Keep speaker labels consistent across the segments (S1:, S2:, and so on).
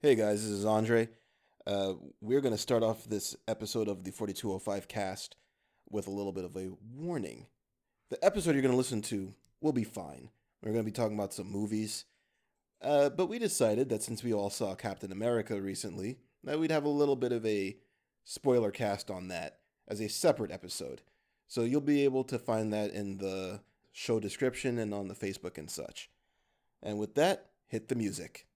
S1: Hey guys, this is Andre. Uh, we're going to start off this episode of the 4205 cast with a little bit of a warning. The episode you're going to listen to will be fine. We're going to be talking about some movies. Uh, but we decided that since we all saw Captain America recently, that we'd have a little bit of a spoiler cast on that as a separate episode. So you'll be able to find that in the show description and on the Facebook and such. And with that, hit the music.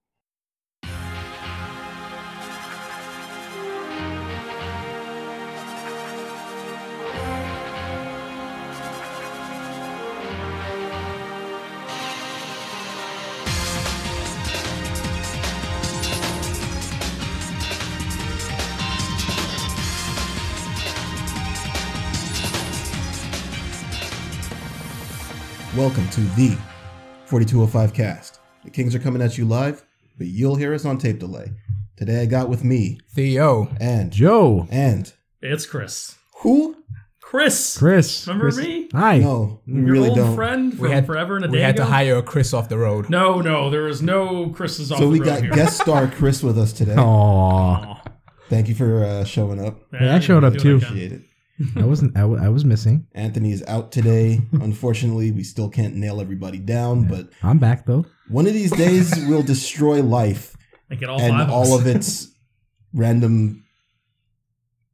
S1: Welcome to the 4205 cast. The Kings are coming at you live, but you'll hear us on tape delay. Today I got with me
S2: Theo.
S1: and
S3: Joe,
S1: and
S4: It's Chris.
S1: who?
S4: Chris.
S3: Chris,
S4: Remember
S3: Chris-
S4: me?
S3: Hi.
S1: No, we
S4: Your
S1: really
S4: old
S1: don't.
S4: friend from
S2: We had
S4: forever and a
S2: We
S4: day
S2: had to
S4: ago?
S2: hire a Chris off the road.
S4: No, no, there is no Chris's off
S1: So
S4: the
S1: we
S4: road
S1: got
S4: here. Oh.
S1: guest star Chris with us today.
S3: Aw,
S4: Aw.
S1: Thank you for uh, showing up.
S3: Hey, I showed up
S4: Do it
S3: too.
S4: again.
S1: Appreciate it.
S3: I wasn't. I, wa- I was missing.
S1: Anthony's out today. Unfortunately, we still can't nail everybody down, but
S3: I'm back though.
S1: one of these days we'll destroy life
S4: I get all
S1: and
S4: five
S1: all
S4: us.
S1: of its random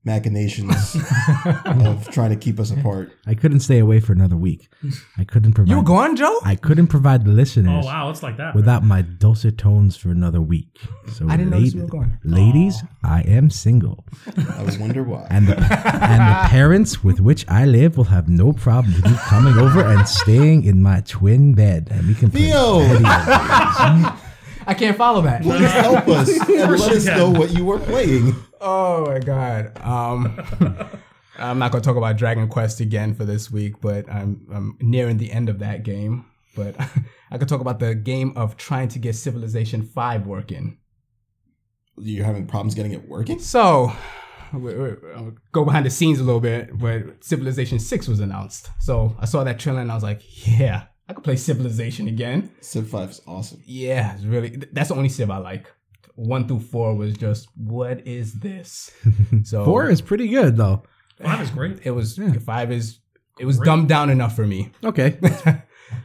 S1: machinations of trying to keep us apart.
S3: I couldn't stay away for another week. I couldn't provide.
S2: You were gone, Joe? I,
S3: I couldn't provide the listeners
S4: Oh wow, it's like that.
S3: without my dulcet tones for another week. So
S2: didn't notice you were
S3: lad-
S2: gone.
S3: Ladies, I am single,
S1: I wonder why.
S3: and the, and the parents with which I live will have no problem with you coming over and staying in my twin bed, and we can play
S1: Theo!
S3: video.
S2: can't follow that.
S1: Please help us and
S4: course
S1: let
S4: you
S1: us
S4: can.
S1: know what you were playing.
S2: Oh my god. Um, I'm not gonna talk about Dragon Quest again for this week, but I'm I'm nearing the end of that game. But I could talk about the game of trying to get Civilization Five working.
S1: You're having problems getting it working?
S2: So. we- we- I'll Go behind the scenes a little bit, but Civilization 6 was announced. So I saw that trailer and I was like, yeah, I could play Civilization again.
S1: Civ 5 is awesome.
S2: Yeah, it's really. th- That's the only Civ I like. One through four was just what is this? So
S3: Four is pretty good though.
S4: Five is great.
S2: it was
S3: Yeah.
S2: five is it was dumbed down enough for me.
S3: Okay,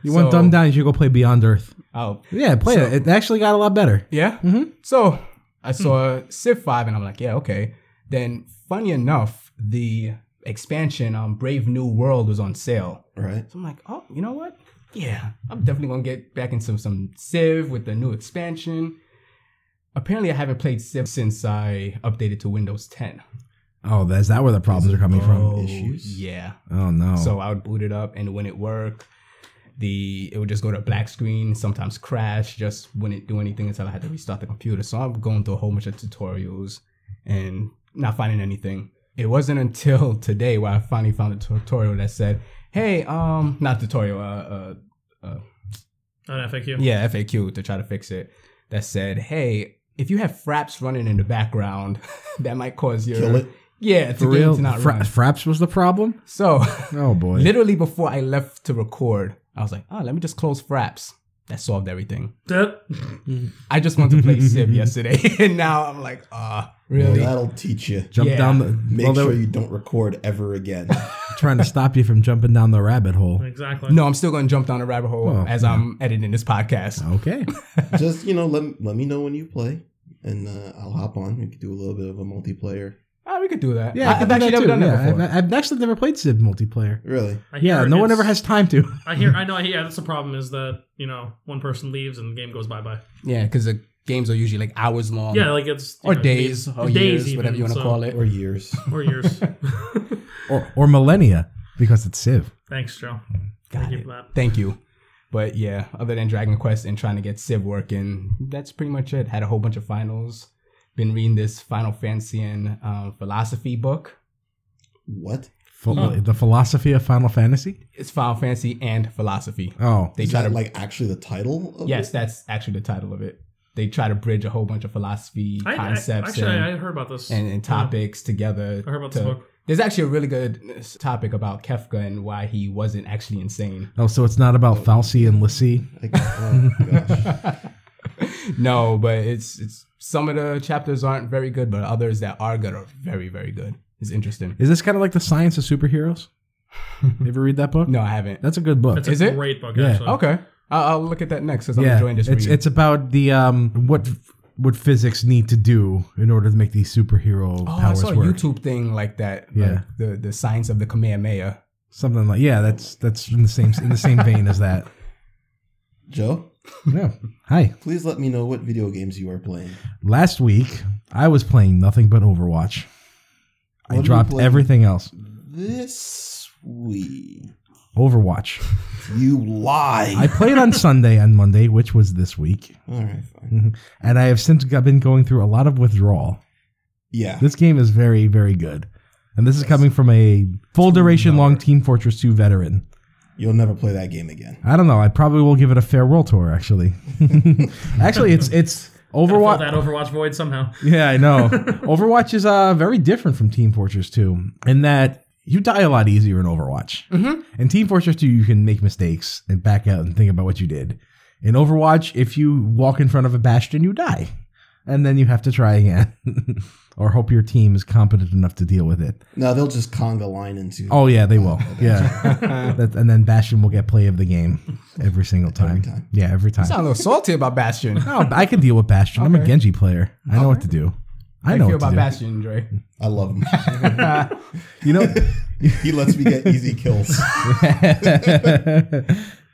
S3: you want
S2: So-
S3: dumbed down? You should go play Beyond Earth.
S2: Oh
S3: Yeah, play it. It actually got a lot better.
S2: yeah.
S3: Mhm.
S2: So I saw Civ five and I'm like, yeah, okay. Then funny enough, the expansion on Brave New World was on sale.
S1: Right?
S2: So I'm like, oh, you know what? Yeah, I'm definitely gonna get back into some Civ with the new expansion. Apparently, I haven't played Civ since I updated to Windows 10.
S3: Oh, is that where the problems are coming from?
S1: issues?
S2: Yeah.
S3: Oh no.
S2: Oh. So I would boot it up, and when it worked, the it would just go to a black screen, sometimes crash, just wouldn't do anything until I had to restart the computer. So I'm going through a whole bunch of tutorials and not finding anything. It wasn't until today where I finally found a tutorial that said, "Hey, um, not tutorial, uh, uh
S4: On FAQ.
S2: yeah, FAQ to try to fix it." That said, "Hey, if you have fraps running in the background, that might cause your
S1: Kill it.
S2: yeah, to
S3: for
S2: game
S3: real,
S2: to not
S3: Fra-
S2: run."
S3: Fraps was the problem.
S2: So
S3: Oh boy.
S2: Literally before I left to record, I was like, oh, let me just close Fraps. That solved everything.
S4: That-
S2: I just wanted to play Civ yesterday, and now I'm like, ah,
S1: Well,
S2: really?
S1: that'll teach you.
S3: Jump
S2: yeah.
S3: down the.
S1: Make
S3: well, they
S1: sure
S3: were
S1: you don't record ever again.
S3: trying to stop you from jumping down the rabbit hole.
S4: exactly.
S2: no, I'm still going to jump down a rabbit hole
S3: Oh,
S2: as I'm editing this podcast.
S3: Okay.
S1: Just, you know, let, let me know when you play and uh, I'll hop on. We could do a little bit of a multiplayer.
S2: Ah, we could do that.
S3: Yeah,
S2: I,
S3: I could
S2: have
S3: do
S2: actually
S3: that
S2: never
S3: too.
S2: done that
S3: Yeah, I've,
S2: before.
S3: I've actually never played Civ multiplayer.
S1: Really?
S4: I hear
S3: Yeah, no one
S4: it's-
S3: ever has time to.
S4: I hear. I know. Yeah, that's the problem. Is that you know one person leaves and the game goes bye bye.
S2: yeah, because the games are usually like hours long.
S4: Yeah, like it's
S2: Um,
S4: you
S2: or
S4: know,
S2: days,
S4: it's
S2: or
S4: days
S2: years,
S4: even,
S2: whatever you want to
S4: so-
S2: call it.
S1: Or years.
S4: or years.
S3: Or or millennia because it's Civ.
S4: Thanks, Joe.
S2: Got
S4: Thank you
S2: it.
S4: for that.
S2: Thank you. But yeah, other than Dragon Quest and trying to get Civ working, that's pretty much it. Had a whole bunch of finals. Been reading this Final Fantasy and um, philosophy book.
S1: What?
S3: Ph- The philosophy of Final Fantasy.
S2: It's Final Fantasy and philosophy.
S3: Oh,
S2: They
S1: Is
S2: try
S1: that
S2: to
S1: like actually the title? Of
S2: yes,
S1: it?
S2: that's actually the title of it. They try to bridge a whole bunch of philosophy
S4: I, I,
S2: concepts
S4: actually,
S2: and,
S4: I I heard about this.
S2: and, and topics together.
S4: I heard about
S2: to-
S4: this book.
S2: There's actually a really good uh, topic about Kefka and why he wasn't actually insane.
S3: oh, so it's not about Falsi and Lassie.
S1: Like, oh, gosh.
S2: no, but it's it's some of the chapters aren't very good, but others that are good are very very good. It's interesting.
S3: Is this kind of like the science of superheroes? you ever read that book?
S2: No, I haven't.
S3: That's a good book.
S4: That's a
S2: Is it? Oh,
S4: great book,
S3: Yeah.
S4: actually.
S2: Okay, I'll, I'll look at that next because I'm enjoying this.
S3: It's
S2: read.
S3: it's about the um what what physics need to do in order to make these superhero
S2: oh, I
S3: powers
S2: saw a
S3: work.
S2: YouTube thing like that. like
S3: Yeah.
S2: the the science of the Kamehameha.
S3: Something like yeah, that's that's in the same in the same vein as that.
S1: Joe,
S3: Yeah. Hi.
S1: please let me know what video games you are playing.
S3: Last week I was playing nothing but Overwatch.
S1: What
S3: I
S1: are you
S3: dropped
S1: playing?
S3: everything else.
S1: This week,
S3: Overwatch.
S1: you lie.
S3: I played on Sunday and Monday, which was this week,
S1: All right, fine.
S3: and I have since got- been going through a lot of withdrawal.
S1: Yeah,
S3: This game is very, very good. And this is coming from a full duration long Team Fortress 2 veteran.
S1: you'll never play that game again.
S3: I don't know. I probably will give it a farewell tour, actually. actually, it's it's
S4: Gotta fill
S3: Overwatch.
S4: that Overwatch void somehow.
S3: Yeah, I know. Overwatch is uh very different from Team Fortress 2 in that you die a lot easier in Overwatch. Mm-hmm. In Team Fortress 2, you can make mistakes and back out and think about what you did. In Overwatch, if you walk in front of a bastion, you die. And then you have to try again. or hope your team is competent enough to deal with it.
S1: No, they'll just conga line into
S3: Oh yeah, they will. Yeah, that, and then Bastion will get play of the game every single time.
S1: time.
S3: Yeah, every time.
S2: Sound a little salty about Bastion. How
S3: No, I can deal with Bastion. I'm a Genji player. I know what to do. I
S2: do
S3: know
S2: you feel
S3: what to
S2: about
S3: do.
S2: Bastion, Dre?
S1: I love him.
S3: You know,
S1: he lets me get easy kills.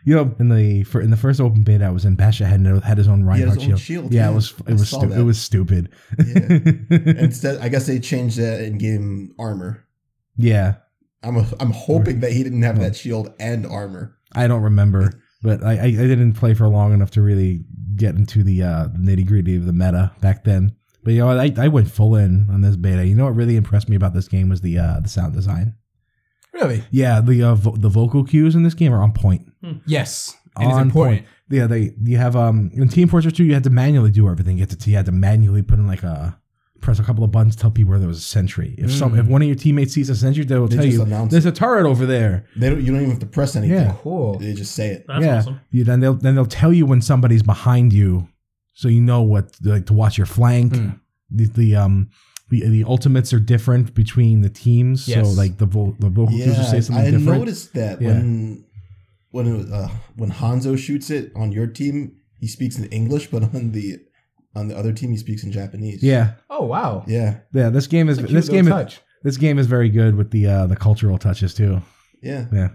S3: you know, in the for, in the first open beta, I was in. Bastion had no, had his own
S1: had his
S3: Reinhardt
S1: own
S3: shield.
S1: shield,
S3: Yeah,
S1: yeah.
S3: it was
S1: I
S3: it was
S1: saw
S3: stu-
S1: that.
S3: it was stupid.
S1: Instead, I guess they changed that and gave him armor.
S3: Yeah,
S1: I'm I'm hoping that he didn't have that shield and armor.
S3: I don't remember, but I, I, I didn't play for long enough to really get into the uh, nitty gritty of the meta back then. But you know, I, I went full in on this beta. You know what really impressed me about this game was the uh, the sound design.
S2: Really?
S3: Yeah, the uh, vo- the vocal cues in this game are on point.
S2: Yes. And it's
S3: On
S2: important.
S3: point. Yeah, they you have um in Team Fortress 2 you had to manually do everything. You had to you had to manually put in like a press a couple of buttons, tell people where there was a sentry. If some
S2: Mm.
S3: if one of your teammates sees a sentry, they will
S1: They
S3: tell
S1: just
S3: you
S1: announce
S3: there's a turret over there.
S1: They don't. You don't even have to press anything.
S3: Yeah.
S2: Cool.
S1: They just say it.
S4: That's
S3: yeah.
S4: awesome.
S3: You, then they'll then they'll tell you when somebody's behind you, so you know what like to watch your flank.
S2: Hmm.
S3: The, the um the, the ultimates are different between the teams. So
S2: Yes.
S3: like the vo- the vocal cues will say something
S1: I
S3: different.
S1: noticed that when when it was, uh, when Hanzo shoots it on your team, he speaks in English, but on the on the other team, he speaks in Japanese.
S3: Yeah,
S2: Oh wow.
S1: yeah,
S3: yeah. This game is
S2: It's a cute
S3: this game
S2: little
S3: is,
S2: touch.
S3: this game is very good with the uh, the cultural touches too.
S1: yeah.
S3: Yeah,
S4: That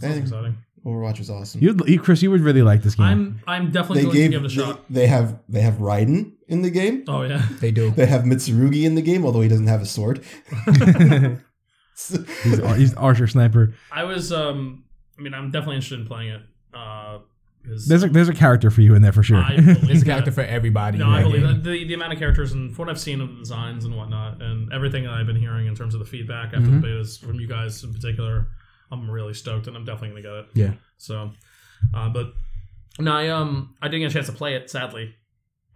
S4: sounds
S1: Hey.
S4: exciting.
S1: Overwatch was awesome.
S3: you, you Chris, you would really like this game.
S4: I'm I'm definitely
S1: they
S4: going
S1: gave
S4: to give it a
S1: they,
S4: shot.
S1: they have they have Raiden in the game.
S4: Oh yeah.
S2: They do.
S1: They have Mitsurugi in the game, although he doesn't have a sword.
S3: he's, Ar- he's Archer Sniper.
S4: I was um I mean I'm definitely interested in playing it. Uh 'cause
S3: There's a there's a character for you in there for sure.
S4: I believe
S2: It's a
S4: that.
S2: character for everybody.
S4: No,
S2: in
S4: I
S2: that
S4: believe
S2: game.
S4: that the, the amount of characters and from what I've seen of the designs and whatnot and everything that I've been hearing in terms of the feedback after the betas from you guys in particular, I'm really stoked and I'm definitely gonna get it.
S2: Yeah.
S4: So, uh, but no, I um I didn't get a chance to play it sadly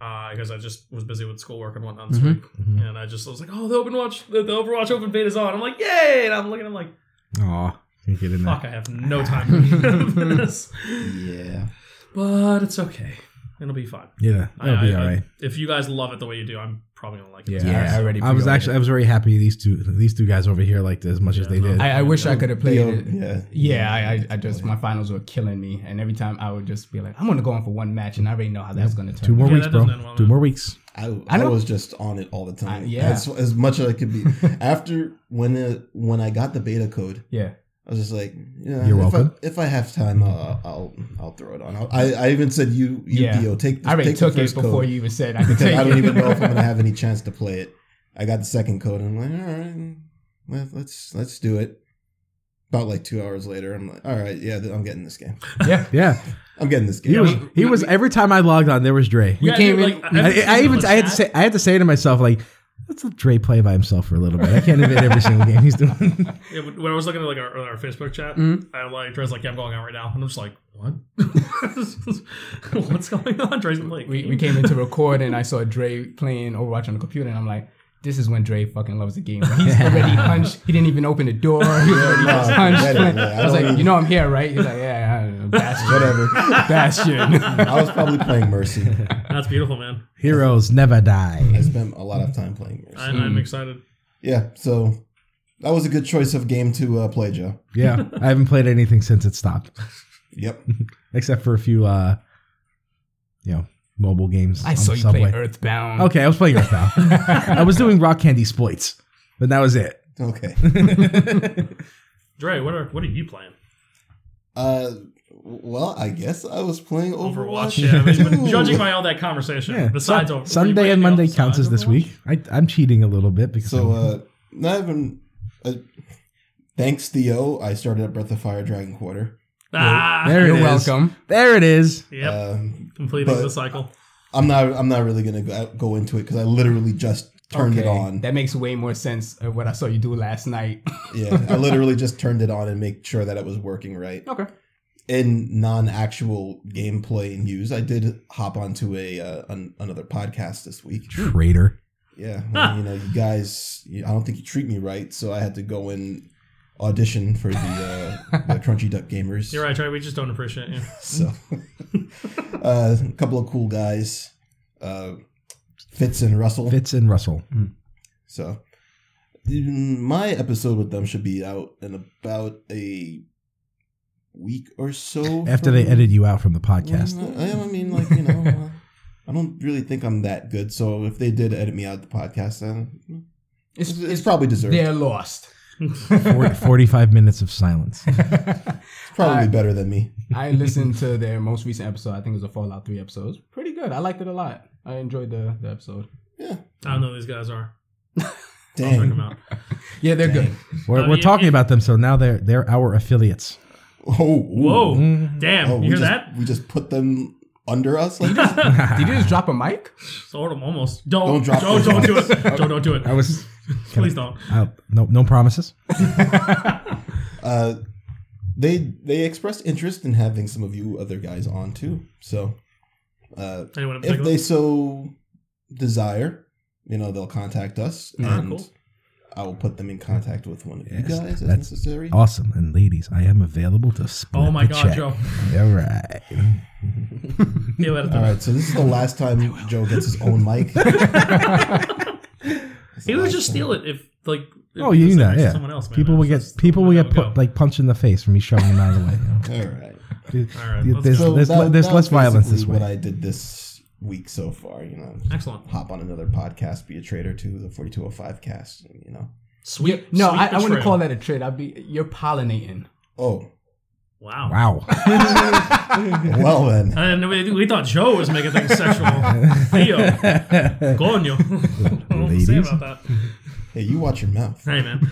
S4: uh, because I just was busy with schoolwork and whatnot this week, and I just I was like, oh, the open watch, the, the Overwatch open beta's on. I'm like, yay! And I'm looking, I'm like,
S3: Aw, can't get in there.
S4: fuck, I have no time for this,
S1: yeah,
S4: but it's okay, it'll be fine.
S3: Yeah,
S4: I-
S3: it'll be
S4: I- I-
S3: all right.
S4: If you guys love it the way you do, I'm probably gonna like it.
S2: Yeah.
S4: too.
S2: I already.
S3: I was
S2: pre-ordered
S3: actually I
S2: it.
S3: was very happy these two these two guys over here liked it as much as
S4: Yeah,
S3: they
S4: no.
S3: did.
S2: I, I wish I could have played
S1: Yo,
S2: it.
S1: yeah.
S2: Yeah, I, I, I just my finals were killing me, and every time I would just be like, I'm gonna go in for one match, and I already know how that's gonna turn.
S3: Two more
S4: Yeah,
S3: weeks,
S4: that
S3: bro.
S4: doesn't end well,
S3: Two
S4: no.
S3: more weeks.
S1: I,
S2: I
S1: I,
S2: don't-
S1: was just on it all the time.
S2: Uh, yeah.
S1: as, as much as I could be. After when uh when I got the beta code,
S2: Yeah,
S1: I was just like, yeah,
S3: You're
S1: if
S3: welcome.
S1: I, if I have time, I'll I'll, I'll throw it on. I'll, I I even said you you
S2: Yeah.
S1: Dio take the,
S2: I already
S1: take the
S2: took it
S1: first
S2: before
S1: code
S2: you even said I could
S1: because
S2: take
S1: I don't
S2: it.
S1: even know if I'm gonna have any chance to play it. I got the second code and I'm like, all right, let, let's let's do it. About like two hours later, I'm like, all right, yeah, th- I'm getting this game.
S2: yeah,
S3: Yeah,
S1: I'm getting this game.
S3: he was.
S4: we-
S3: He
S4: we-
S3: was.
S4: we-
S3: Every time I logged on, there was Dre.
S2: We
S4: Yeah,
S2: came
S4: dude,
S2: in-
S4: like,
S3: I,
S4: haven't seen
S3: I
S4: him
S3: even.
S4: on
S3: I had to
S4: chat.
S3: say. I had to say to myself like. Let's let Dre play by himself for a little bit. I can't admit every single game he's doing.
S4: Yeah, but when I was looking at like our, our Facebook chat,
S3: Mm-hmm.
S4: I like Dre's like, "Yeah, I'm going out right now," and I'm just like, "What? What's going on?" Dre's like,
S2: we, we came in to record, and I saw Dre playing Overwatch on the computer, and I'm like. This is when Dre fucking loves the game. He's already hunched. He didn't even open the door. He was already
S1: No,
S2: hunched.
S1: yeah, yeah, yeah. I
S2: I
S1: don't
S2: was like,
S1: need-
S2: you know, I'm here, right? He's like, yeah. yeah,
S5: Bastion.
S1: Whatever.
S5: Bastion.
S1: I was probably playing Mercy.
S4: That's beautiful, man.
S3: Heroes never
S1: I
S3: die.
S1: spent a lot of time playing Mercy.
S4: I,
S3: Mm.
S4: I'm excited.
S1: Yeah, so that was a good choice of game to uh, play, Joe.
S3: Yeah, I haven't played anything since it stopped,
S1: Yep.
S3: except for a few, uh, you know, mobile games.
S5: I
S3: on
S5: saw
S3: the
S5: you
S3: subway.
S5: play Earthbound.
S3: Okay, I was playing Earthbound. I was doing rock candy exploits, but that was it.
S1: Okay.
S4: Dre, what are what are you playing?
S1: Uh, well, I guess I was playing Overwatch.
S4: Overwatch. Yeah, I mean,
S1: too.
S4: judging by all that conversation,
S3: Yeah.
S4: besides
S3: Sun-
S4: Over- were
S3: Sunday
S4: you playing
S3: and Monday
S4: outside
S3: counts as this
S4: Overwatch?
S3: week. I, I'm cheating a little bit because
S1: So,
S3: I'm-
S1: uh, not even. Uh, thanks, Theo. I started up Breath of Fire Dragon Quarter.
S4: Ah,
S3: There it
S5: You're
S3: is.
S5: welcome.
S3: there it is.
S4: Yep,
S1: Um,
S4: completing
S1: but-
S4: the cycle.
S1: I'm not. I'm not really gonna go, go into it because I literally just turned it
S5: Okay,
S1: on.
S5: That makes way more sense of what I saw you do last night.
S1: yeah, I literally just turned it on and make sure that it was working right.
S5: Okay.
S1: in non-actual gameplay news, I did hop onto a uh, an, another podcast this week.
S3: Traitor.
S1: Yeah, well, you know, you guys, you, I don't think you treat me right, so I had to go and audition for the, uh, the Crunchy Duck Gamers.
S4: You're right, Dre. We just don't appreciate you.
S1: So, uh, a couple of cool guys, uh, Fitz and Russell.
S3: Fitz and Russell.
S1: So, mm, my episode with them should be out in about a week or so
S3: After
S1: from-
S3: they edit you out from the podcast.
S1: Well, I, I mean, like you know, uh, I don't really think I'm that good. So if they did edit me out of the podcast, then
S5: It's,
S1: it's, it's probably deserved.
S5: they're lost. Mm.
S3: Forty- 45 minutes of silence.
S1: It's probably better than me.
S5: I listened to their most recent episode. I think it was a Fallout 3 episode. It was pretty good. I liked it a lot. I enjoyed the, the episode.
S1: Yeah.
S4: I don't know who these guys are. Check them
S1: Dang.
S4: out.
S5: Yeah, they're good.
S3: We're,
S4: Oh,
S3: we're
S4: yeah,
S3: talking
S4: yeah.
S3: about them, so now they're they're our affiliates.
S1: Oh. ooh.
S4: Whoa, damn!
S1: Oh,
S4: you
S1: we
S4: hear
S1: just,
S4: that?
S1: We just put them under us like this.
S5: Did you just drop a mic?
S4: Sort of, almost. Don't,
S1: Don't
S4: don't,
S1: drop
S4: don't,
S1: those
S4: do it. Don't, don't do it.
S3: I was
S4: Please don't.
S3: I, no no promises.
S1: Uh, they they expressed interest in having some of you other guys on too. So uh,
S4: Anyone in
S1: if
S4: particular?
S1: they so desire, you know, they'll contact us
S4: Ah,
S1: and.
S4: cool.
S1: I will put them in contact with one of
S3: Yes,
S1: you guys as
S3: that's
S1: necessary.
S3: Awesome. And ladies, I am available to split
S4: Oh my
S3: the
S4: god,
S3: check.
S4: Joe.
S3: All right.
S4: Feel that
S1: All right, so this is the last time Joe gets his own mic.
S4: He would just steal it if like. if
S3: Oh,
S4: it
S3: you
S4: was
S3: know,
S4: next to
S3: yeah.
S4: Someone else. man.
S3: people will
S4: That's-
S3: get
S4: that's the
S3: people will
S4: way
S3: get
S4: that would
S3: put, like punched in the face from me shoving them out of the way. you know.
S1: All right.
S4: go. All right,
S3: Yeah,
S4: let's
S3: there's
S4: go.
S3: there's, le- there's
S1: that
S3: less
S1: was
S3: violence this
S1: basically
S3: way.
S1: What I did this week so far, you know, just
S4: Excellent.
S1: hop on another podcast, be a traitor to the 4205 cast, you know.
S4: Sweet.
S5: No,
S4: sweet
S5: I, I wouldn't
S4: betrayal.
S5: call that a trade. I'd be you're pollinating.
S1: Oh,
S4: Wow.
S3: wow.
S1: well then.
S4: And we, we thought Joe was making things sexual. Theo, coño. I don't know what to say
S3: Ladies.
S4: about that.
S1: Hey, you watch your mouth.
S4: Hey, man.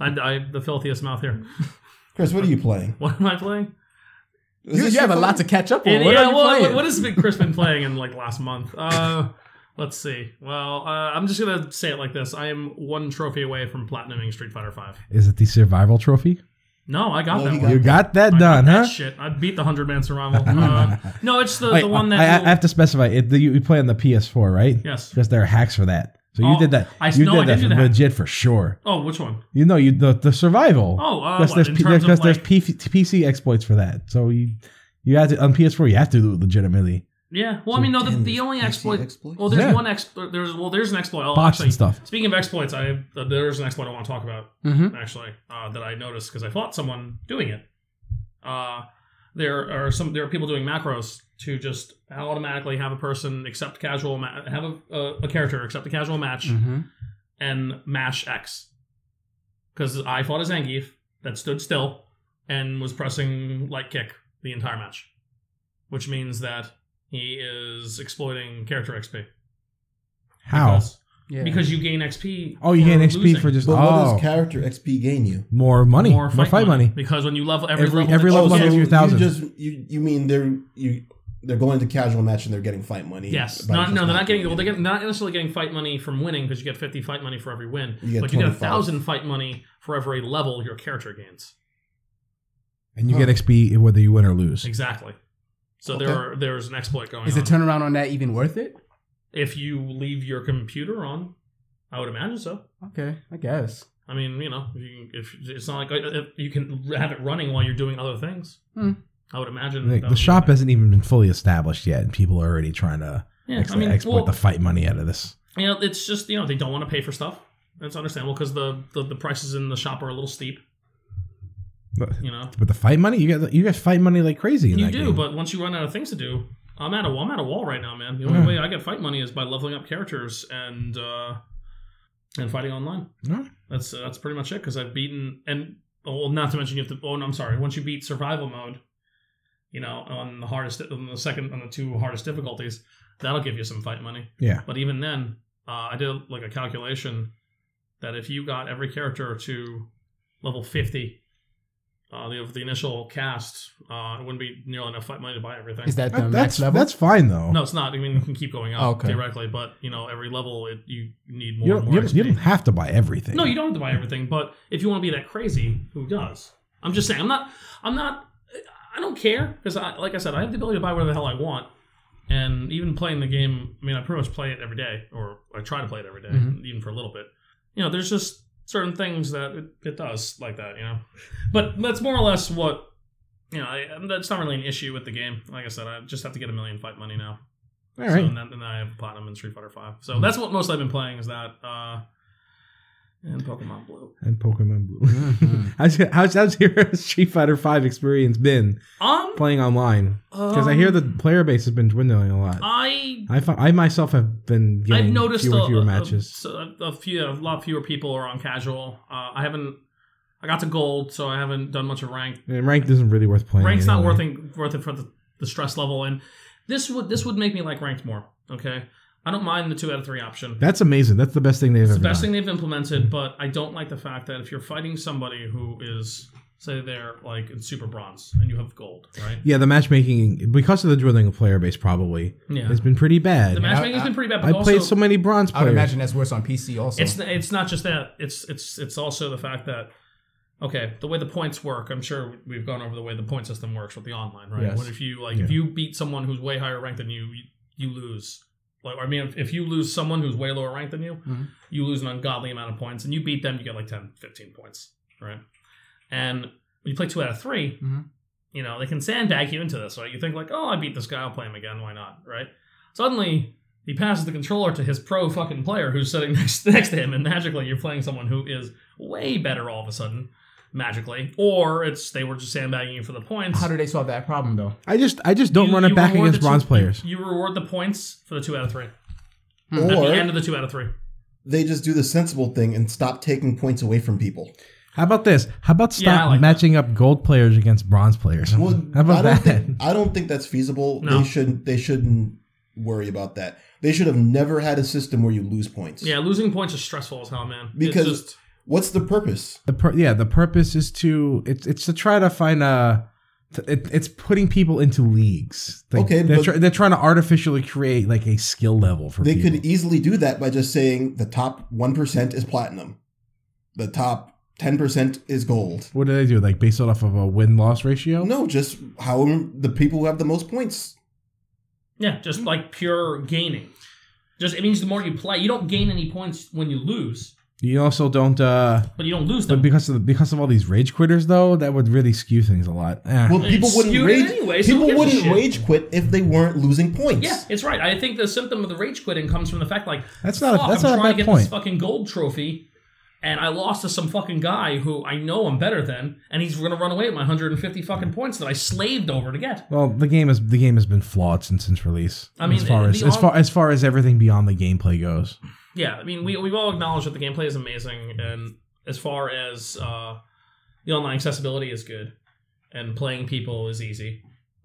S4: I'm, I'm the filthiest mouth here.
S1: Chris, what are you playing?
S4: What am I playing?
S1: Is
S5: You,
S1: this
S5: you have a
S1: your
S5: lot to
S1: phone?
S5: catch up on. What
S4: yeah,
S5: are you
S4: well,
S5: playing?
S4: what has been Chris been playing in like last month? Uh, let's see. Well, uh, I'm just gonna say it like this. I am one trophy away from platinuming Street Fighter Five.
S3: Is it the survival trophy?
S4: No, I got
S1: No,
S4: that
S1: he
S4: one.
S3: You got that
S4: I got
S3: done,
S4: that
S3: huh?
S4: shit. I beat the hundred man survival. Uh, no, it's the,
S3: Wait,
S4: the one that
S3: I, I
S4: will-
S3: have to specify it. You you play on the PS4, right?
S4: Yes.
S3: Because there are hacks for that. So you
S4: Oh,
S3: did that.
S4: I-
S3: you
S4: no, I
S3: did
S4: did
S3: that,
S4: do
S3: for
S4: that.
S3: legit for sure.
S4: Oh, which one?
S3: You know you the, the survival.
S4: Oh, uh,
S3: Because
S4: what,
S3: there's
S4: in
S3: P-
S4: terms of,
S3: because there's
S4: like-
S3: P- PC exploits for that. So you you have to on PS4 you have to do it legitimately
S4: Yeah. Well, I mean, no, the, oh,
S1: damn,
S4: the only
S1: PC
S4: exploit.
S1: exploits?
S4: Well, there's
S3: Yeah.
S4: one ex. There's well, there's an exploit. I'll
S3: bots
S4: Oh, actually,
S3: and stuff.
S4: Speaking of exploits, I uh, there's an exploit I want to talk about
S1: Mm-hmm.
S5: Mhm.
S4: actually uh, that I noticed because I fought someone doing it. Uh, there are some there are people doing macros to just automatically have a person accept casual ma- have a, a, a character accept a casual match
S3: Mm.
S5: Mhm.
S4: and mash X because I fought a Zangief that stood still and was pressing light kick the entire match, which means that he is exploiting character XP.
S3: How?
S4: Because,
S5: Yeah.
S4: because you gain XP.
S3: Oh, you
S4: for
S3: gain XP
S4: losing.
S3: for just
S1: But what
S3: oh
S1: does character XP gain you?
S3: more money, more fight, money.
S4: Because when you level every,
S3: Every-
S4: level,
S3: every
S4: that you
S3: level
S4: get-
S3: gives you 1,000.
S1: Oh, just you, you mean they're you they're going to casual match and they're getting fight money.
S4: Yes,
S1: by
S4: no,
S1: just
S4: no, they're not getting. Well, they're getting, not necessarily getting fight money from winning because you get fifty fight money for every win,
S1: You get
S4: but you get a
S1: 25.
S4: thousand fight money for every level your character gains.
S3: And you get XP whether you win or lose.
S4: Exactly. So there are there's an exploit going
S5: is
S4: on.
S5: the turnaround on that even worth it?
S4: if you leave your computer on, I would imagine so.
S5: Okay, I guess.
S4: I mean, you know, if, you, if it's not like if you can have it running while you're doing other things.
S5: Hmm.
S4: I would imagine
S3: Like,
S4: that
S3: the
S4: would be
S3: shop
S4: the-
S3: hasn't even been fully established yet, and people are already trying to
S4: Yeah,
S3: ex-
S4: I mean,
S3: exploit
S4: well,
S3: the fight money out of this.
S4: you know, it's just you know they don't want to pay for stuff. That's understandable because the, the the prices in the shop are a little steep.
S3: But
S4: You know,
S3: but the fight money, you got you got fight money like crazy. In
S4: you
S3: that
S4: do,
S3: game.
S4: but once you run out of things to do, I'm at a I'm at a wall right now, man. The only
S3: Yeah.
S4: way I get fight money is by leveling up characters and uh and fighting online.
S3: Yeah.
S4: That's uh, that's pretty much it because I've beaten and oh, well, not to mention you have to. Oh, no, I'm sorry. Once you beat survival mode, you know, on the hardest, on the second, on the two hardest difficulties, that'll give you some fight money.
S3: yeah,
S4: But even then, uh, I did like a calculation that if you got every character to level 50 uh, the, of the initial cast, uh, it wouldn't be nearly enough fight money to buy everything.
S2: Is that the
S3: That-
S2: max
S3: that's
S2: level?
S3: that's fine though.
S4: no, it's not. I mean, you can keep going up
S2: Okay.
S4: theoretically, but you know, every level it, you need more.
S3: you
S4: and more
S3: don't, you, don't, you
S4: XP.
S3: don't have to buy everything.
S4: No, you don't have to buy everything, but if you want to be that crazy, who does? I'm just saying. I'm not. I'm not. I don't care because, I, like I said, I have the ability to buy whatever the hell I want. And even playing the game, I mean, I pretty much play it every day, or I try to play it every day,
S2: Mhm.
S4: even for a little bit. You know, there's just certain things that it, it does like that, you know. But that's more or less what you know. I, that's not really an issue with the game. Like I said, I just have to get a million fight money now.
S3: All
S4: So,
S3: right.
S4: and, then, and then I have platinum and Street Fighter Five. So that's what mostly I've been playing is that uh, and Pokemon Blue.
S3: and Pokemon Blue.
S5: Mm-hmm.
S2: Mhm.
S3: how's, how's how's your Street Fighter Five experience been
S4: Um,
S3: playing online? Because I hear the player base has been dwindling a lot.
S4: I
S3: I, fi- I myself have been getting
S4: I've noticed
S3: fewer
S4: a,
S3: and fewer
S4: a-
S3: matches.
S4: A, a few, a lot fewer people are on casual. Uh, I haven't. I got to gold, so I haven't done much of rank.
S3: and ranked isn't really worth playing.
S4: Rank's not
S3: anyway.
S4: worth it, worth it for the, the stress level, and this would this would make me like ranked more. Okay, I don't mind the two out of three option.
S3: That's amazing. That's the best thing they've
S4: It's
S3: ever
S4: the best
S3: done.
S4: thing they've implemented, but I don't like the fact that if you're fighting somebody who is say they're like in super bronze and you have gold, right?
S3: Yeah, the matchmaking because of the dwindling of player base probably
S4: Yeah.
S3: has been pretty bad.
S4: The matchmaking's been pretty bad. But
S3: I
S4: also,
S3: played so many bronze
S2: I would
S3: players.
S2: imagine that's worse on PC also.
S4: It's it's not just that. It's it's it's also the fact that okay, the way the points work. I'm sure we've gone over the way the point system works with the online, right?
S3: Yes.
S4: What if you like if
S3: Yeah.
S4: you beat someone who's way higher ranked than you, you, you lose. Like I mean, if, if you lose someone who's way lower ranked than you,
S3: Mm-hmm.
S2: Mhm.
S4: you lose an ungodly amount of points, and you beat them, you get like 10, 15 points, right? And when you play two out of 3
S3: Mm-hmm.
S2: Mhm.
S4: you know they can sandbag you into this, right? You think like, oh, I beat this guy, I'll play him again. Why not, right? Suddenly, he passes the controller to his pro fucking player who's sitting next next to him, and magically you're playing someone who is way better all of a sudden, magically. Or it's they were just sandbagging you for the points.
S2: How do they solve that problem though?
S3: I just I just don't
S4: You-
S3: run it
S4: you
S3: back
S4: reward
S3: against
S4: the two-
S3: bronze players.
S4: You reward the points for the two out of three. At the end
S1: Hmm. Or
S4: of the two out of three.
S1: they just do the sensible thing and stop taking points away from people.
S3: How about this? How about stop
S4: Yeah, I like
S3: matching up gold players against bronze players?
S1: Well,
S3: How about
S1: I don't
S3: that?
S1: Think, I don't think that's feasible.
S4: No.
S1: They shouldn't. They shouldn't worry about that. They should have never had a system where you lose points.
S4: Yeah, losing points is stressful as hell, man. It's
S1: Because-
S4: just-
S1: What's the purpose?
S3: The pur- yeah, the purpose is to it's it's to try to find a t- it, it's putting people into leagues. Like,
S1: Okay,
S3: they're,
S1: but-
S3: try- they're trying to artificially create like a skill level for
S1: They
S3: people.
S1: could easily do that by just saying the top one percent is platinum, the top ten percent is gold.
S3: what do they do? Like based it off of a win loss ratio?
S1: No, just how the people who have the most points.
S4: yeah, just like pure gaining. Just it means the more you play, you don't gain any points when you lose,
S3: You also don't. uh
S4: but you don't lose them.
S3: But because of the, because of all these rage quitters though, that would really skew things a lot. Eh.
S1: Well, people wouldn't
S4: skewed it
S1: rage.
S4: anyway, so who
S1: people
S4: gives a
S1: wouldn't
S4: shit?
S1: rage quit if they weren't losing points.
S4: Yeah, it's right. I think the symptom of the rage quitting comes from the fact like
S3: That's not a-
S4: fuck,
S3: that's
S4: I'm
S3: not a
S4: trying to
S3: bad
S4: get this
S3: point.
S4: fucking gold trophy, and I lost to some fucking guy who I know I'm better than, and he's gonna run away with my 150 fucking points that I slaved over to get.
S3: Well, the game is the game has been flawed since since release.
S4: I mean,
S3: as far
S4: the-
S3: as
S4: the
S3: as
S4: on-
S3: far as far as everything beyond the gameplay goes,
S4: Yeah, I mean we we've all acknowledged that the gameplay is amazing, and as far as uh, the online accessibility is good, and playing people is easy.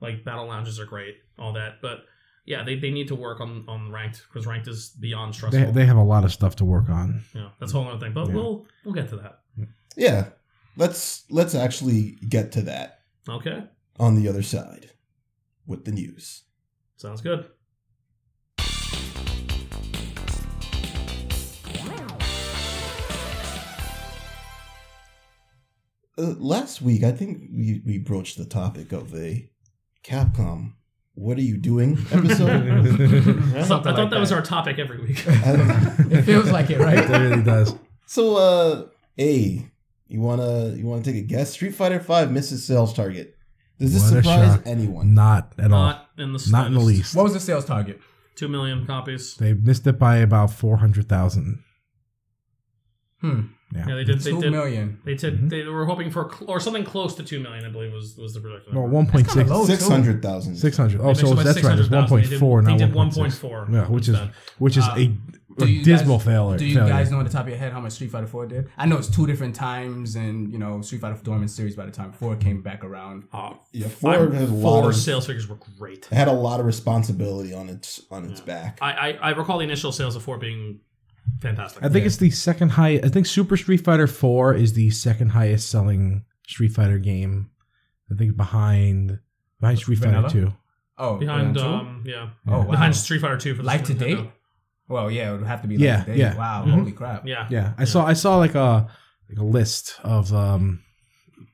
S4: Like battle lounges are great, all that, but. Yeah, they, they need to work on, on ranked because ranked is beyond stressful.
S3: they, they have a lot of stuff to work on.
S4: yeah, that's a whole other thing. But
S3: Yeah.
S4: we'll we'll get to that.
S1: yeah. Let's let's actually get to that
S4: Okay,
S1: on the other side with the news.
S4: sounds good.
S1: uh, last week I think we, we broached the topic of a Capcom. What are you doing? Episode.
S4: I thought, I thought that, was our topic every week.
S1: I-
S2: It feels like it,
S3: It
S2: right?
S3: really does.
S1: so, uh, a you wanna you wanna take a guess? Street Fighter Five misses sales target. Does this
S3: What a
S1: surprise
S3: shock.
S1: anyone?
S3: Not at all.
S4: Not in the
S3: Not in the
S4: slightest.
S3: least.
S2: What was the sales target?
S4: Two million copies.
S3: They missed it by about four hundred thousand.
S2: Hmm.
S4: Yeah, they did. They
S2: Two
S4: did.
S2: million.
S4: They did.
S3: Mm-hmm.
S4: They were hoping for cl- or something close to two million. I believe was was the projection.
S3: Well, one point six.
S2: low.
S1: Six hundred thousand.
S3: Six hundred. Oh,
S4: They
S3: so
S4: missed it by
S3: that's right. It's one
S4: 600,000.
S3: point four,
S4: They
S3: not
S4: did- they
S3: one
S4: did
S3: point six.
S4: 1.4
S3: Yeah, which is
S4: instead.
S3: which is
S4: Uh,
S3: a,
S2: Do
S3: a
S2: you
S3: dismal
S2: guys,
S3: failure.
S2: Do you
S3: failure.
S2: guys know on the top of your head how much Street Fighter Four did? I know it's two different times, and you know Street Fighter Four Dormant series. By the time four came back around,
S4: Uh,
S1: Yeah, four
S4: four,
S1: had a lot
S4: four
S1: of
S4: sales figures were great.
S1: it had a lot of responsibility on its on its back.
S4: I, I I recall the initial sales of four being fantastic.
S3: I think it's the second highest. I think Super Street Fighter Four is the second highest selling Street Fighter game. I think behind behind Street
S2: Vanilla?
S3: Fighter Two.
S2: oh,
S4: behind
S2: Grand Tour?
S4: um yeah
S2: oh wow,
S4: behind Street Fighter Two for the
S2: life to
S4: Super
S2: date.
S4: Nintendo.
S2: Well, yeah, it would have to be like
S3: Yeah,
S2: today.
S3: yeah.
S2: Wow,
S4: Mhm.
S2: holy crap.
S4: Yeah.
S3: Yeah, I saw I saw like a like a list of um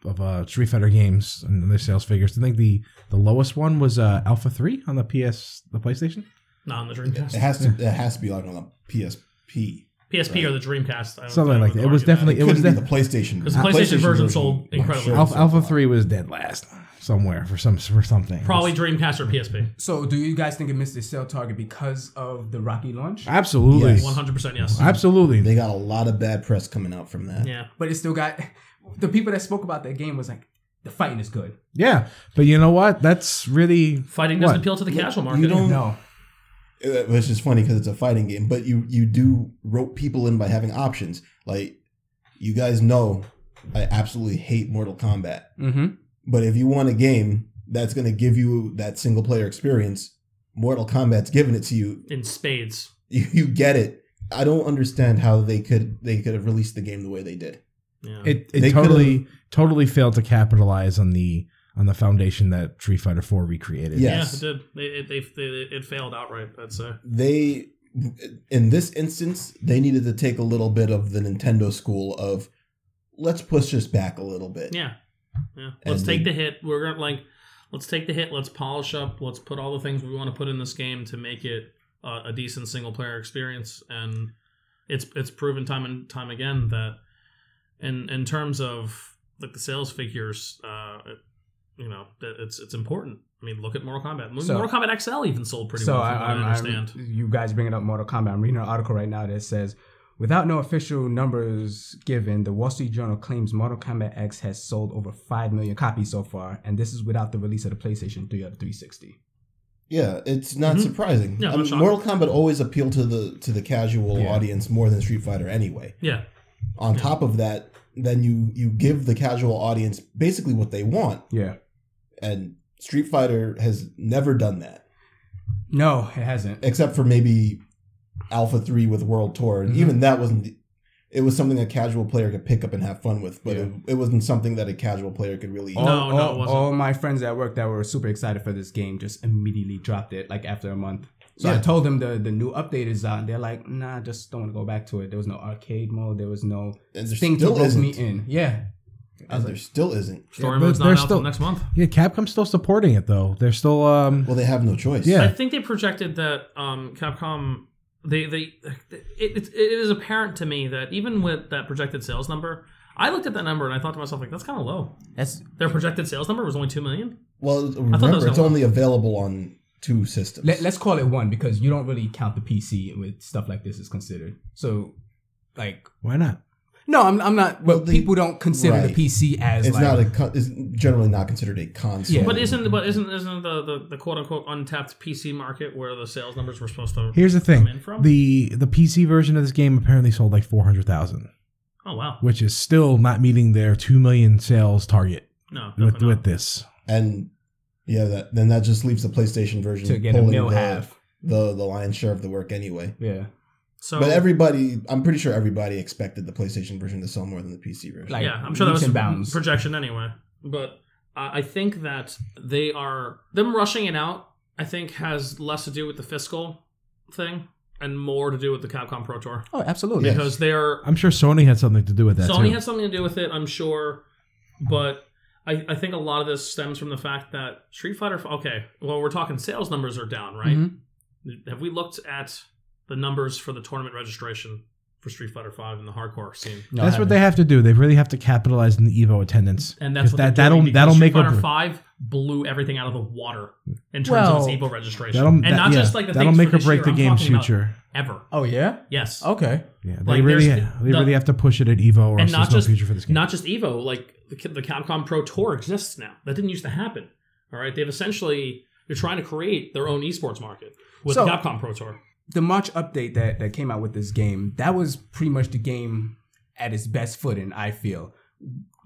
S3: of uh Street Fighter games and their sales figures. I think the the lowest one was uh Alpha Three on the PS the PlayStation.
S4: not on the Dreamcast,
S1: It has to. It has to be like on the PSP.
S4: PSP or the Dreamcast. I don't
S3: Something
S4: I
S3: like
S4: would
S3: that. It was
S4: argue
S3: definitely-
S1: It,
S3: It was
S1: was be
S3: def-
S1: the PlayStation.
S4: Because the PlayStation version sold
S1: I'm
S4: incredibly
S1: sure it
S3: Alpha,
S1: sold a
S3: Alpha
S1: lot.
S3: Three was dead last somewhere for some for something.
S4: probably Dreamcast or PSP.
S2: So, do you guys think it missed its sale target because of the rocky launch?
S3: absolutely,
S1: Yes.
S4: One hundred percent yes.
S3: absolutely.
S1: They got a lot of bad press coming out from that.
S4: Yeah.
S2: But it still got the people that spoke about that game was like, the fighting is good.
S3: Yeah, but you know what? That's really
S4: Fighting doesn't
S3: What?
S4: appeal to the casual market.
S1: You don't.
S2: No,
S1: uh, Which is funny because it's a fighting game, but you you do rope people in by having options. Like you guys know, I absolutely hate Mortal Kombat.
S2: mm-hmm.
S1: But if you want a game that's going to give you that single player experience, Mortal Kombat's giving it to you.
S4: in spades.
S1: You, you get it. I don't understand how they could they could have released the game the way they did.
S4: Yeah.
S3: it,
S1: They
S3: it totally totally failed to capitalize on the on the foundation that Street Fighter Four recreated.
S1: Yeah.
S4: yeah,
S1: yes.
S4: it did. It, it, they, they, it failed outright. I'd say.
S1: They in this instance they needed to take a little bit of the Nintendo school of let's push this back a little bit.
S4: Yeah, yeah. Let's
S1: And
S4: take
S1: they-
S4: the hit. We're gonna like, let's take the hit. Let's polish up. Let's put all the things we want to put in this game to make it uh, a decent single player experience. And it's it's proven time and time again that in in terms of like the sales figures, uh, it- you know, that it's it's important. I mean, look at Mortal Kombat.
S2: So-
S4: Mortal Kombat XL even sold pretty
S2: so
S4: well.
S2: I,
S4: From what I,
S2: I'm,
S4: understand.
S2: I'm, you guys bringing up Mortal Kombat. I'm reading an article right now that says, without no official numbers given, the Wall Street Journal claims Mortal Kombat X has sold over five million copies so far, and this is without the release of the PlayStation 3 or the 360.
S1: Yeah, it's not
S2: Mm-hmm.
S4: Mhm.
S1: surprising.
S4: Yeah,
S1: I
S4: no
S1: mean,
S4: shock.
S1: Mortal Kombat always appealed to the to the casual
S2: Yeah.
S1: audience more than Street Fighter anyway.
S4: yeah,
S1: On
S4: Yeah.
S1: top of that, then you you give the casual audience basically what they want,
S2: Yeah.
S1: and Street Fighter has never done that
S2: No, it hasn't.
S1: except for maybe Alpha 3 with World Tour. And
S2: Mhm.
S1: even that wasn't the- it was something a casual player could pick up and have fun with, but it, it wasn't something that a casual player could really
S4: No,
S2: all,
S4: no, it
S2: all,
S4: wasn't.
S2: all my friends at work that were super excited for this game just immediately dropped it like after a month. So I
S1: Yeah.
S2: told them the the new update is out, and they're like, "Nah, just don't want to go back to it." There was no arcade mode. There was no
S1: and there
S2: thing to
S1: still
S2: rope
S1: isn't.
S2: me in. Yeah, I
S1: And
S2: was
S1: there
S2: like,
S1: still isn't.
S4: story
S3: but
S4: mode's not
S3: they're
S4: out
S3: still-
S4: till next month.
S3: yeah. Capcom's still supporting it though. They're still um.
S1: Well, they have no choice.
S3: Yeah.
S4: I think they projected that um, Capcom. They they it, it, it is apparent to me that even with that projected sales number, I looked at that number and I thought to myself like that's kind of low.
S2: "That's
S4: Their projected sales number was only two million.
S1: Well,
S4: that was
S1: remember, it's
S4: gonna-
S1: only available on two systems.
S2: let, let's call it one because you don't really count the PC with stuff like this is considered." So, like,
S3: why not?
S2: no, I'm I'm not. But
S1: Well, the-
S2: people don't consider
S1: right.
S2: the PC as
S1: it's
S2: like
S1: not a con- it's generally not considered a console.
S2: Yeah.
S4: But isn't but isn't isn't the, the, the quote unquote untapped PC market where the sales numbers were supposed to
S3: Here's the
S4: come
S3: thing:
S4: in from?
S3: the the PC version of this game apparently sold like four hundred thousand,
S4: oh wow,
S3: which is still not meeting their two million sales target
S4: no,
S3: with
S4: definitely
S3: with
S4: not.
S3: this.
S1: and yeah, that, then that just leaves the PlayStation version
S2: to get a
S1: pulling
S2: mill
S1: the,
S2: half.
S1: the the lion's share of the work anyway.
S2: Yeah,
S4: so
S1: But everybody, I'm pretty sure everybody expected the PlayStation version to sell more than the PC version.
S2: like
S4: yeah, I'm sure that
S2: leaps
S4: was
S2: and bounds.
S4: projection anyway. But I I think that they are them rushing it out. I think has less to do with the fiscal thing and more to do with the Capcom Pro Tour.
S2: oh, absolutely.
S1: Yeah.
S4: because they're
S3: I'm sure Sony had something to do with that.
S4: Sony
S3: too.
S4: has something to do with it, I'm sure, but I, I think a lot of this stems from the fact that Street Fighter. Okay, well, we're talking sales numbers are down, right?
S2: Mhm.
S4: Have we looked at the numbers for the tournament registration for Street Fighter Five in the hardcore scene.
S2: No,
S3: that's
S2: I
S3: what
S2: haven't.
S3: they have to do. They really have to capitalize on the Evo attendance,
S4: And that's
S3: 'Cause
S4: what
S3: that
S4: they're doing
S3: that'll
S4: because
S3: that'll
S4: Street
S3: make
S4: Fighter
S3: up for-
S4: Five blew everything out of the water in terms
S2: Well,
S4: of its Evo registration,
S3: that'll
S4: and
S3: that-
S4: not
S3: yeah,
S4: just like the
S3: that'll
S4: things
S3: make
S4: for
S3: or
S4: this
S3: break
S4: year,
S3: the
S4: I'm
S3: game's
S4: talking about
S3: future.
S4: ever.
S2: Oh yeah.
S4: Yes,
S2: Okay.
S3: Yeah, they
S4: Like, there's
S3: really they
S4: the-
S3: really have to push it at Evo, or
S4: and
S3: else
S4: not
S3: there's
S4: just
S3: no future for this game.
S4: not just Evo. Like the, the Capcom Pro Tour exists now. That didn't used to happen. All right, they've essentially they're trying to create their own esports market with
S2: So-
S4: the Capcom Pro Tour.
S2: The March update that that came out with this game that was pretty much the game at its best footing. I feel.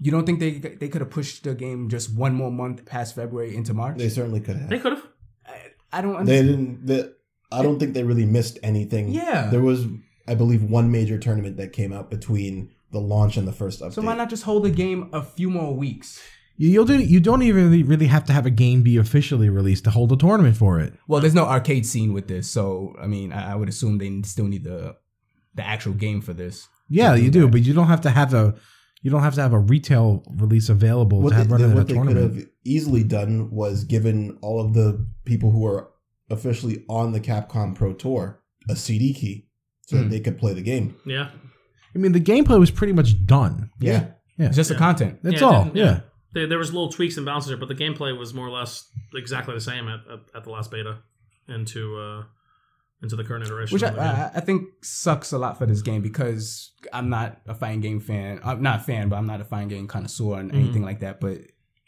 S2: You don't think they they could have pushed the game just one more month past February into March?
S1: They certainly could have.
S4: They could have.
S2: I don't
S1: They
S2: understand.
S1: didn't. They, I don't think they really missed anything.
S2: Yeah.
S1: There was, I believe, one major tournament that came out between the launch and the first update.
S2: so why not just hold the game a few more weeks?
S3: you, you'll do. You don't even really, really have to have a game be officially released to hold a tournament for it.
S2: Well, there's no arcade scene with this, so I mean, I, I would assume they still need the the actual game for this.
S3: Yeah,
S2: to do
S3: you do,
S2: that.
S3: but you don't have to have a you don't have to have a retail release available
S1: What
S3: to
S1: they,
S3: have run
S1: they-
S3: it at a
S1: what they could
S3: tournament.
S1: have easily done was given all of the people who are officially on the Capcom Pro Tour a CD key so that
S2: Hmm.
S1: they could play the game.
S4: Yeah,
S3: I mean, the gameplay was pretty much done.
S1: Yeah.
S2: It's just
S4: Yeah.
S2: the content.
S3: That's
S4: Yeah, it
S3: all.
S4: didn't-
S3: Yeah.
S4: yeah. there, there was little tweaks and bounces there, but the gameplay was more or less exactly the same at, at, at the last beta into uh, into the current iteration.
S2: Which I,
S4: of the game.
S2: I, I think sucks a lot for this game because I'm not a fighting game fan. I'm not a fan, but I'm not a fighting game connoisseur and anything like that. But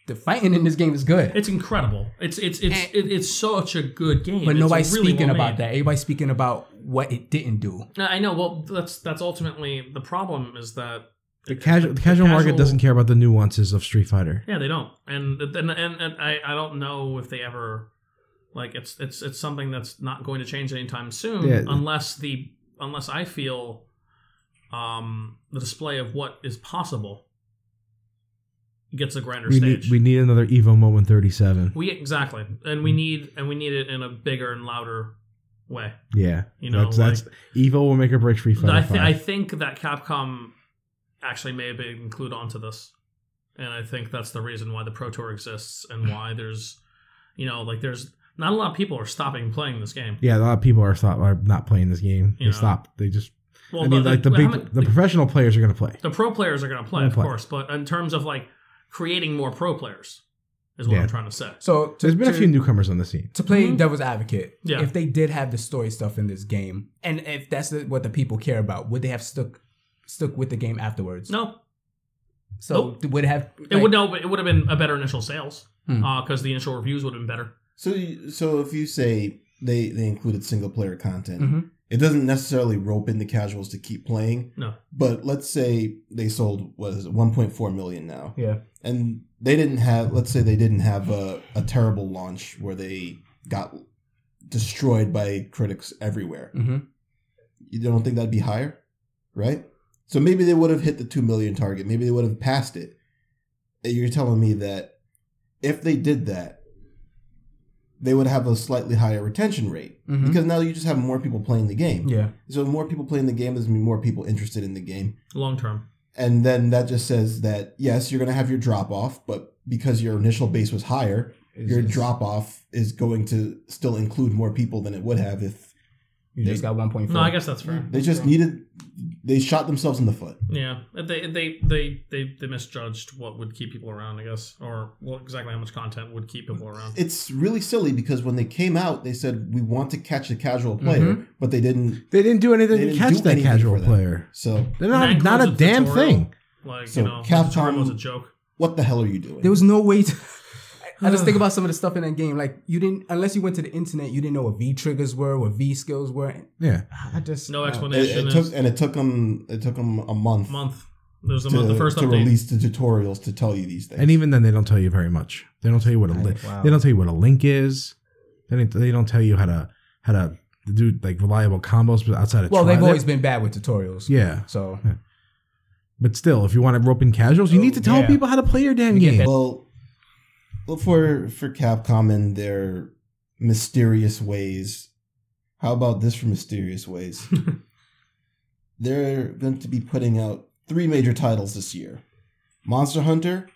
S2: the fighting in this game is good.
S4: it's incredible. It's it's it's it, it's such a good game.
S2: but
S4: It's
S2: nobody's
S4: really
S2: speaking
S4: well
S2: about
S4: made.
S2: that. Everybody's speaking about what it didn't do.
S4: No, I know. Well, that's that's ultimately the problem is that
S3: The casual the casual market doesn't care about the nuances of Street Fighter.
S4: Yeah, they don't, and and and, and I, I don't know if they ever like it's it's it's something that's not going to change anytime soon
S3: Yeah.
S4: unless the unless I feel um the display of what is possible gets a grander
S3: We
S4: stage.
S3: need, we need another Evo Moment 37.
S4: we exactly, and we need and we need it in a bigger and louder way.
S3: Yeah.
S4: You know,
S3: that's, that's Evo will make or break Street Fighter.
S4: I, th- I
S3: 5.
S4: think that Capcom actually may have been included onto this, and I think that's the reason why the Pro Tour exists and why there's, you know, like there's not a lot of people are stopping playing this game.
S3: yeah, a lot of people are stop are not playing this game. They
S4: Yeah.
S3: stop. They just.
S4: Well,
S3: I mean,
S4: but,
S3: like the
S4: how
S3: big,
S4: many-
S3: the professional players are gonna play.
S4: the pro players are going to play,
S3: Gonna
S4: of
S3: play.
S4: course, but in terms of like creating more pro players is what
S3: Yeah.
S4: I'm trying to say.
S2: So to,
S3: There's been a
S2: to-
S3: few newcomers on the scene.
S2: to play devil's advocate,
S4: Yeah.
S2: if they did have the story stuff in this game, and if that's the, what the people care about, would they have stuck stuck with the game afterwards?
S4: No,
S2: So
S4: Nope.
S2: th- would it have
S4: it would no, it would have been a better initial sales because
S2: Hmm.
S4: the initial reviews would have been better.
S1: So, you- so if you say they they included single player content,
S2: Mhm.
S1: it doesn't necessarily rope in the casuals to keep playing.
S4: No.
S1: But let's say they sold what is it, 1.4 million now.
S2: Yeah.
S1: And they didn't have. Let's say they didn't have a, a terrible launch where they got destroyed by critics everywhere.
S2: Mhm.
S1: You don't think that'd be higher, right? So maybe they would have hit the two million target. Maybe they would have passed it. And You're telling me that if they did that, they would have a slightly higher retention rate
S2: Mhm.
S1: because now you just have more people playing the game.
S2: Yeah.
S1: So more people playing the game is more people interested in the game.
S4: Long term,
S1: And then that just says that yes, you're going to have your drop off, but because your initial base was higher, your drop off is going to still include more people than it would have if
S2: You just got one point four.
S4: no, I guess that's fair.
S1: they just needed they shot themselves in the foot.
S4: Yeah, they they they they they misjudged what would keep people around, I guess, or well, exactly how much content would keep people around.
S1: It's really silly because when they came out, they said we want to catch the casual player,
S3: Mm-hmm.
S1: but they didn't.
S3: They didn't do anything
S1: They
S3: to
S1: didn't
S3: catch
S1: do
S3: that
S1: anything
S3: casual
S1: for them.
S3: player.
S1: So
S3: They're
S4: And that
S3: not not a
S4: includes the
S3: damn
S4: tutorial.
S3: thing.
S4: Like
S1: So,
S4: you know,
S1: Capcom-
S4: Capcom was a joke.
S1: what the hell are you doing?
S2: there was no way to. I just think about some of the stuff in that game. Like you didn't, unless you went to the internet, you didn't know what V triggers were, what V skills were.
S3: Yeah.
S2: I just
S1: uh,
S4: No
S1: it,
S4: explanation.
S1: it
S4: is
S1: took and it took them it took 'em a month,
S4: month. There's a
S1: to,
S4: month. The first
S1: to
S4: update.
S1: release the tutorials to tell you these things.
S3: And even then, they don't tell you very much. They don't tell you what a li-
S2: Right, Um, wow.
S3: they don't tell you what a link is. They don't, they don't tell you how to how to do like reliable combos outside of
S2: Well,
S3: try.
S2: they've
S3: They-
S2: always been bad with tutorials.
S3: yeah.
S2: So
S3: But still, if you want to rope in casuals, you need to tell
S2: yeah.
S3: people how to play your damn
S2: You get
S3: game.
S2: that-
S1: well, well, for for Capcom and their mysterious ways, how about this for mysterious ways? They're going to be putting out three major titles this year: Monster Hunter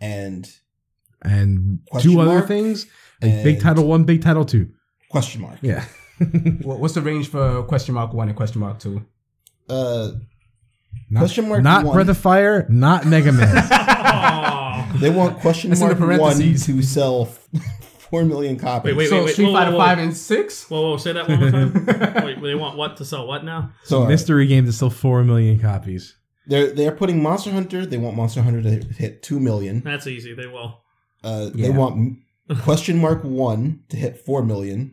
S1: and
S3: and
S1: Question
S3: two other
S1: mark?
S3: things, like big
S1: And-
S3: title one, big title two.
S1: question mark.
S3: Yeah.
S2: Wha- what's the range for question mark one and question mark two?
S1: Uh,
S3: Not,
S1: Question mark
S3: Not
S1: one.
S3: Breath of Fire. Not Mega Man.
S4: Aw.
S1: they want question
S2: That's in the
S1: mark one
S2: parentheses.
S1: to sell four million copies.
S4: Wait, wait,
S2: so
S4: wait, wait.
S2: Street
S4: whoa,
S2: Fighter
S4: whoa, whoa.
S2: Five and Six.
S4: Whoa, whoa, say that one more time. Wait, they want what to sell what now?
S1: So all right.
S3: Mystery game that sold four million copies.
S1: they're they're putting Monster Hunter. They want Monster Hunter to hit two million.
S4: That's easy. They will.
S1: Uh,
S2: Yeah.
S1: They want question mark one to hit four million.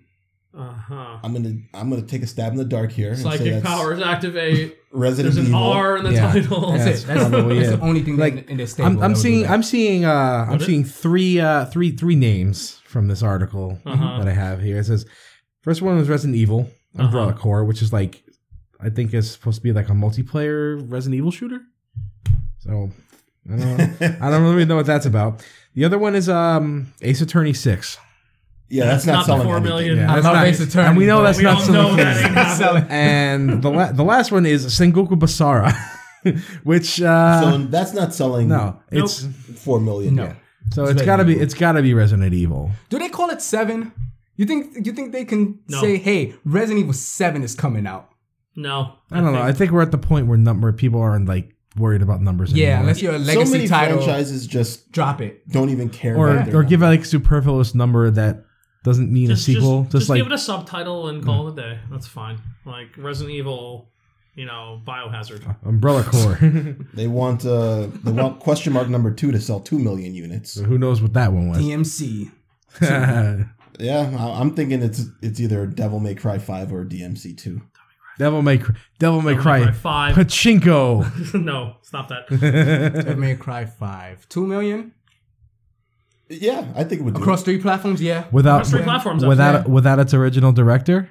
S4: Uh huh.
S1: I'm gonna I'm gonna take a stab in the dark here. and say
S4: Psychic
S1: that's
S4: powers activate.
S1: Resident
S4: There's an
S1: Evil.
S4: R in the
S3: Yeah.
S4: title.
S3: Yeah.
S2: That's it. That's,
S3: probably
S2: that's
S3: it.
S2: the only thing
S3: Like,
S2: like, in, in this table.
S3: I'm,
S2: that
S3: I'm
S2: would do
S3: seeing.
S2: that.
S3: I'm seeing. Uh, I'm
S4: What?
S3: seeing three, uh, three, three names from this article
S4: Uh-huh.
S3: that I have here. It says first one was Resident Evil Umbrella
S4: Uh-huh.
S3: Core, which is like I think is supposed to be like a multiplayer Resident Evil shooter. So I don't. Know. I don't really know what that's about. The other one is um, Ace Attorney Six.
S1: yeah, that's, not, selling.
S4: four
S1: anything.
S4: million.
S3: Yeah,
S2: I
S3: that's
S2: love
S3: not-
S2: Ace Attorney.
S3: and we know
S2: but
S3: that's
S4: we
S3: not
S4: all
S3: selling
S4: know that
S3: anything.
S4: ain't happening.
S3: and the la- the last one is Sengoku Basara, which
S1: So
S3: uh,
S1: that's not selling.
S3: no, it's
S1: four million.
S2: No.
S1: yeah.
S3: so
S2: It's
S3: it's gotta
S2: Resident
S3: be
S2: Evil.
S3: it's gotta be Resident Evil.
S2: Do they call it seven? You think you think they can
S4: No.
S2: say, "Hey, Resident Evil Seven is coming out"?
S4: No.
S3: I don't know. I think we're at the point where number people aren't like worried about numbers.
S2: Yeah,
S3: anymore.
S2: unless you're a
S1: so
S2: legacy
S1: many
S2: title,
S1: franchises just
S2: drop it.
S1: don't even care. about
S3: or
S1: their
S3: or give a like superfluous number that doesn't mean
S4: Just-
S3: a sequel.
S4: Just,
S3: Just,
S4: just
S3: like
S4: give it a subtitle and call it a day. That's fine. Like Resident Evil, you know, Biohazard.
S3: Umbrella Core.
S1: They want uh they want question mark number two to sell two million units.
S3: Who knows what that one was?
S2: DMC.
S1: Yeah, I- I'm thinking it's it's either Devil May Cry five or DMC two.
S3: Devil May Cry, Devil May
S4: Right,
S3: Cry,
S4: Five.
S3: Pachinko.
S4: no, stop that.
S2: Devil May Cry Five. Two million
S1: Yeah, I think it would do
S2: across three platforms. Yeah.
S3: without
S4: Across three platforms,
S3: without
S4: actually.
S3: without its original director.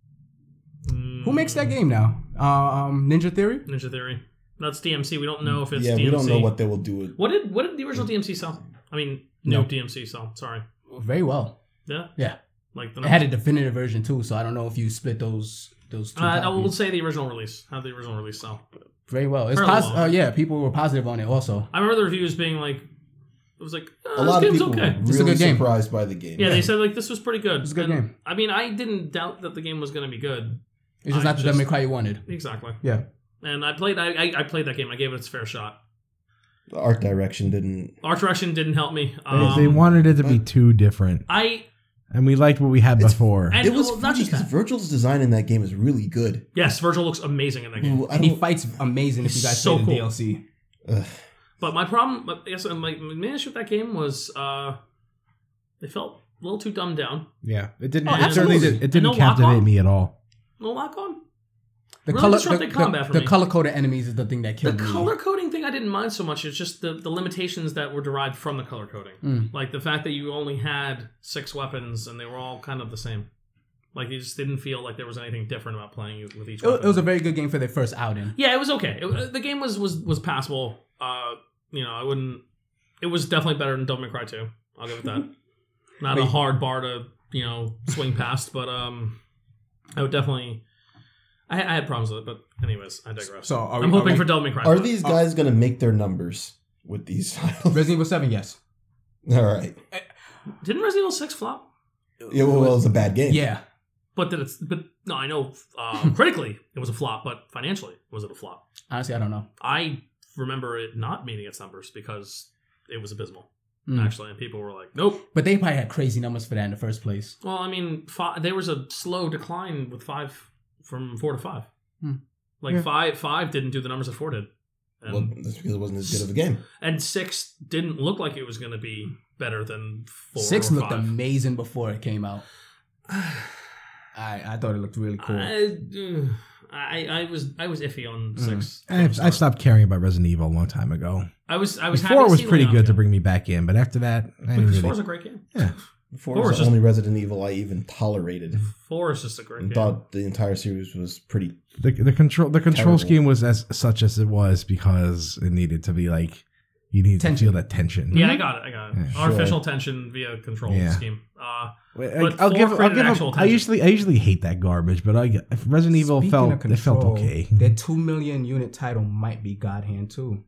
S2: Who makes that game now? Um, Ninja Theory.
S4: Mm. Ninja Theory? That's DMC. We don't know if
S1: it.
S4: it's
S1: Yeah,
S4: DMC.
S1: we don't know what they will do with.
S4: What did what did the original DMC sell? I mean, new DMC sell. Sorry.
S2: Very well.
S4: Yeah.
S2: Yeah.
S4: Like the
S2: It had a definitive version too, so I don't know if you split those those two.
S4: uh, I will
S2: copies.
S4: say the original release. How the original release sell?
S2: Very well. It's
S4: Parallel.
S2: pos- uh, yeah, people were positive on it also.
S4: I remember the reviews being like, it was like uh,
S1: A lot
S4: this
S1: of
S4: game's
S1: people
S4: okay.
S1: were
S2: It's a
S1: really
S2: good game.
S1: surprised by the game.
S4: Yeah, they said like this was pretty good.
S2: It's a good
S4: And,
S2: game.
S4: I mean, I didn't doubt that the game was going to be good.
S2: It's just
S4: I
S2: not the Devil May
S4: just-
S2: Cry you wanted.
S4: Exactly.
S2: Yeah.
S4: And I played. I, I, I played that game. I gave it its fair shot.
S1: the art direction didn't.
S4: Art direction didn't help me.
S3: They,
S4: Um,
S3: they wanted it to be too different,
S4: I
S3: and we liked what we had
S1: It's-
S3: before.
S4: and
S1: it was
S4: well,
S1: not
S4: not just that.
S1: Virgil's design in that game is really good.
S4: Yes, Virgil looks amazing in that game.
S1: Ooh, I
S2: And he
S1: don't,
S2: fights amazing if you guys
S4: So
S2: play
S4: cool.
S2: the DLC.
S1: ugh.
S4: But my problem, I guess, uh, my my main issue with that game was uh, they felt a little too dumbed down.
S3: yeah, it didn't.
S4: Oh,
S3: it certainly
S4: absolutely.
S3: did, it
S4: And
S3: didn't
S4: no
S3: captivate
S4: lock-on?
S3: me at all.
S4: No lock on.
S2: The
S4: Really
S2: color, the,
S4: disrupted combat for me.
S2: color coded enemies is the thing that
S4: The
S2: killed me.
S4: color coding thing I didn't mind so much. It's just the, the limitations that were derived from the color coding,
S2: Mm.
S4: like the fact that you only had six weapons and they were all kind of the same. Like you just didn't feel like there was anything different about playing it with each.
S2: It, wa-
S4: weapon.
S2: it was a very good game for their first outing.
S4: Yeah, it was okay. It, uh, the game was was was passable. Uh, you know, I wouldn't. It was definitely better than Devil May Cry Two. I'll give it that. Not a
S2: Wait.
S4: hard bar to you know swing past, but um, I would definitely. I, I had problems with it, but anyways, I digress.
S2: So are we,
S4: I'm
S2: are
S4: hoping
S2: we-
S4: for Devil May Cry.
S1: Are
S4: five.
S1: these guys gonna make their numbers with these titles?
S2: Resident Evil Seven. Yes.
S1: All right.
S4: didn't Resident Evil Six flop?
S1: Yeah, well, well, it's a bad game.
S2: Yeah.
S4: But did it's but no, I know um, critically it was a flop, but financially was it a flop?
S2: Honestly, I don't know.
S4: I remember it not meeting its numbers because it was abysmal
S2: Mm.
S4: actually, and people were like, nope.
S2: But they probably had crazy numbers for that in the first place.
S4: Well, I mean, five, there was a slow decline with five from four to five.
S2: Hmm.
S4: Like
S2: Yeah.
S4: five, five didn't do the numbers that four did, and,
S1: Well, that's because it wasn't as good of a game.
S4: and six didn't look like it was going to be better than four.
S2: Six
S4: or
S2: looked
S4: five.
S2: amazing before it came out. I I thought it looked really cool.
S4: I, ugh, I I was I was iffy on six.
S3: Hmm. I, I stopped caring about Resident Evil a long time ago.
S4: I was I was happy
S3: Before
S4: to
S3: was
S4: see
S3: pretty
S4: Leon
S3: good to
S4: again,
S3: bring me back in, but after that, I didn't
S4: because four
S3: really.
S4: is a great game.
S1: Four
S4: Four
S1: was
S4: is
S1: the
S4: just-
S1: only Resident Evil I even tolerated
S4: Four is just a great
S1: and
S4: game.
S1: thought the entire series was pretty.
S3: The, the control the
S1: Terrible.
S3: control scheme was as such as it was because it needed to be like you needed
S2: Tension. Mm-hmm.
S3: to feel that tension.
S4: yeah, I got it. I got it.
S3: Hmm? Yeah.
S4: Artificial tension via control
S3: Yeah.
S4: scheme. Uh,
S3: Wait,
S4: But
S3: like, I'll
S4: four
S3: give. I'll
S4: created
S3: give.
S4: actual
S3: Up, I
S4: tension.
S3: usually. I usually hate that garbage, but I if Resident Evil
S2: Speaking
S3: felt
S2: of
S3: it felt
S2: control,
S3: okay.
S2: That two million unit title might be God Hand too.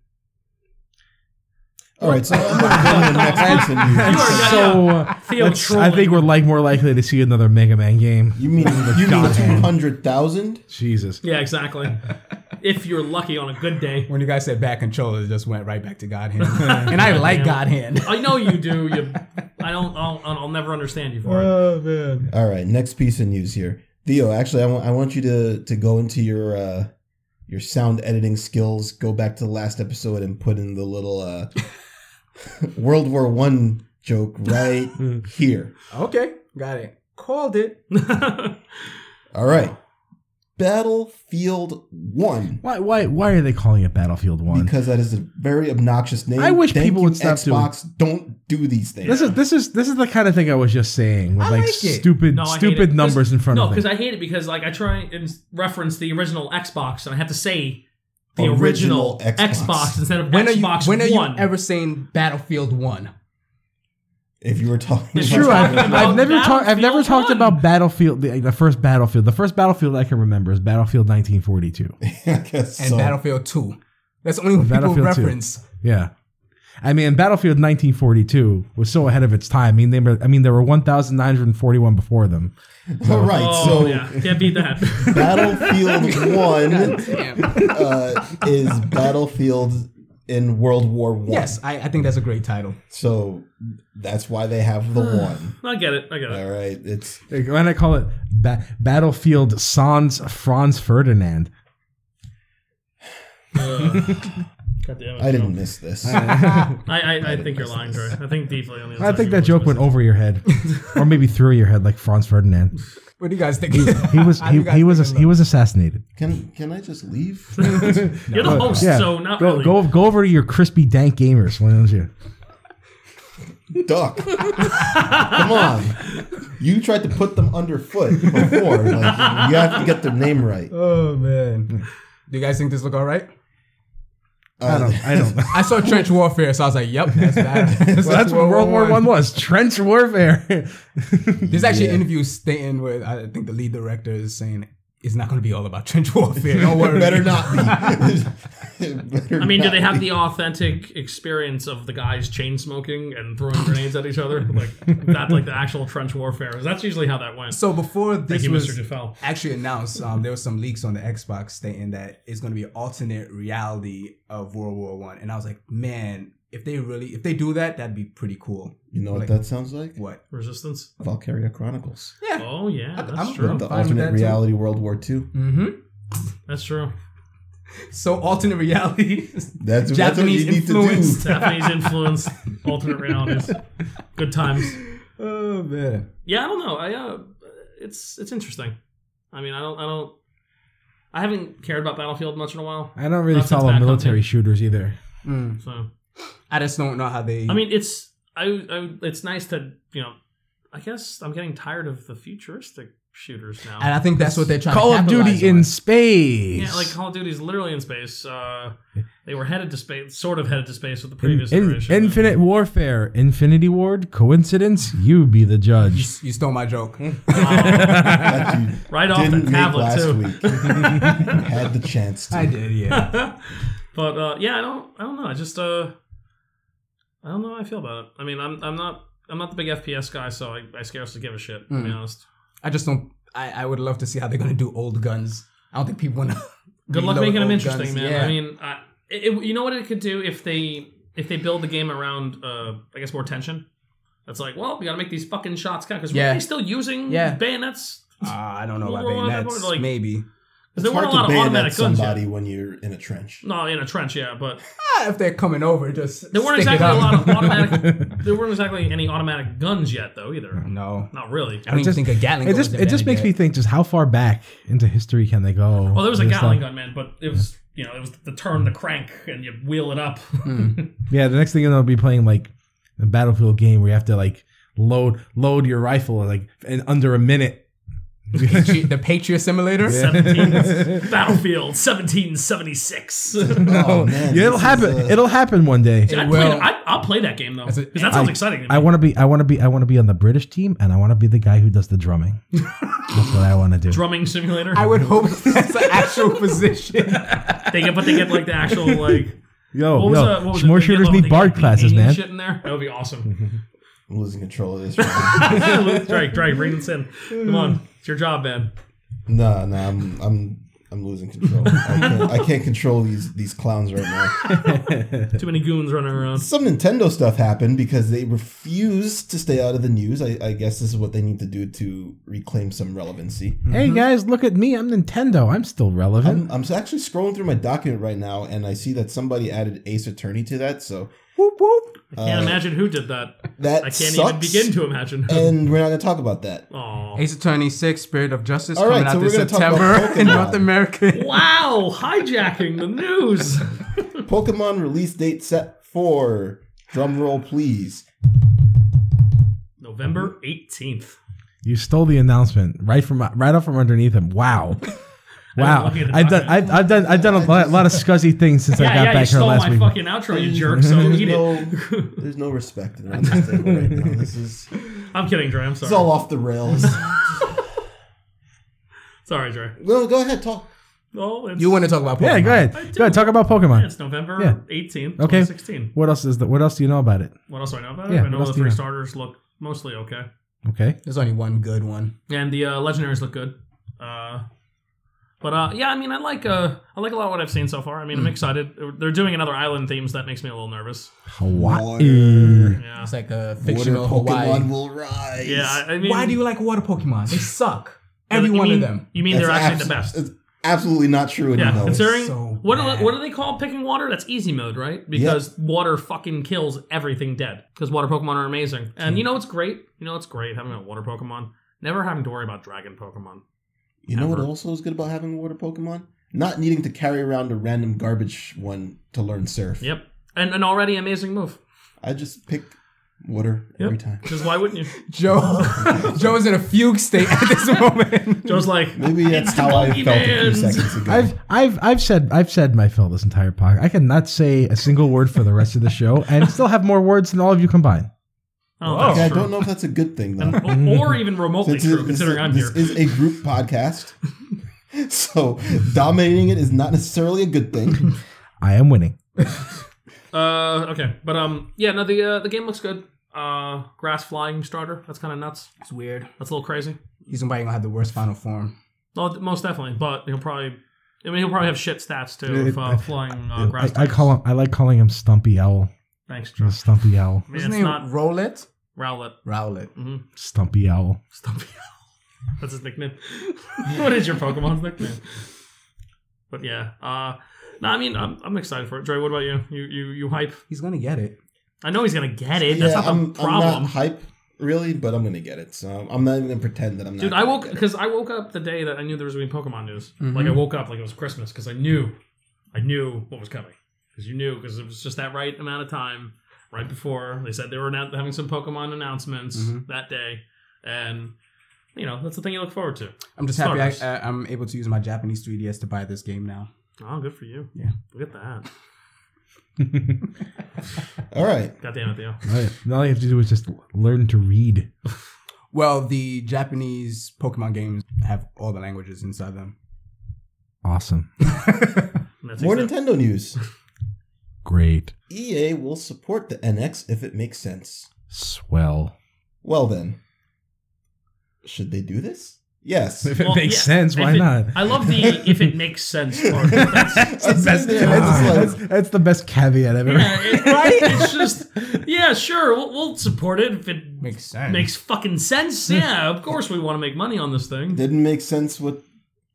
S1: All right, so I'm gonna go ahead next person. You,
S4: are not-
S3: So uh,
S4: Theo
S3: let's- I
S4: trolling.
S3: think we're like more likely to see another Mega Man game.
S1: you mean you mean two hundred thousand?
S3: Jesus.
S4: Yeah, exactly. if you're lucky on a good day.
S2: When you guys said bad control, it just went right back to God hand. and I like God hand.
S4: I know you do. You, I don't. I'll, I'll never understand you for it.
S2: Oh man.
S1: All right, next piece of news here, Theo. Actually, I want I want you to to go into your uh, your sound editing skills. Go back to the last episode and put in the little uh, World War One joke right
S3: Hmm.
S1: here.
S2: Okay, got it. Called it.
S1: All right, Battlefield One.
S3: Why why why are they calling it Battlefield One?
S1: Because that is a very obnoxious name.
S3: I wish
S1: Thank
S3: people
S1: you,
S3: would stop doing-
S1: Xbox, don't do these things.
S3: This is this is this is the kind of thing I was just saying with
S2: I
S3: like,
S2: like it.
S3: stupid
S4: No, I hate it.
S3: stupid
S4: 'Cause-
S3: numbers in front
S4: no,
S3: of
S4: because
S3: them.
S4: I hate it because like I try and reference the original Xbox and I have to say the
S1: Original
S4: original,
S1: Xbox.
S4: Xbox. instead of
S2: When are you
S4: Xbox
S2: when are you
S4: One.
S2: ever saying Battlefield One?
S1: if you were talking,
S4: It's
S1: about-
S3: True, I've,
S4: Talking
S3: I've
S4: about
S3: never talked. I've never
S4: Battlefield
S3: talked
S4: one.
S3: about Battlefield, the, the first Battlefield. The first Battlefield I can remember is Battlefield 1942.
S1: I guess
S2: And
S1: so.
S2: Battlefield Two. That's the only one people
S3: Battlefield 2.
S2: reference.
S3: Yeah, I mean, Battlefield 1942 was so ahead of its time. I mean, they were, I mean, there were 1,941 before them.
S1: All right,
S4: Oh
S1: so
S4: yeah, can't beat that.
S1: Battlefield One
S2: Damn.
S1: uh, is Battlefield in World War One.
S2: yes, I, I think that's a great title.
S1: So that's why they have the one.
S4: I get it. I get it.
S1: All right, it's
S3: Like, why not call it ba- Battlefield Sans Franz Ferdinand?
S4: Ugh. God damn it.
S1: I didn't miss this.
S4: I, I, I think you're lying, Troy. I think deeply on the inside.
S3: I think
S4: you
S3: that
S4: were
S3: joke went
S4: twisted.
S3: over your head, or maybe through your head, like Franz Ferdinand.
S2: What do you guys think? He
S3: He was he, he was he was assassinated.
S1: Can can I just leave?
S4: You're the host,
S3: Yeah.
S4: Oh, so not
S3: Go
S4: really.
S3: go go over to your crispy dank gamers, why don't you?
S1: Duck. Come on. You tried to put them underfoot before. Like, you have to get their name right.
S2: Oh man. Do you guys think this look all right?
S3: I don't I don't.
S2: I saw trench warfare, so I was like, "Yep, that's bad."
S3: So that's what World War One was trench warfare.
S2: There's actually
S1: Yeah.
S2: an interview stating where I think the lead director is saying it's not going to be all about trench warfare. Don't worry.
S1: Better not be. Better
S4: I mean, do
S1: not
S4: they have
S1: be.
S4: the authentic experience of the guys chain smoking and throwing grenades at each other? Like that, like the actual trench warfare. That's usually how that went.
S2: So before this
S4: Thank you,
S2: was
S4: Mr. Dufell.
S2: actually announced, um, there was some leaks on the Xbox stating that it's going to be alternate reality of World War One, and I was like, "Man, if they really if they do that, that'd be pretty cool."
S1: You know what that sounds like?
S2: What?
S4: Resistance.
S1: Valkyria Chronicles.
S4: Oh yeah, that's
S2: I'm-
S4: true.
S1: The
S2: fine with
S1: alternate
S2: that, too.
S1: reality World War II.
S4: Hmm.
S2: Mm-hmm.
S4: That's true.
S2: So alternate reality.
S1: That's, that's what
S2: Japanese
S1: you need
S2: influence.
S1: to
S4: Japanese influence, alternate realities, good times.
S2: oh man.
S4: Yeah, I don't know. I uh, it's it's interesting. I mean, I don't, I don't, I haven't cared about Battlefield much in a while.
S3: I don't really
S4: Nothing's
S3: follow
S4: back on
S3: military
S4: tape.
S3: shooters either.
S2: Mm.
S4: So
S2: I just don't know how they.
S4: I mean, it's I, I it's nice to you know. I guess I'm getting tired of the futuristic shooters now.
S2: and I think that's what they're trying.
S3: Call
S2: to
S3: of Duty in space.
S4: Yeah, like Call of Duty's literally in space. Uh, they were headed to space, sort of headed to space with the
S3: In-
S4: previous
S3: in-
S4: iteration.
S3: Infinite Warfare, Infinity Ward, coincidence? You be the judge.
S2: You stole my joke.
S1: do. That you
S4: Um, right off the
S1: didn't make
S4: tablet
S1: last
S4: too.
S1: week. had the chance to.
S2: I did, yeah.
S4: but uh, yeah, I don't, I don't know. I just, uh, I don't know how I feel about it. I mean, I'm, I'm not, I'm not the big FPS guy, so I, I scarcely give a shit. To be
S2: Mm.
S4: honest.
S2: I just don't. I, I would love to see how they're gonna do old guns. I don't think people want to.
S4: Good luck making them interesting, man. I mean, I, it, it- you know what it could do if they, if they build the game around, uh, I guess more tension. That's like, well, we got to make these fucking shots count because
S2: Yeah.
S4: we're still using
S2: Yeah.
S4: bayonets.
S2: Ah, I don't know about
S4: Well, well,
S2: bayonets.
S4: like-
S2: Maybe
S4: 'Cause
S1: It's
S4: there weren't
S1: hard
S4: a
S1: to
S4: lot
S1: bayonet
S4: of automatic guns.
S1: somebody
S4: Yet.
S1: when you're in a trench.
S4: No, in a trench, yeah, but
S2: ah, if they're coming over, just
S4: there weren't
S2: stick it
S4: exactly a lot
S2: up.
S4: of automatic. there weren't exactly any automatic guns yet, though, either.
S3: Mm.
S2: no,
S4: Not really.
S2: I don't even
S3: just-
S2: think a Gatling.
S3: It just it just makes me think just how far back into history can they go?
S4: Well, there was a
S3: Just
S4: Gatling
S3: like-
S4: gun, man, but it was you know it was the turn the crank and you wheel it up.
S3: Yeah, the next thing you know, I'll be playing like a battlefield game where you have to like load load your rifle like in under a minute.
S2: think the Patriot Simulator.
S4: 17, Battlefield 1776.
S1: No,
S3: Yeah, uh, it'll happen.
S1: uh,
S3: it'll happen one day.
S4: Dude, I'd play
S2: will.
S4: that- I, I'll play that game though,
S2: That's a-
S4: because that sounds
S3: I-
S4: exciting. To me.
S3: I want to be. I want to be. I want to be on the British team, and I want to be the guy who does the drumming. That's what I want to do.
S4: drumming simulator.
S2: I would hope that's an actual position.
S4: they get, but they get like the actual like
S3: Yo,
S4: What was that?
S3: yo,
S4: What was
S3: more
S4: it? They
S3: shooters
S4: love
S3: Oh, need
S4: the
S3: bard
S4: alien
S3: classes, man.
S4: Shit in there. That would be awesome.
S1: I'm losing control of this. Right
S4: Drake, Drake, bring this in. Come on, it's your job, man.
S1: now. nah, nah, I'm I'm I'm losing control. I can't, I can't control these these clowns right now.
S4: Too many goons running around.
S1: Some Nintendo stuff happened because they refuse to stay out of the news. I, I guess this is what they need to do to reclaim some relevancy.
S3: Hey
S4: Mm-hmm.
S3: guys, look at me. I'm Nintendo. I'm still relevant.
S1: I'm, I'm actually scrolling through my document right now, and I see that somebody added Ace Attorney to that. So
S3: whoop whoop.
S4: Can't imagine who did that.
S1: that
S4: I can't
S1: sucks,
S4: even begin to imagine.
S1: And we're not going to talk about that.
S4: Aww.
S2: Ace Attorney Six: Spirit of Justice
S1: All right,
S2: coming
S1: so we're
S2: out this
S1: gonna talk about
S2: September in
S1: Pokemon.
S2: North America.
S4: Wow, hijacking the news.
S1: Pokemon release date set for drum roll, please.
S4: November 18th.
S3: You stole the announcement right from right off from underneath him. Wow. Wow,
S4: looking at the
S3: I've done,
S4: document.
S3: I've, I've done, I've done a lot, lot of scuzzy things since I
S4: Yeah,
S3: got
S4: yeah, you
S3: back here
S4: stole
S3: last
S4: my
S3: week.
S4: fucking outro, you jerk, so
S1: there's
S4: eat it.
S1: no, there's no respect around this table right now. This is
S4: I'm kidding, Dre. I'm
S1: it's all
S4: sorry.
S1: off the rails.
S4: Sorry, Dre.
S1: no, go ahead, talk.
S4: Well, it's,
S2: You want to talk about Pokemon?
S3: Yeah, go ahead,
S4: do.
S3: go ahead. Talk about Pokemon.
S4: yeah, it's November
S3: Yeah.
S4: 18th,
S3: Okay.
S4: 2016.
S3: What else is the, What else do you know about it?
S4: What else do I know about it?
S3: Yeah,
S4: I
S3: what
S4: know
S3: else
S4: the
S3: do you
S4: three
S3: know?
S4: starters look mostly okay.
S3: Okay,
S2: There's only one good one.
S4: and the uh, legendaries look good. Uh, but uh, yeah, I mean, I like uh, I like a lot of what I've seen so far. I mean, I'm excited. They're doing another island themes that makes me a little nervous.
S3: Hawaii.
S4: Yeah,
S2: It's like a
S1: Water
S2: fictional
S1: Pokemon
S2: Hawaii.
S1: will rise.
S4: yeah. I, I mean,
S2: Why do you like water Pokemon? They suck. Every
S4: you
S2: one
S4: mean,
S2: of them.
S4: You mean
S1: That's
S4: they're actually
S1: abs-
S4: the best?
S1: It's absolutely not true. And you
S4: Yeah,
S1: know it.
S4: considering
S2: so
S4: what do,
S2: bad.
S4: what do they call picking water? That's easy mode, right? Because water fucking kills everything dead. Because water Pokemon are amazing, and you know it's great. You know it's great having a water Pokemon. Never having to worry about dragon Pokemon.
S1: You know what
S4: Ever.
S1: also is good about having water Pokemon? Not needing to carry around a random garbage one to learn Surf.
S4: Yep, and an already amazing move.
S1: I just pick water every time.
S4: Because why wouldn't you?
S2: Joe, Joe is in a fugue state at this moment.
S4: Joe's like,
S1: Maybe that's how I felt a few
S4: Pokemon.
S1: seconds ago.
S3: I've, I've, I've said, I've said my fill this entire podcast. I cannot say a single word for the rest of the show, and still have more words than all of you combined.
S4: oh,
S1: Okay,
S4: that's
S1: I
S4: true.
S1: don't know if that's a good thing though.
S4: O- or even remotely
S1: Since it-
S4: true,
S1: this,
S4: considering I'm
S1: this
S4: here.
S1: is a group podcast, so dominating it is not necessarily a good thing.
S3: I am winning.
S4: Uh, okay, but um, yeah, no, the uh, the game looks good. Uh, grass flying starter. That's kind of nuts.
S2: it's weird.
S4: That's a little crazy.
S2: He's somebody gonna have the worst final form.
S4: Well, th- most definitely, but he'll probably. I mean, he'll probably have shit stats too if uh, flying uh, grass.
S3: I, I call him, I like calling him Stumpy Owl.
S4: Thanks, Joe.
S3: Just Stumpy Owl.
S4: Man, it's not
S2: Rowlet?
S4: Rowlet.
S2: Rowlet.
S3: Stumpy Owl.
S4: Stumpy. That's his nickname. what is your Pokemon's nickname? But yeah, uh, no, I mean, I'm, I'm excited for it. Dre, what about you? You you you hype?
S2: He's gonna get it.
S4: I know he's gonna get it. That's
S1: yeah,
S4: not the
S1: I'm, I'm
S4: problem.
S1: not hype really, but I'm gonna get it. So I'm not even gonna pretend that I'm not.
S4: Dude, I
S1: gonna
S4: woke
S1: get it.
S4: because I woke up the day that I knew there was gonna be Pokemon news. Like I
S3: Mm-hmm.
S4: woke up like it was Christmas because I knew, I knew what was coming because you knew because it was just that right amount of time right before they said they were annou- having some Pokemon announcements
S3: Mm-hmm.
S4: that day, and you know that's the thing you look forward to.
S2: I'm just
S4: Starters.
S2: happy I, I, I'm able to use my Japanese 3DS to buy this game now.
S4: Oh, good for you.
S2: Yeah.
S4: look at that.
S1: All right,
S4: God damn it, Theo.
S3: All right. Now all you have to do is just learn to read.
S2: Well, the Japanese Pokemon games have all the languages inside them.
S3: Awesome.
S4: And That's
S1: more
S4: exact-
S1: Nintendo news.
S3: Great.
S1: EA will support the NX if it makes sense.
S3: Swell.
S1: Well then, should they do this? Yes.
S3: If it
S4: Well,
S3: makes
S4: yeah,
S3: sense,
S4: if
S3: why
S4: it-
S3: not?
S4: I love the if it makes sense part. That's,
S1: I'm sitting there, I just like-
S3: that's, that's the best caveat ever.
S4: yeah, it- right? It's just yeah, sure. We'll, we'll support it if it
S2: Makes sense.
S4: makes fucking sense. Yeah, of course we want to make money on this thing
S1: didn't make sense with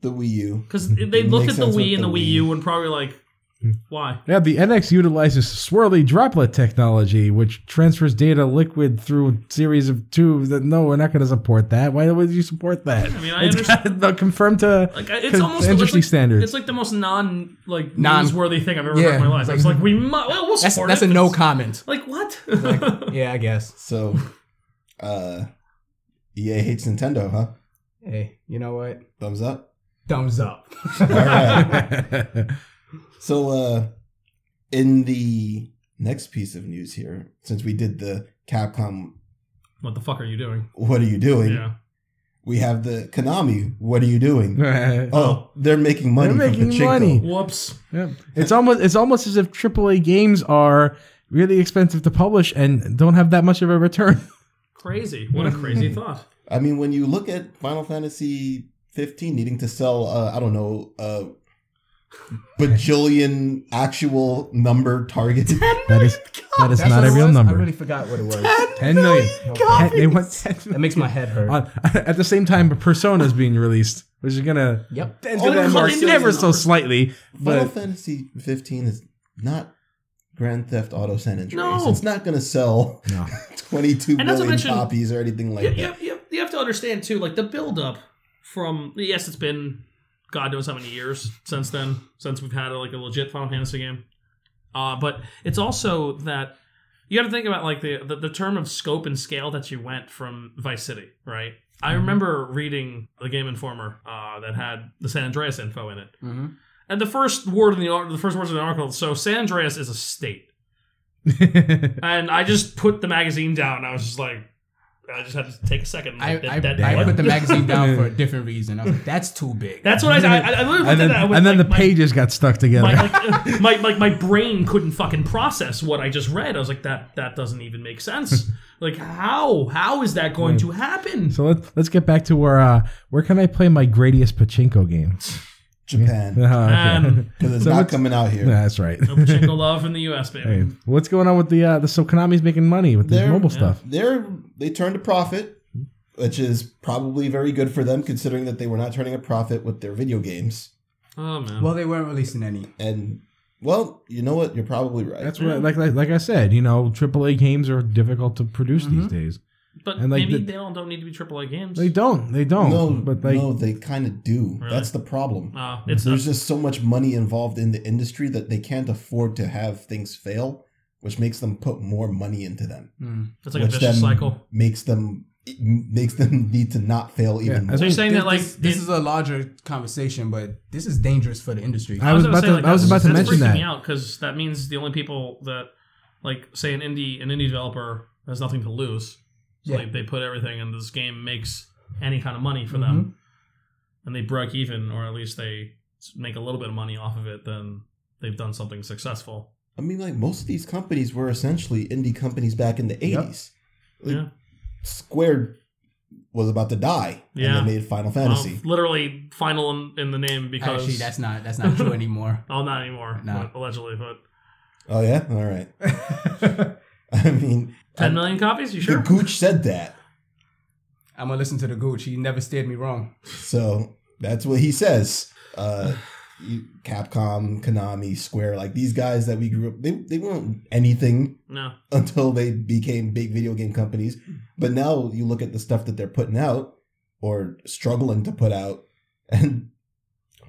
S1: the Wii U.
S4: because they looked
S1: Makes
S4: at the
S1: sense
S4: Wii
S1: with
S4: and the
S1: the
S4: Wii
S1: Wii.
S4: U and probably like, why?
S3: Yeah, the NX utilizes swirly droplet technology, which transfers data liquid through a series of tubes. That no, we're not going to support that. Why would you support that? I
S4: mean, I understand-
S3: got confirmed to
S4: Like I- it's
S3: to
S4: almost
S3: industry
S4: it's like,
S3: standards.
S4: It's like the most non like
S2: Non-
S4: newsworthy thing I've ever heard
S2: Yeah,
S4: in my life.
S2: it's
S4: It's like we mu- well we'll
S2: That's
S4: support
S2: that's
S4: it.
S2: a
S4: but
S2: no
S4: it's-
S2: comment.
S4: Like what?
S2: Yeah, I guess.
S1: So, uh, EA hates Nintendo, huh?
S2: Hey, you know what?
S1: Thumbs up.
S2: Thumbs up.
S1: All right. so, uh, in the next piece of news here, since we did the Capcom,
S4: what the fuck are you doing?
S1: what are you doing?
S4: Yeah,
S1: We have the Konami. What are you doing? Oh, they're making money.
S3: They're
S1: from
S3: making
S1: Pachinko.
S3: money.
S4: Whoops.
S3: Yeah. It's almost it's almost as if AAA games are really expensive to publish and don't have that much of a return.
S4: Crazy. What a crazy thought.
S1: I mean, when you look at Final Fantasy 15 needing to sell, uh, I don't know, uh, bajillion actual number targets.
S4: Oh
S3: That is that is not a real
S2: I
S3: number.
S2: really forgot what it was.
S3: Ten million. Ten- They want
S2: That makes my head hurt.
S3: on- at the same time, Persona is being released, which is gonna
S2: Yep.
S3: dent
S4: Oh,
S3: that
S4: come
S3: market
S4: on,
S3: never
S4: million
S3: so
S4: numbers.
S3: slightly.
S1: Final
S3: But
S1: Fantasy 15 is not Grand Theft Auto San Andreas.
S4: No.
S1: It's not going to sell
S3: No.
S1: 22
S4: And not to
S1: million
S4: mention-
S1: copies or anything like
S4: you,
S1: that.
S4: you, you, you have to understand too, like the build up from yes, it's been God knows how many years since then, since we've had like a legit Final Fantasy game. Uh, but it's also that you got to think about like the, the the term of scope and scale that you went from Vice City, right? I
S2: Mm-hmm.
S4: remember reading the Game Informer uh, that had the San Andreas info in it,
S2: Mhm.
S4: and the first word in the ar- the first words in the article. So San Andreas is a state. And I just put the magazine down. I was just like, I just had to take a second. and
S2: I,
S4: like,
S2: I,
S4: that- that-
S2: I
S4: what?
S2: put the magazine down for a different reason. I was like, that's too big.
S4: That's what I said. I, I literally looked
S3: and
S4: at
S3: then,
S4: that. I was
S3: and then
S4: like,
S3: the pages got stuck together.
S4: My, my, like, uh, my, like, my brain couldn't fucking process what I just read. I was like, that that doesn't even make sense. like, how? How is that going to happen?
S3: so let's let's get back to where uh, where can I play my Gradius Pachinko game?
S1: Japan.
S3: Oh, okay.
S4: Um,
S1: Because it's
S3: So
S1: not
S3: what's-
S1: coming out here.
S3: Yeah, that's right.
S4: no Pachinko love in the U.S., baby.
S3: Hey, what's going on with the uh, the so Konami's making money with this
S1: They're-
S3: mobile stuff?
S1: They're, they turned a profit,
S3: Hmm.
S1: which is probably very good for them considering that they were not turning a profit with their video games.
S4: Oh man.
S2: well, they weren't releasing any.
S1: And, well, you know what? You're probably right.
S3: That's what, like, like, like I said, you know, AAA games are difficult to produce
S4: Mm-hmm.
S3: these days.
S4: but
S3: and, like,
S4: maybe
S3: the-
S4: they all don't need to be AAA games.
S3: They don't, they don't.
S1: No,
S3: but like,
S1: no, they kind of do.
S4: Really?
S1: That's the problem.
S4: Uh, it's
S1: There's just so much money involved in the industry that they can't afford to have things fail, which makes them put more money into them.
S4: it's like a
S1: which then
S4: vicious cycle.
S1: Makes them makes them need to not fail even
S3: Yeah, as
S1: more.
S4: So you're saying
S2: This,
S4: that like
S2: this, this
S4: in-
S2: is a larger conversation, but this is dangerous for the industry.
S3: I was
S4: gonna
S3: about
S4: say,
S3: to,
S4: like,
S3: I was
S4: that's-
S3: about to
S4: that's
S3: mention
S4: freaking
S3: that.
S4: me out because that means the only people that like say an indie an indie developer has nothing to lose. So
S2: Yeah.
S4: they, they put everything, and this game makes any kind of money for them,
S3: Mm-hmm.
S4: and they break even, or at least they s- make a little bit of money off of it. Then they've done something successful.
S1: I mean, like most of these companies were essentially indie companies back in the eighties. Like,
S4: Yeah.
S1: Squared was about to die,
S4: Yeah.
S1: and they made Final
S4: Well,
S1: Fantasy.
S4: literally, final in, in the name because
S2: Actually, that's not that's not true anymore.
S4: oh, not anymore,
S2: Nah.
S4: but allegedly, but
S1: Oh yeah, all right. I mean,
S4: ten million copies. You
S1: the
S4: sure?
S1: Gooch said that,
S2: I'm gonna listen to the Gooch. He never steered me wrong.
S1: so that's what he says. Uh, you- Capcom, Konami, Square, like these guys that we grew up, they they weren't anything
S4: No,
S1: until they became big video game companies. But now you look at the stuff that they're putting out or struggling to put out, and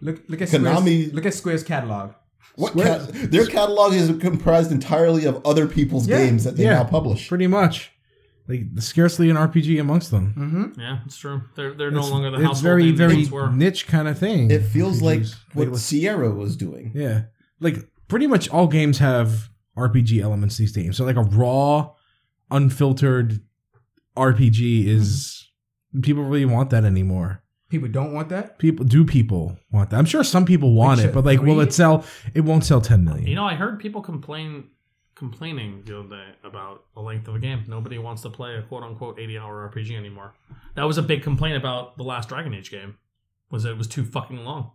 S2: Look look at
S1: Konami-
S2: Square's, look at Square's catalog.
S1: what ca- their catalog is comprised entirely of other people's
S3: Yeah,
S1: games that they
S3: yeah.
S1: now publish.
S3: Pretty much, like, scarcely an RPG amongst them.
S2: Mm-hmm.
S4: yeah, it's true. They're they're no
S3: It's-
S4: longer the
S3: it's
S4: household
S3: very,
S4: name they
S3: very
S4: once were.
S3: niche kind of thing.
S1: It feels like
S3: RPGs.
S1: what
S3: Like,
S1: Sierra was doing.
S3: yeah, like pretty much all games have RPG elements these days. So like a raw, unfiltered RPG is
S4: Mm-hmm.
S3: people really want that anymore.
S2: People don't want that.
S3: People do people want that? I'm sure some people want
S2: Like,
S3: it, but like, will
S2: three?
S3: it sell? It won't sell 10 million.
S4: You know, I heard people complain complaining the other day about the length of a game. Nobody wants to play a quote unquote eighty hour RPG anymore. That was a big complaint about the last Dragon Age game. Was that it was too fucking long.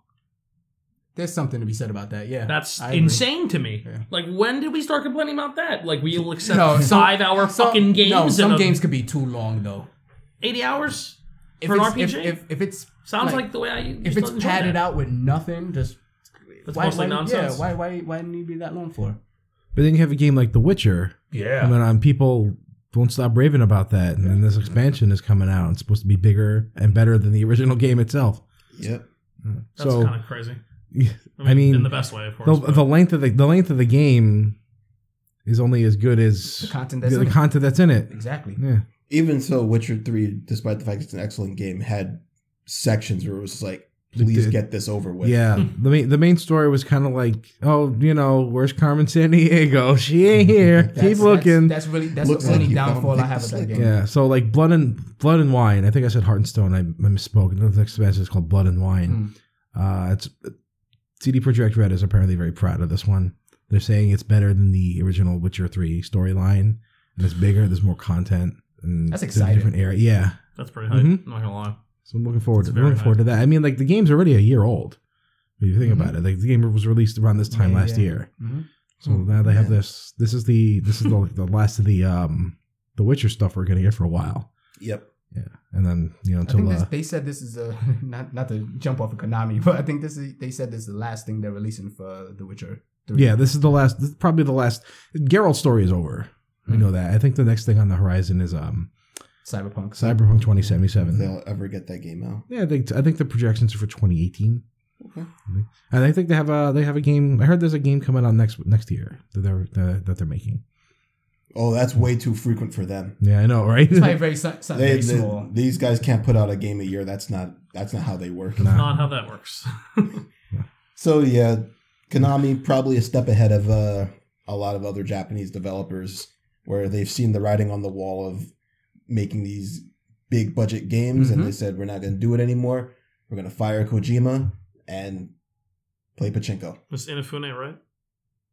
S2: There's something to be said about that. Yeah,
S4: That's
S2: I agree.
S4: insane to me.
S2: Yeah.
S4: Like when did we start complaining about that? Like we'll accept
S2: No, some-
S4: five hour
S2: Some-
S4: fucking games
S2: No,
S4: and
S2: some
S4: a-
S2: games could be too long though.
S4: eighty hours?
S2: If
S4: For an
S2: it's-
S4: RPG?
S2: if, if, if it's
S4: Sounds like, the way I used
S2: if
S4: to
S2: it's
S4: enjoy
S2: padded
S4: that.
S2: out with nothing, just
S4: That's mostly nonsense.
S2: Yeah, why why why didn't it be that long for?
S3: But then you have a game like The Witcher,
S2: Yeah,
S3: and then um, people won't stop raving about that. And then
S1: Mm-hmm.
S3: this expansion is coming out. It's supposed to be bigger and better than the original game itself.
S1: Yep.
S4: That's
S3: so
S4: kinda crazy.
S3: I mean,
S4: in the best way, of course.
S3: the,
S4: but-
S3: the length of the the length of the game is only as good as
S2: The content that's
S3: the,
S2: in it.
S3: content that's in it.
S2: exactly.
S3: Yeah,
S1: Even so, Witcher Three, despite the fact it's an excellent game, had sections where it was like please
S3: did.
S1: get this over with.
S3: Yeah, the main the main story was kind of like, oh, you know, where's Carmen San Diego? She ain't here. Keep
S2: That's-
S3: looking.
S2: That's, that's really that's
S1: Looks
S2: the
S1: like
S2: only
S1: you
S2: downfall I
S1: fucking
S2: have with that
S1: picked
S2: game.
S3: yeah, so like blood and blood and wine. I think I said heart and stone. I, I misspoke. The next expansion is called blood and wine.
S2: Hmm.
S3: Uh, it's CD Projekt Red is apparently very proud of this one. They're saying it's better than the original Witcher three storyline, and it's bigger. There's more content. And
S2: That's
S3: there's a
S2: exciting.
S3: Different area. Yeah,
S4: That's pretty hype.
S3: Mhm.
S2: Mm-hmm.
S4: I'm not gonna lie.
S3: So I'm looking forward
S4: It's
S3: to
S4: very
S3: looking forward to that. I mean, like the game's already a year old. If you think
S2: Mhm.
S3: about it, like the game was released around this time
S2: Yeah,
S3: last
S2: yeah.
S3: year.
S2: Mhm.
S3: So now they have this. This is the this is the, the last of the um the Witcher stuff we're gonna get for a while,
S1: Yep.
S3: and then you know
S2: I think
S3: until
S2: this,
S3: uh,
S2: they said this is a not not to jump off of Konami, but I think this is they said this is the last thing they're releasing for The Witcher. 3.
S3: yeah, this is the last. This is probably the last. Geralt's story is over. We
S2: Mm.
S3: know that. I think the next thing on the horizon is um
S2: Cyberpunk.
S3: Cyberpunk
S1: If
S3: 2077.
S1: they'll ever get that game out.
S3: Yeah, I think I think the projections are for 2018.
S1: Okay.
S3: And I think they have a they have a game. I heard there's a game coming out next next year that they're that, that they're making.
S1: Oh, that's way too frequent for them.
S3: Yeah, I know, right?
S2: It's probably very si- si-
S1: They,
S2: very
S1: they-
S2: small.
S1: these guys can't put out a game a year. That's not that's not how they work.
S3: Nah.
S4: Not how that works.
S1: So yeah, Konami probably a step ahead of uh, a lot of other Japanese developers, where they've seen the writing on the wall of making these big budget games, and they
S4: Mm-hmm.
S1: said we're not going to do it anymore. We're going to fire Kojima and play pachinko.
S4: This Inafune, right?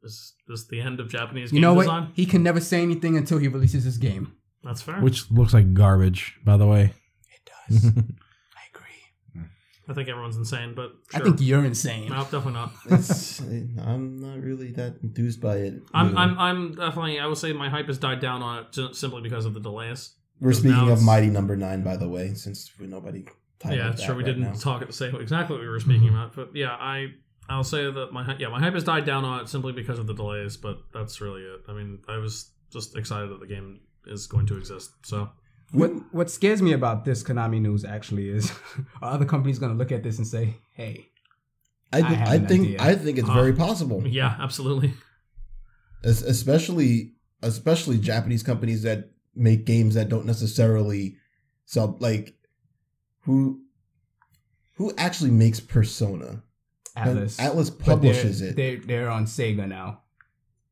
S4: Is this the end of Japanese
S2: You
S4: game
S2: know what?
S4: design?
S2: He can never say anything until he releases his game.
S4: That's fair.
S3: Which looks like garbage, by the way.
S2: It does. I agree.
S4: I think everyone's insane, but sure.
S2: I think you're insane.
S4: no, definitely not.
S1: It's, eh, I'm not really that enthused by it. either.
S4: I'm, I'm, I'm definitely. I would say my hype has died down on it ju- simply because of the delays.
S1: We're
S4: now
S1: speaking of
S4: it's-
S1: Mighty Number Nine, by the way, since we, nobody. titled
S4: yeah,
S1: that
S4: sure. We
S1: right
S4: didn't
S1: now.
S4: talk at the same exactly what we were speaking about, but yeah, I, I'll say that my hy- yeah my hype has died down on it simply because of the delays, but that's really it. I mean, I was just excited that the game is going to exist. So
S2: What what scares me about this Konami news actually is are other companies going to look at this and say, "Hey,
S1: I,
S2: I
S1: th-
S2: have
S1: I,
S2: an
S1: think
S2: idea.
S1: I think it's
S4: Uh,
S1: very possible.
S4: yeah, absolutely.
S1: Es- especially especially Japanese companies that make games that don't necessarily sell like who who actually makes Persona? And
S2: Atlas
S1: Atlas
S2: But they're-
S1: publishes it.
S2: They're they're on Sega now.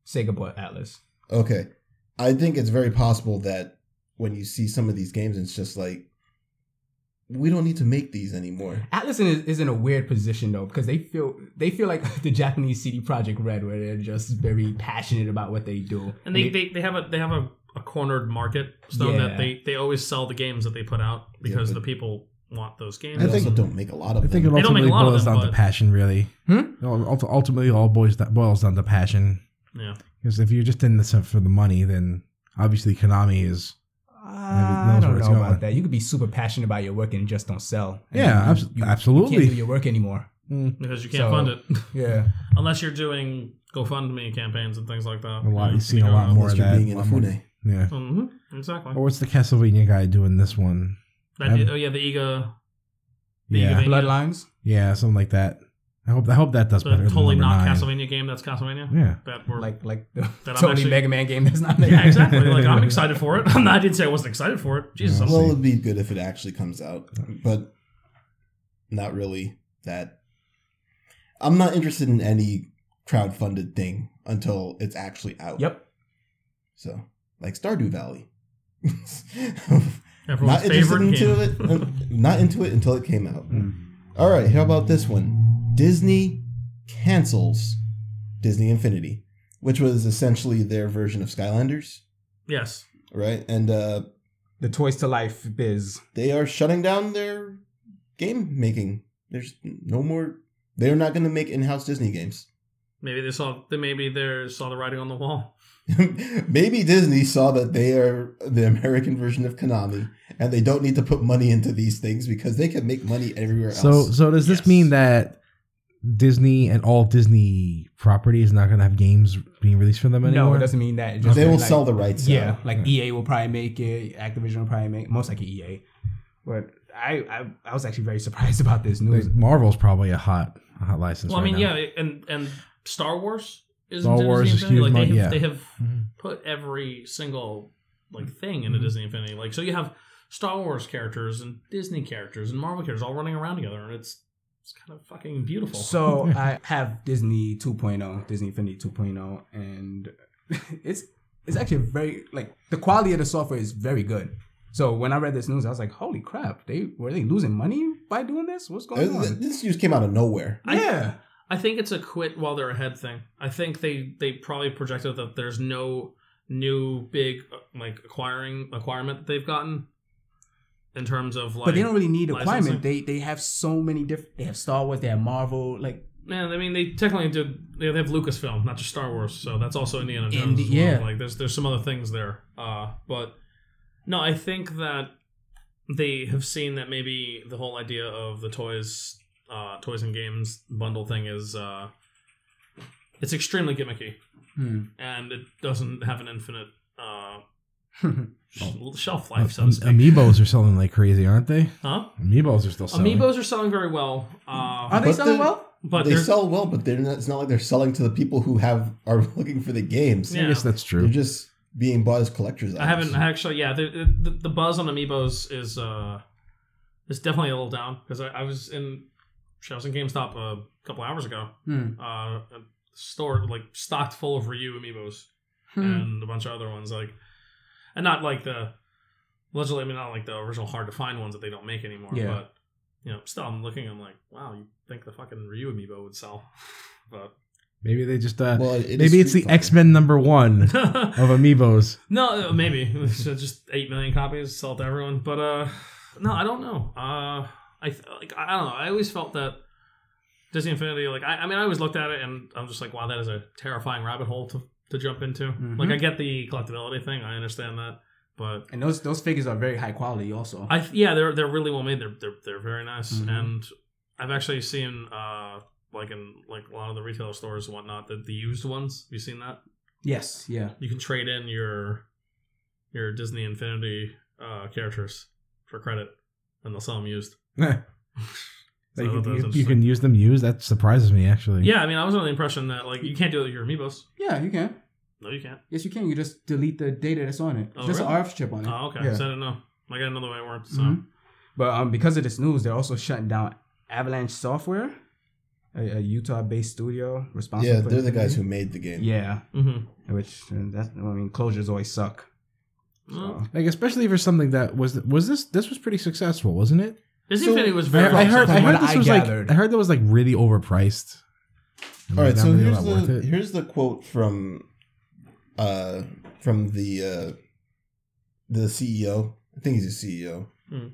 S2: Sega bought Atlas.
S1: Okay. I think it's very possible that when you see some of these games it's just like we don't need to make these anymore.
S2: Atlas is, is in a weird position though because they feel they feel like the Japanese CD Project Red, where they're just very passionate about what they do.
S4: And they, they, they have a they have a, a cornered market, so
S2: Yeah.
S4: that they they always sell the games that they put out because
S1: but-
S4: the people want those games.
S1: They
S3: think-
S1: also don't make a lot of
S3: I think it
S1: them.
S4: They don't make
S3: ultimately
S4: a lot of
S3: boils
S4: them,
S3: down to
S4: but-
S3: passion, really.
S2: Hmm?
S3: No, ult- Ultimately, all boils that boils down to passion.
S4: yeah.
S3: Because if you're just in this for the money, then obviously Konami is.
S2: Uh, I
S3: knows where
S2: don't
S3: it's
S2: know about
S3: going.
S2: that. You could be super passionate about your work and it just don't sell. And
S3: Yeah,
S2: you-
S3: abs-
S2: you- you
S3: absolutely.
S2: can't do your work anymore.
S4: because you can't
S2: So-
S4: fund it
S2: Yeah,
S4: unless you're doing GoFundMe campaigns and things like that.
S3: A lot-
S4: Yeah,
S3: you've seen a lot
S4: go-
S3: more
S1: Unless
S3: of
S1: you're
S3: that.
S1: being in a
S3: One more-
S1: Fune.
S3: Yeah.
S4: Mhm, exactly.
S3: Or what's the Castlevania guy doing this one?
S4: That,
S3: I'm-
S4: oh yeah, the Ega. The
S3: Yeah.
S4: Ega
S2: Bloodlines.
S3: Yeah, something like that. I hope I hope that does
S4: The
S3: better.
S4: totally
S3: than
S4: not
S3: number nine.
S4: Castlevania game. That's Castlevania.
S3: Yeah.
S4: That we're
S2: like like the
S4: That I'm
S2: Tony
S4: actually-
S2: Mega Man game that's not
S4: yeah, exactly. Like I'm excited for it. I didn't say I wasn't excited for it. Jesus, I'm-
S1: Well, it'd be good if it actually comes out, but not really that. I'm not interested in any crowdfunded thing until it's actually out.
S2: Yep.
S1: So, like Stardew Valley.
S4: everyone's
S1: not interested
S4: favorite
S1: into
S4: game.
S1: it. Not into it until it came out.
S3: Mm.
S1: All right. How about this one? Disney cancels Disney Infinity, which was essentially their version of Skylanders,
S4: Yes,
S1: right? And uh,
S2: The Toys to Life biz.
S1: they are shutting down their game making. There's no more. They're not going to make in-house Disney games.
S4: maybe they saw. They maybe they saw the writing on the wall.
S1: Maybe Disney saw that they are the American version of Konami, and they don't need to put money into these things because they can make money everywhere else.
S3: So so does this
S4: Yes.
S3: mean that Disney and all Disney properties not gonna have games being released from them
S2: No,
S3: anymore?
S2: it doesn't mean that. It just
S1: they will
S2: like-
S1: sell the rights.
S2: Yeah,
S1: out.
S2: like EA will probably make it. Activision will probably make most likely EA. But I, I I was actually very surprised about this news.
S3: Like, Marvel's probably a hot a hot license.
S4: Well, I
S3: right
S4: mean,
S3: now.
S4: yeah, and and Star Wars is
S3: Star
S4: Disney
S3: Wars is
S4: Infinity.
S3: huge
S4: Like they have,
S3: money, yeah.
S4: they have
S1: Mm-hmm.
S3: Mhm.
S4: put every single like thing
S3: Mm-hmm.
S4: into Disney Infinity. Like so, you have Star Wars characters and Disney characters and Marvel characters all running around together, and it's It's kind of fucking beautiful.
S2: So I have Disney 2.0, Disney Infinity 2.0, and it's it's actually very like the quality of the software is very good. So when I read this news, I was like, "Holy crap! They were they losing money by doing this? What's going
S1: Uh, th-
S2: on?"
S1: This just came out of nowhere.
S2: yeah,
S4: I think it's a quit while they're ahead thing. I think they they probably projected that there's no new big uh, like acquiring acquirement that they've gotten in terms of like.
S2: but they don't really need
S4: licensing.
S2: acquirement. They they have so many different. They have Star Wars. They have Marvel. Like
S4: Man, I mean, they technically did. They have Lucasfilm, not just Star Wars, so that's also Indiana Jones.
S2: Indi-
S4: as well.
S2: yeah.
S4: like there's there's some other things there. Uh, but no, I think that they have seen that maybe the whole idea of the toys, uh, toys and games bundle thing is uh, it's extremely gimmicky Hmm. and it doesn't have an infinite uh, sh- shelf life, so to speak.
S3: Amiibos are selling like crazy, aren't they?
S4: Huh?
S3: Amiibos are still selling.
S4: Amiibos are selling very well,
S2: are
S4: uh,
S2: they
S1: But
S2: selling
S1: the-
S2: well?
S4: but
S1: they
S4: they're
S1: sell well, but they're not, it's not like they're selling to the people who have are looking for the games.
S4: Yeah.
S3: I guess that's
S1: They're
S3: true.
S1: just being bought as collectors.
S4: I haven't
S1: items.
S4: I actually. Yeah, the, the the buzz on Amiibos is uh is definitely a little down because I, I was in I was in GameStop a couple hours ago.
S2: Hmm.
S4: Uh, a store like stocked full of Ryu Amiibos
S2: Hmm.
S4: and a bunch of other ones like, and not like the allegedly, I mean, not like the original hard to find ones that they don't make anymore.
S2: Yeah.
S4: But you know, still, I'm looking. I'm like, wow, you think the fucking Ryu Amiibo would sell? But
S3: Maybe they just uh,
S1: Well, it is
S3: maybe it's
S1: Street
S3: the
S1: Fighter.
S3: X Men number one of Amiibos.
S4: No, uh, maybe It's just eight million copies sell to everyone. But uh, no, I don't know. Uh, I th- like I don't know. I always felt that Disney Infinity. Like I, I mean, I always looked at it and I'm just like, wow, that is a terrifying rabbit hole to to jump into. Like I get the collectability thing, I understand that, but
S2: And those those figures are very high quality. Also,
S4: I th- yeah, they're they're really well made. They're they're they're very nice,
S2: Mhm.
S4: and I've actually seen uh like in like a lot of the retailer stores and whatnot the, the used ones. Have you seen that?
S2: yes, yeah.
S4: you can trade in your your Disney Infinity uh, characters for credit, and they'll sell them used.
S3: like
S4: So
S3: you,
S4: that was
S3: you, you
S4: interesting.
S3: can use them used. That surprises me actually.
S4: Yeah, I mean, I was under the impression that like you can't do it with your amiibos.
S2: Yeah, you can.
S4: No, you can't.
S2: Yes, you can. You just delete the data that's on it.
S4: Oh,
S2: just
S4: really?
S2: an RF chip on it.
S4: Oh, okay.
S2: Yeah.
S4: So I don't know. I got another way it worked. So
S2: Mhm. But um, because of this news, they're also shutting down Avalanche Software, a, a Utah-based studio responsible.
S1: Yeah,
S2: for
S1: they're the guys who
S2: company.
S1: made the game.
S2: Yeah,
S4: Mhm.
S2: which uh, that's I mean, closures always suck.
S4: Well,
S2: So.
S3: Like especially for something that was was this this was pretty successful, wasn't it?
S4: Disney
S1: So-
S4: Infinity was
S3: I,
S4: very.
S3: I heard I
S2: From
S3: heard
S2: what
S3: this
S2: I
S3: was like
S2: gathered.
S3: I heard that was like really overpriced. And
S1: All right,
S3: was
S1: so here's
S3: not really that worth
S1: the
S3: it.
S1: here's the quote from uh from the uh the CEO. I think he's the CEO
S4: Hmm.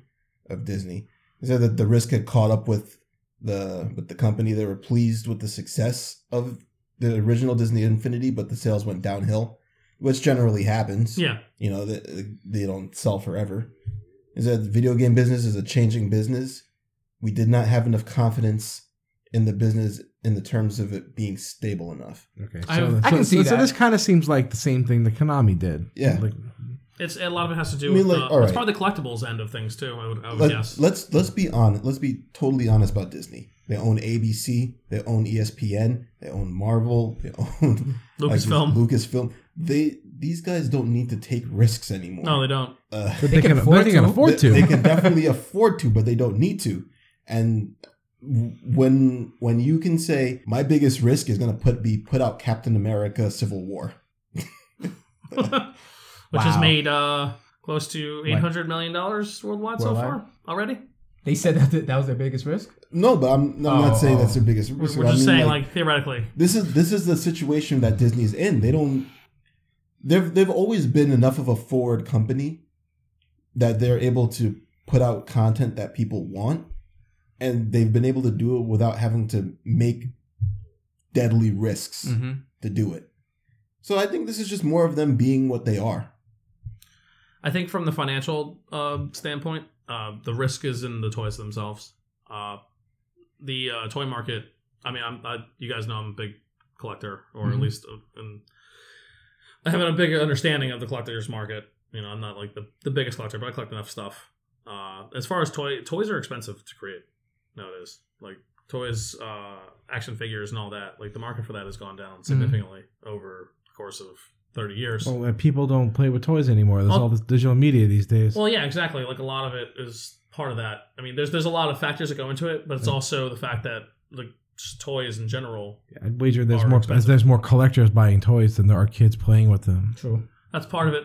S1: of Disney. He said that the risk had caught up with the with the company. They were pleased with the success of the original Disney Infinity, but the sales went downhill, which generally happens.
S4: yeah.
S1: You know, they, they don't sell forever. Is that the video game business is a changing business? We did not have enough confidence in the business in the terms of it being stable enough.
S3: Okay,
S4: I have-
S2: I can see
S3: so,
S2: that.
S3: this kind of seems like the same thing that Konami did.
S1: Yeah.
S3: Like,
S4: It's a lot of it has to do
S1: I mean,
S4: with
S1: like,
S4: the,
S1: all
S4: it's
S1: right.
S4: part of the collectibles end of things too. I would, I would
S1: Let,
S4: guess.
S1: Let's let's be honest. Let's be totally honest about Disney. They own ABC. They own E ESPN. They own Marvel. They own like,
S4: Lucasfilm.
S1: Lucasfilm. They these guys don't need to take risks anymore.
S4: no, they don't.
S1: Uh,
S3: but they, can, afford they can afford to.
S1: They, they can definitely afford to, but they don't need to. And w- when when you can say my biggest risk is going to put be put out Captain America Civil War.
S4: Which has made uh close to eight hundred million dollars worldwide so
S2: Worldwide?
S4: far already.
S2: They said that th- that was their biggest risk.
S1: No, but I'm, I'm not
S2: Oh,
S1: saying
S2: oh.
S1: that's their biggest
S4: We're,
S1: risk.
S4: we're
S1: but I
S4: just
S1: mean,
S4: saying like theoretically.
S1: this is this is the situation that Disney's in. They don't they've they've always been enough of a forward company that they're able to put out content that people want and they've been able to do it without having to make deadly risks
S4: Mm.
S1: to do it. So I think this is just more of them being what they are.
S4: I think from the financial uh, standpoint, uh, the risk is in the toys themselves. Uh, the uh, toy market. I mean, I'm I, you guys know I'm a big collector, or at
S2: Mhm.
S4: least uh, and I have a big understanding of the collectors market. You know, I'm not like the, the biggest collector, but I collect enough stuff. Uh, as far as toy toys are expensive to create nowadays, like toys, uh, action figures, and all that. Like the market for that has gone down significantly over the course of thirty years.
S3: Well, uh, people don't play with toys anymore. There's all this digital media these days.
S4: Well, yeah, exactly. Like a lot of it is part of that. I mean, there's there's a lot of factors that go into it, but it's also the fact that like just toys in general.
S3: I'd wager there's
S4: Are
S3: more
S4: expensive.
S3: there's more collectors buying toys than there are kids playing with them.
S2: True.
S4: That's part of it.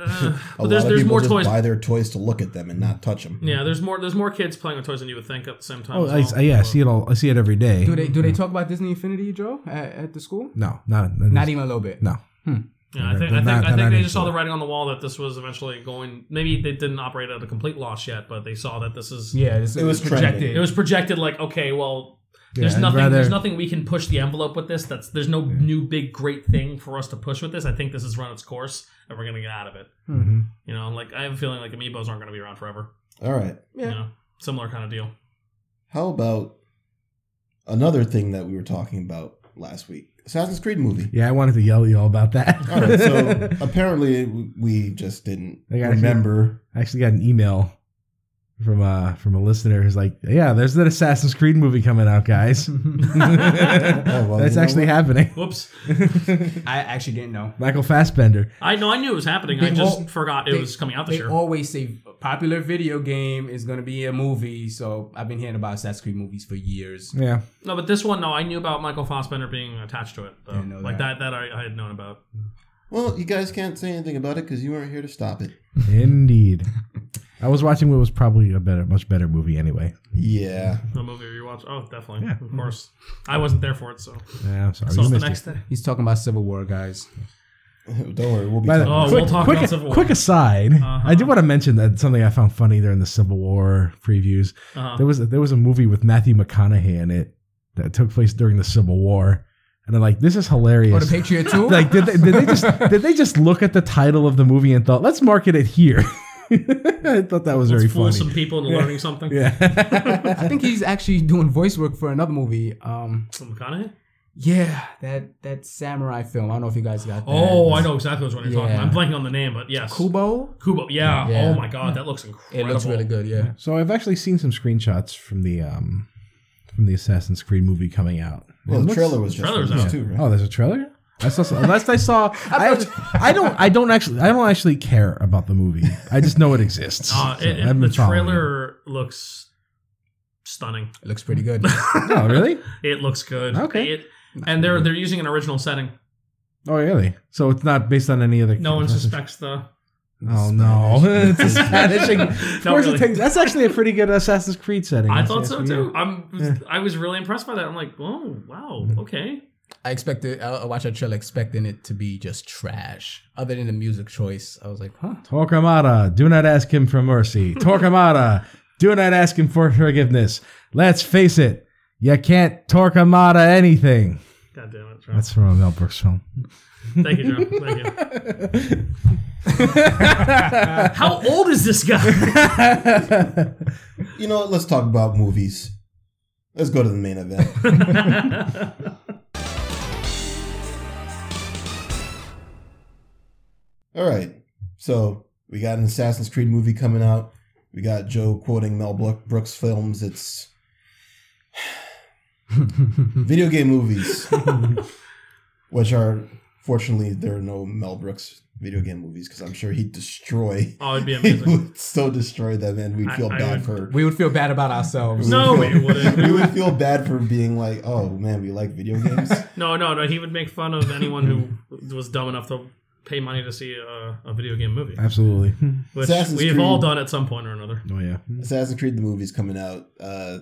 S4: Uh,
S1: A
S4: but there's
S1: lot of
S4: there's
S1: people
S4: more
S1: just
S4: toys.
S1: buy their toys to look at them and not touch them.
S4: Yeah, there's more there's more kids playing with toys than you would think at the same time.
S3: Oh,
S4: as
S3: I,
S4: well.
S3: I- yeah, I see it all. I see it every day.
S2: Do they do they talk about Disney Infinity, Joe, at, at the school?
S3: No, not
S2: Not even a little bit.
S3: No,
S4: Yeah, I think I
S3: They're
S4: think,
S3: not-
S4: I
S3: they're
S4: think
S3: not
S4: they
S3: into
S4: just saw
S3: it.
S4: the writing on the wall that this was eventually going. Maybe they didn't operate at a complete loss yet, but they saw that this is.
S2: Yeah, it's,
S1: It was
S2: projected.
S1: trending.
S4: It was projected like okay, well, there's
S3: Yeah, I'd
S4: nothing.
S3: rather-
S4: There's nothing we can push the envelope with this. That's there's no new big great thing for us to push with this. I think this has run its course, and we're gonna get out of it.
S2: Mhm.
S4: You know, like I have a feeling like amiibos aren't gonna be around forever.
S1: All right.
S4: Yeah, you know, similar kind of deal.
S1: How about another thing that we were talking about last week? Assassin's Creed movie.
S3: yeah, I wanted to yell at you all about that.
S1: All right. So apparently we- we just didn't
S3: I gotta
S1: remember.
S3: I actually got an email from uh from a listener who's like, "Yeah, there's that Assassin's Creed movie coming out, guys.
S1: Oh, well,
S3: That's
S1: you know
S3: actually
S1: what?
S3: happening."
S4: Whoops.
S2: I actually didn't know.
S3: Michael Fassbender.
S4: I know. I knew it was happening. I
S2: They
S4: just
S2: all-
S4: forgot it
S2: they-
S4: was coming out this
S2: They
S4: year.
S2: always say a popular video game is going to be a movie, so I've been hearing about Assassin's Creed movies for years.
S3: Yeah,
S4: No, but this one, no, I knew about Michael Fassbender being attached to it. Though.
S2: Didn't know
S4: like that,
S2: that.
S4: that I, I had known about.
S1: Well, you guys can't say anything about it because you weren't here to stop it.
S3: indeed. I was watching what was probably a better, much better movie anyway.
S1: Yeah.
S4: The movie you watch? Oh, definitely.
S3: Yeah.
S4: Of course. I wasn't there for it, so.
S3: Yeah, I'm sorry.
S4: so it's
S3: you
S4: the
S3: missed it.
S4: next day.
S2: He's talking about Civil War, guys.
S1: Don't worry. We'll be
S3: By the-
S1: talking.
S4: Oh,
S3: quick,
S4: we'll talk
S3: quick,
S4: about Civil War.
S3: quick aside.
S4: Uh-huh.
S3: I did want to mention that something I found funny during the Civil War previews.
S4: Uh-huh.
S3: There was a, there was a movie with Matthew McConaughey in it that took place during the Civil War, and I'm like, this is hilarious.
S2: Oh, the Patriot too.
S3: like, did they, did they just did they just look at the title of the movie and thought, let's market it here? I thought that was
S4: Let's
S3: very
S4: fool
S3: funny.
S4: some people into learning something.
S3: yeah.
S2: I think he's actually doing voice work for another movie. Um,
S4: Some McConaughey?
S2: yeah, that that samurai film. I don't know if you guys got. that.
S4: Oh, I know exactly which one you're talking
S2: Yeah.
S4: about. I'm blanking on the name, but yes.
S2: Kubo.
S4: Kubo. Yeah.
S2: Yeah.
S4: Oh, my God. That looks
S2: It
S4: incredible.
S2: looks really good. Yeah.
S3: so I've actually seen some screenshots from the um from the Assassin's Creed movie coming out.
S1: Well, the
S3: It looks-
S1: trailer was just
S4: Trailer's
S1: released
S4: out.
S1: too, right?
S3: Oh, there's a trailer. I saw some, unless I saw. I, I don't. I don't actually. I don't actually care about the movie. I just know it exists.
S4: Uh,
S3: So
S4: it, it-
S3: I've
S4: the
S3: been following
S4: trailer looks stunning.
S2: It looks pretty good.
S3: it. Oh, really?
S4: It looks good.
S3: Okay.
S4: It, and they're they're using an original setting.
S3: Oh, really? So it's not based on any other.
S4: No one suspects the.
S3: Oh no! it's a Spanish. thing. Of
S4: Not
S3: course it
S4: really.
S3: takes- that's actually a pretty good Assassin's Creed setting.
S4: I
S3: Yes,
S4: thought
S3: yes,
S4: so
S3: we
S4: too.
S3: are.
S4: I'm I was really impressed by that. I'm like, oh wow,
S3: Mm-hmm.
S4: okay.
S2: I expected. I I watched that trailer expecting it to be just trash. Other than the music choice, I was like, huh.
S3: Torquemada, do not ask him for mercy. Torquemada, do not ask him for forgiveness. Let's face it, you can't Torquemada anything.
S4: God damn it, Joe.
S3: That's from a Mel Brooks film.
S4: Thank you, Joe. Thank you. How old is this guy?
S1: You know what? Let's talk about movies. Let's go to the main event. All right. So we got an Assassin's Creed movie coming out. We got Joe quoting Mel Bro- Brooks films. It's video game movies, which are fortunately there are no Mel Brooks video game movies because I'm sure he'd destroy.
S4: oh, it'd be
S1: He
S4: amazing.
S1: would so destroy them, and we'd
S4: I-
S1: feel
S4: I
S1: bad
S4: would-
S1: for.
S2: We would feel bad about ourselves.
S4: No, we
S1: we
S4: wouldn't.
S1: would feel bad for being like, oh man, we like video games.
S4: No, no, no. He would make fun of anyone who was dumb enough to pay money to see a, a video game movie,
S3: Absolutely.
S4: which
S1: Assassin's
S4: we've all
S1: Creed.
S4: done at some point or another.
S3: Oh yeah.
S1: Assassin's Creed the movie's coming out. Uh,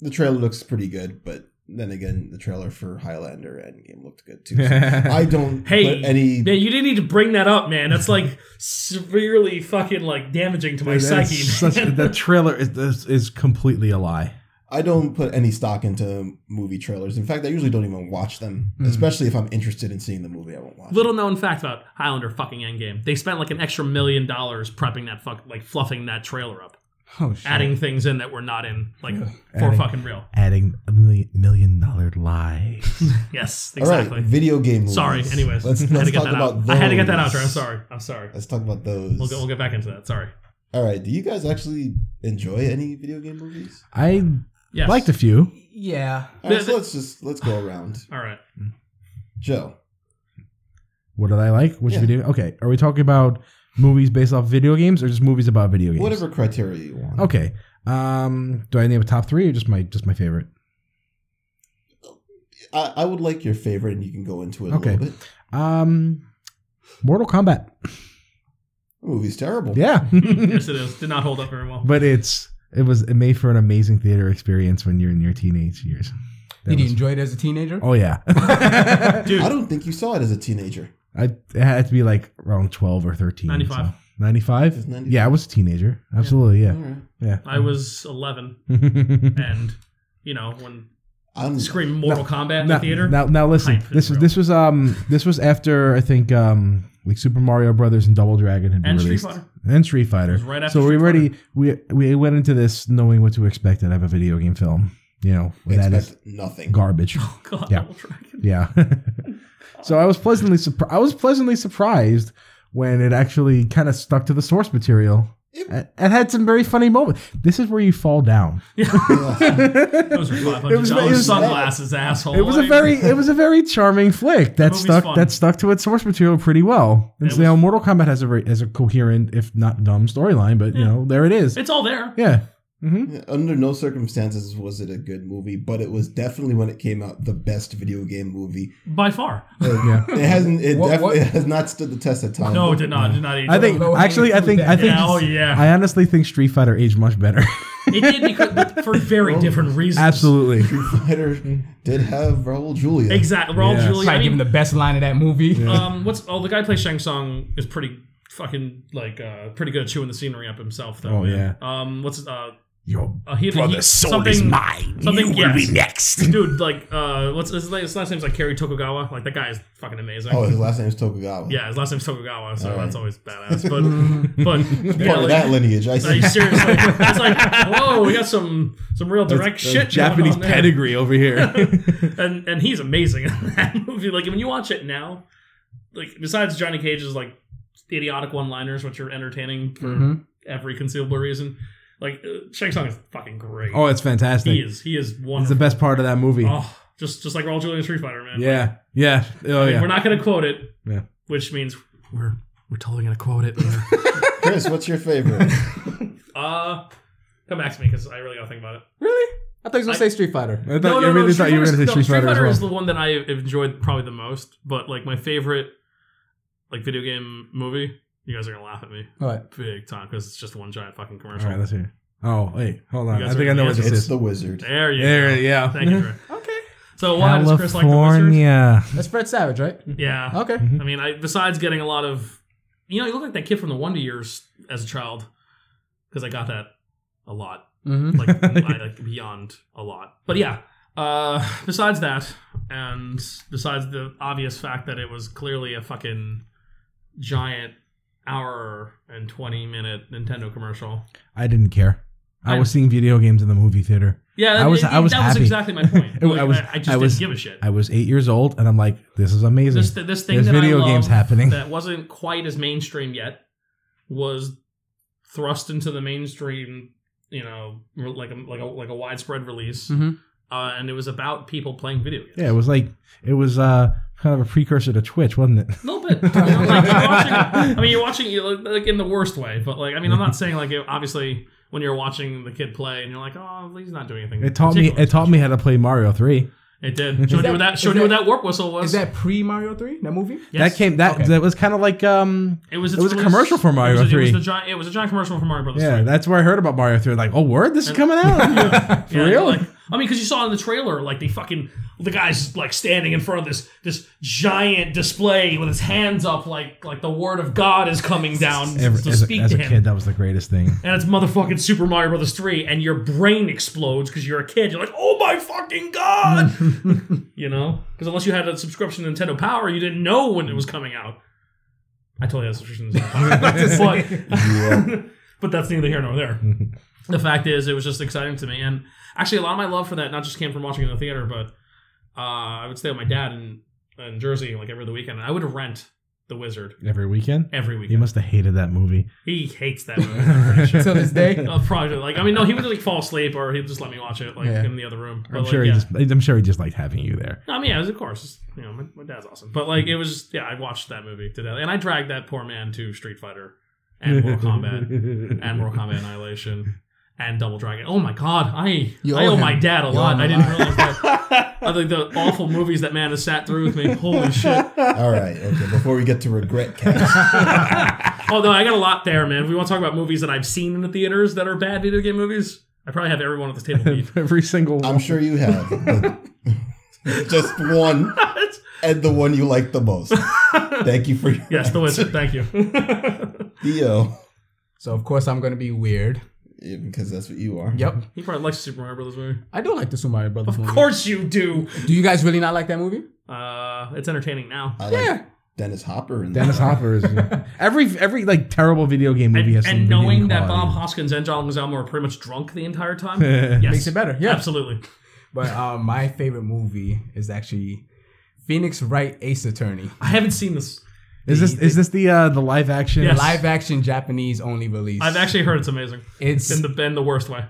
S1: the trailer looks pretty good, but then again, the trailer for Highlander Endgame looked good too. So I don't
S4: Hey,
S1: put any.
S4: man, you didn't need to bring that up, man. That's like severely fucking like damaging to my
S3: That's
S4: psyche.
S3: such-
S4: man.
S3: the trailer is, is, is completely a lie.
S1: I don't put any stock into movie trailers. In fact, I usually don't even watch them, especially if I'm interested in seeing the movie. I won't watch.
S4: Hmm. Little known fact about Highlander fucking Endgame. They spent like an extra million dollars prepping that fuck, like fluffing that trailer up,
S2: Oh, shit.
S4: adding things in that were not in, like for
S3: Adding-
S4: fucking real.
S3: Adding a million, million dollar lie.
S4: Yes,
S1: All right,
S4: exactly.
S1: video game. Movies.
S4: Sorry. Anyways,
S1: let's,
S4: I had
S1: let's
S4: to get
S1: talk
S4: that
S1: about.
S4: out. I had to get that out.
S1: those.
S4: Trey. I'm sorry. I'm sorry.
S1: Let's talk about those.
S4: We'll get, we'll get back into that. Sorry.
S1: All right. Do you guys actually enjoy any video game movies?
S3: I
S4: Yes.
S3: liked a few.
S2: Yeah.
S1: All right, so
S4: Yeah, the-
S1: let's just let's go around.
S4: All right.
S1: Joe,
S3: What did I like? Which
S1: Yeah.
S3: video? Okay, are we talking about movies based off video games or just movies about video games?
S1: Whatever criteria you want.
S3: Okay. Um, do I name a top three or just my just my favorite?
S1: I, I would like your favorite, and you can go into it a
S3: Okay.
S1: little bit.
S3: Um, Mortal Kombat.
S1: The movie's terrible.
S3: Yeah,
S4: yes, it is. Did not hold up very well.
S3: but it's it was it made for an amazing theater experience when you're in your teenage years. That
S5: Did you
S3: was-
S5: enjoy it as a teenager?
S3: oh yeah,
S1: I don't think you saw it as a teenager.
S3: I it had to be like around twelve or thirteen.
S4: 95.
S3: Ninety
S1: It's
S3: five.
S1: 95.
S3: Yeah, I was a teenager. Absolutely. Yeah.
S1: All right.
S3: Yeah.
S4: I was 11, and you know when
S1: I'm,
S4: Scream Mortal Kombat in
S3: now,
S4: the theater.
S3: Now, now listen.
S4: Hype is
S3: This was
S4: real.
S3: this was um this was after I think um like Super Mario Brothers and Double Dragon had been
S4: And Street
S3: released.
S4: Fighter.
S3: And Street Fighter.
S4: was right after
S3: so we
S4: Street
S3: already we we went into this knowing what to expect out of a video game film. You know that is
S1: expect nothing.
S3: garbage.
S4: God,
S3: Yeah.
S4: Double Dragon.
S3: Yeah. so I was pleasantly surprised. I was pleasantly surprised when it actually kind of stuck to the source material. And and had some very funny moments. This is where you fall down.
S4: Those were
S3: It was-
S4: $500
S3: it was-
S4: sunglasses, asshole.
S3: It was a
S4: Like,
S3: very, it was a very charming flick that
S4: movie's
S3: stuck
S4: fun.
S3: that stuck to its source material pretty well. And
S4: It
S3: so now Mortal Kombat has a very, has a coherent, if not dumb, storyline. But you know, there it is.
S4: It's all there.
S3: Yeah,
S1: Under no circumstances was it a good movie, but it was definitely when it came out the best video game movie.
S4: By far.
S3: Hmm.
S1: It hasn't. It
S5: What-
S1: definitely
S5: what-
S1: has not stood the test of time.
S4: No, it did not. It did not age.
S3: I think
S5: Low-hanging
S3: actually, I
S5: fruit
S3: think I
S5: there.
S3: think
S4: Yeah, oh, yeah.
S3: I honestly think Street Fighter aged much better.
S4: it did because, for very different reasons.
S3: Oh, Absolutely.
S1: Fighter
S3: Hmm.
S1: did have Raul Julia.
S4: Exactly. Raul
S3: Yeah.
S4: Julia.
S5: Probably
S4: I
S5: give him
S4: mean,
S5: the best line of that movie.
S4: um, what's oh the guy who plays Shang Tsung is pretty fucking like uh pretty good at chewing the scenery up himself though.
S3: Oh,
S4: man. Um, what's uh.
S3: Your
S4: Uh, he, he, something, mine. Something, yes. dude. Like, uh, what's his, name? his last name's like Kerry Tokugawa. Like that guy is fucking amazing.
S1: Oh, his last name is Tokugawa.
S4: Yeah, his last name's Tokugawa, so
S1: All right.
S4: that's always badass. But but yeah,
S1: part of that
S4: like,
S1: lineage. I see.
S4: like, seriously, it's like whoa, we got some some real direct shit.
S3: Japanese
S4: going on there.
S3: pedigree over here.
S4: and and he's amazing in that movie. Like when you watch it now, like besides Johnny Cage's like idiotic one-liners, which are entertaining for
S2: Mm-hmm.
S4: every conceivable reason, like uh, Shang Tsung is fucking great.
S3: oh, it's fantastic.
S4: he is he is
S3: It's the
S4: wonderful.
S3: best part of that movie.
S4: Oh, just just like Raul Julia in Street Fighter, man.
S3: yeah. Yeah. Oh,
S4: I mean,
S3: yeah.
S4: We're not gonna quote it,
S3: Yeah.
S4: which means we're we're totally gonna quote it.
S1: Chris, what's your favorite?
S4: uh, come back to me because I really gotta think about it.
S5: Really? I thought he was gonna
S4: I-
S5: say Street Fighter.
S3: I thought you really thought you were going to
S4: Fighter's-
S3: say
S4: no,
S3: Street Fighter as
S4: is
S3: well.
S4: the one that I enjoyed probably the most, but like my favorite like video game movie. You guys are gonna laugh at me
S5: What?
S4: big time because it's just one giant fucking
S3: All
S4: commercial.
S3: right, let's hear. it. Oh, wait, hold on.
S4: You
S3: I
S4: guys
S3: think
S4: are
S3: I know what
S4: gonna
S3: this
S1: it's
S3: is.
S1: the wizard.
S4: there you
S3: There,
S4: go.
S3: yeah.
S4: Thank you. Drew.
S5: Okay.
S4: So why does Chris like the wizard?
S3: California.
S5: That's Fred Savage, right?
S4: Yeah.
S5: Okay.
S4: I mean, I besides getting a lot of, you know, you look like that kid from the Wonder Years as a child because I got that a lot,
S5: Mm-hmm.
S4: like, I, like beyond a lot. But yeah, uh, besides that, and besides the obvious fact that it was clearly a fucking giant hour and twenty minute Nintendo commercial.
S3: I didn't care. I
S4: I-
S3: was seeing video games in the movie theater.
S4: Yeah,
S3: I was-
S4: that-
S3: I was
S4: that was
S3: happy.
S4: exactly my point.
S3: I
S4: Like,
S3: was-
S4: I, I just
S3: I was-
S4: didn't give a shit.
S3: I was eight years old, and I'm like, "This is amazing."
S4: this, th- this thing
S3: There's
S4: that
S3: video
S4: I love
S3: games happening.
S4: that wasn't quite as mainstream yet was thrust into the mainstream you know re- like a like a like a widespread release
S5: Mhm.
S4: uh, and it was about people playing video games
S3: Mm-hmm. yeah, it was like it was uh, kind of a precursor to Twitch, wasn't it?
S4: a little bit you know, like, you're watching, i mean you're watching you look- like in the worst way but like i mean i'm not saying like it, obviously when you're watching the kid play and you're like oh he's not doing anything
S3: It taught me.
S4: particular.
S3: It taught me how to play Mario Three.
S4: it did showed
S5: that-
S4: you what that
S5: is
S4: showed you what
S5: that-
S4: that warp whistle was
S5: Is that pre Mario Three? That movie?
S4: Yes.
S3: That came. That
S5: Okay.
S3: that was kind of like um.
S4: it was,
S3: it
S4: its
S3: was a
S4: release-
S3: commercial for
S4: it was
S3: Mario
S4: a- it was,
S3: 3.
S4: the giant, it was a giant commercial for mario brothers 3
S3: Yeah, that's where I heard about Mario Three. Like, oh, word, this is coming out for
S4: Yeah,
S3: real.
S4: Like, I mean, because you saw in the trailer, like the fucking the guy's like standing in front of this this giant display with his hands up, like like the word of God is coming down
S3: Ever-
S4: to
S3: as a,
S4: speak
S3: as
S4: to
S3: a
S4: him.
S3: kid, that was the greatest thing.
S4: And it's motherfucking Super Mario Brothers three, and your brain explodes because you're a kid. You're like, oh my fucking god, you know? Because unless you had a subscription to Nintendo Power, you didn't know when it was coming out. I totally had a subscription to Nintendo Power, but, but that's neither here nor there the fact is it was just exciting to me and actually a lot of my love for that not just came from watching it in the theater but uh, i would stay with my dad in, in jersey like every other weekend and i would rent the the wizard
S3: Every weekend?
S4: every week.
S3: You must have hated that movie.
S4: He hates that movie. I'm pretty sure.
S2: Till this day.
S4: Uh, probably like I mean, no, he would like fall asleep or he'd just let me watch it like
S2: Yeah.
S4: in the other room. But,
S3: I'm
S4: like,
S3: sure
S4: yeah.
S3: he just I'm sure he just liked having you there.
S4: No, I mean, yeah, it was, of course. It's- you know, my, my dad's awesome, but like it was just yeah. I watched that movie to that, and I dragged that poor man to Street Fighter and Mortal Kombat and Mortal Kombat Annihilation and Double Dragon. Oh my God, I
S2: You
S4: I
S2: owe
S4: owe
S2: him.
S4: my dad a
S2: You owe
S4: lot.
S2: him
S4: I
S2: a
S4: didn't
S2: lot.
S4: realize that. I think the awful movies that man has sat through with me. Holy shit.
S1: All right, okay. Before we get to regret cast,
S4: Oh no, I got a lot there, man. If we want to talk about movies that I've seen in the theaters that are bad video game movies, I probably have everyone at this table beat.
S3: Every single one.
S1: I'm sure you have but just one, and the one you like the most. Thank you for your
S4: yes, the wizard. Thank you.
S1: Theo,
S2: So of course I'm gonna be weird.
S1: Yeah, because that's what you are.
S2: Yep.
S4: he probably likes the Super Mario Brothers movie.
S2: I do like the Super Mario Brothers
S4: Of
S2: movie.
S4: course you do.
S2: Do you guys really not like that movie?
S4: Uh, it's entertaining now.
S1: I like
S2: Yeah.
S1: Dennis Hopper and
S3: Dennis Hopper is every every like terrible video game
S4: And,
S3: movie has some
S4: and
S3: redeeming
S4: knowing that Bob
S3: quality.
S4: Hoskins and John Leguizamo are pretty much drunk the entire time, yes,
S2: Makes it better. Yeah.
S4: Absolutely.
S2: But um, my favorite movie is actually Phoenix Wright Ace Attorney.
S4: I haven't seen this.
S3: is this is this the uh, the live action?
S4: Yes.
S2: Live action Japanese only release.
S4: I've actually heard it's amazing.
S2: it's
S4: In the in the worst way.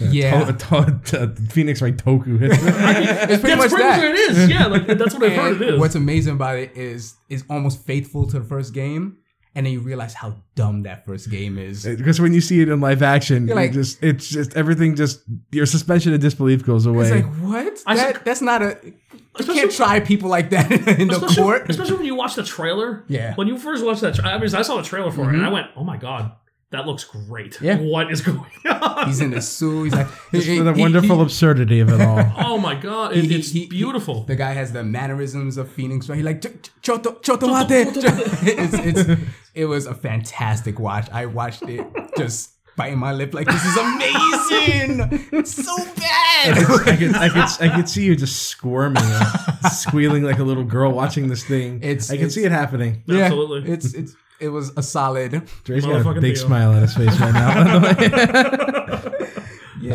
S2: yeah.
S3: Oh, to- to- Phoenix Wright Toku.
S2: it's pretty much
S4: that's pretty much
S2: that.
S4: what it is. Yeah, like that's what I've heard
S2: And
S4: it is.
S2: what's amazing about it is it's almost faithful to the first game, and then you realize how dumb that first game is.
S3: Because when you see it in live action,
S2: You're
S3: you
S2: like-
S3: just it's just everything just your suspension of disbelief goes
S2: It's
S3: away.
S2: like what?
S4: I
S2: that,
S4: should-
S2: that's not a. You
S4: Especially-
S2: can't try people like that in the
S4: especially,
S2: court.
S4: especially when you watch the trailer.
S2: Yeah. Mm-hmm.
S4: When you first watched that, tra- I mean, I saw the trailer for it, and I went, "Oh my god, that looks great!
S2: Yeah.
S4: What is going on?
S2: He's in the zoo. He's like
S3: Just
S2: he-
S3: for the
S2: he-
S3: wonderful
S2: he-
S3: absurdity of it all.
S4: oh my god, it,
S2: he-
S4: it's
S2: he- he-
S4: beautiful."
S2: the guy has the mannerisms of Phoenix. Right? He like "Ch- ch- choto choto mate. It's it's it was a fantastic watch. I watched it just biting my lip like this is amazing. It's so bad.
S3: I could, I could I could see you just squirming, uh, squealing like a little girl watching this thing.
S2: It's-
S3: I can
S2: it's-
S3: see it happening.
S2: Yeah,
S4: Absolutely.
S2: It's it's it was a solid.
S3: Dre's got a
S4: Motherfucking
S3: big
S4: deal.
S3: smile on his face right now.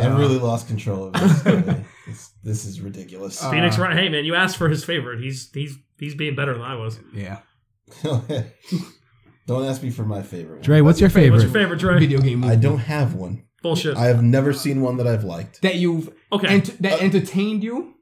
S1: I really lost control of this. story. this, this is ridiculous.
S3: Uh,
S4: Phoenix Wright. Hey man, you asked for his favorite. He's he's he's being better than I was.
S2: Yeah.
S1: don't ask me for my favorite. One.
S3: Dre, what's your favorite?
S4: What's your favorite Dre?
S2: Video game movie
S1: I don't have one.
S4: Bullshit.
S1: I have never seen one that I've liked.
S2: that you've
S4: Okay.
S2: ent- that entertained you.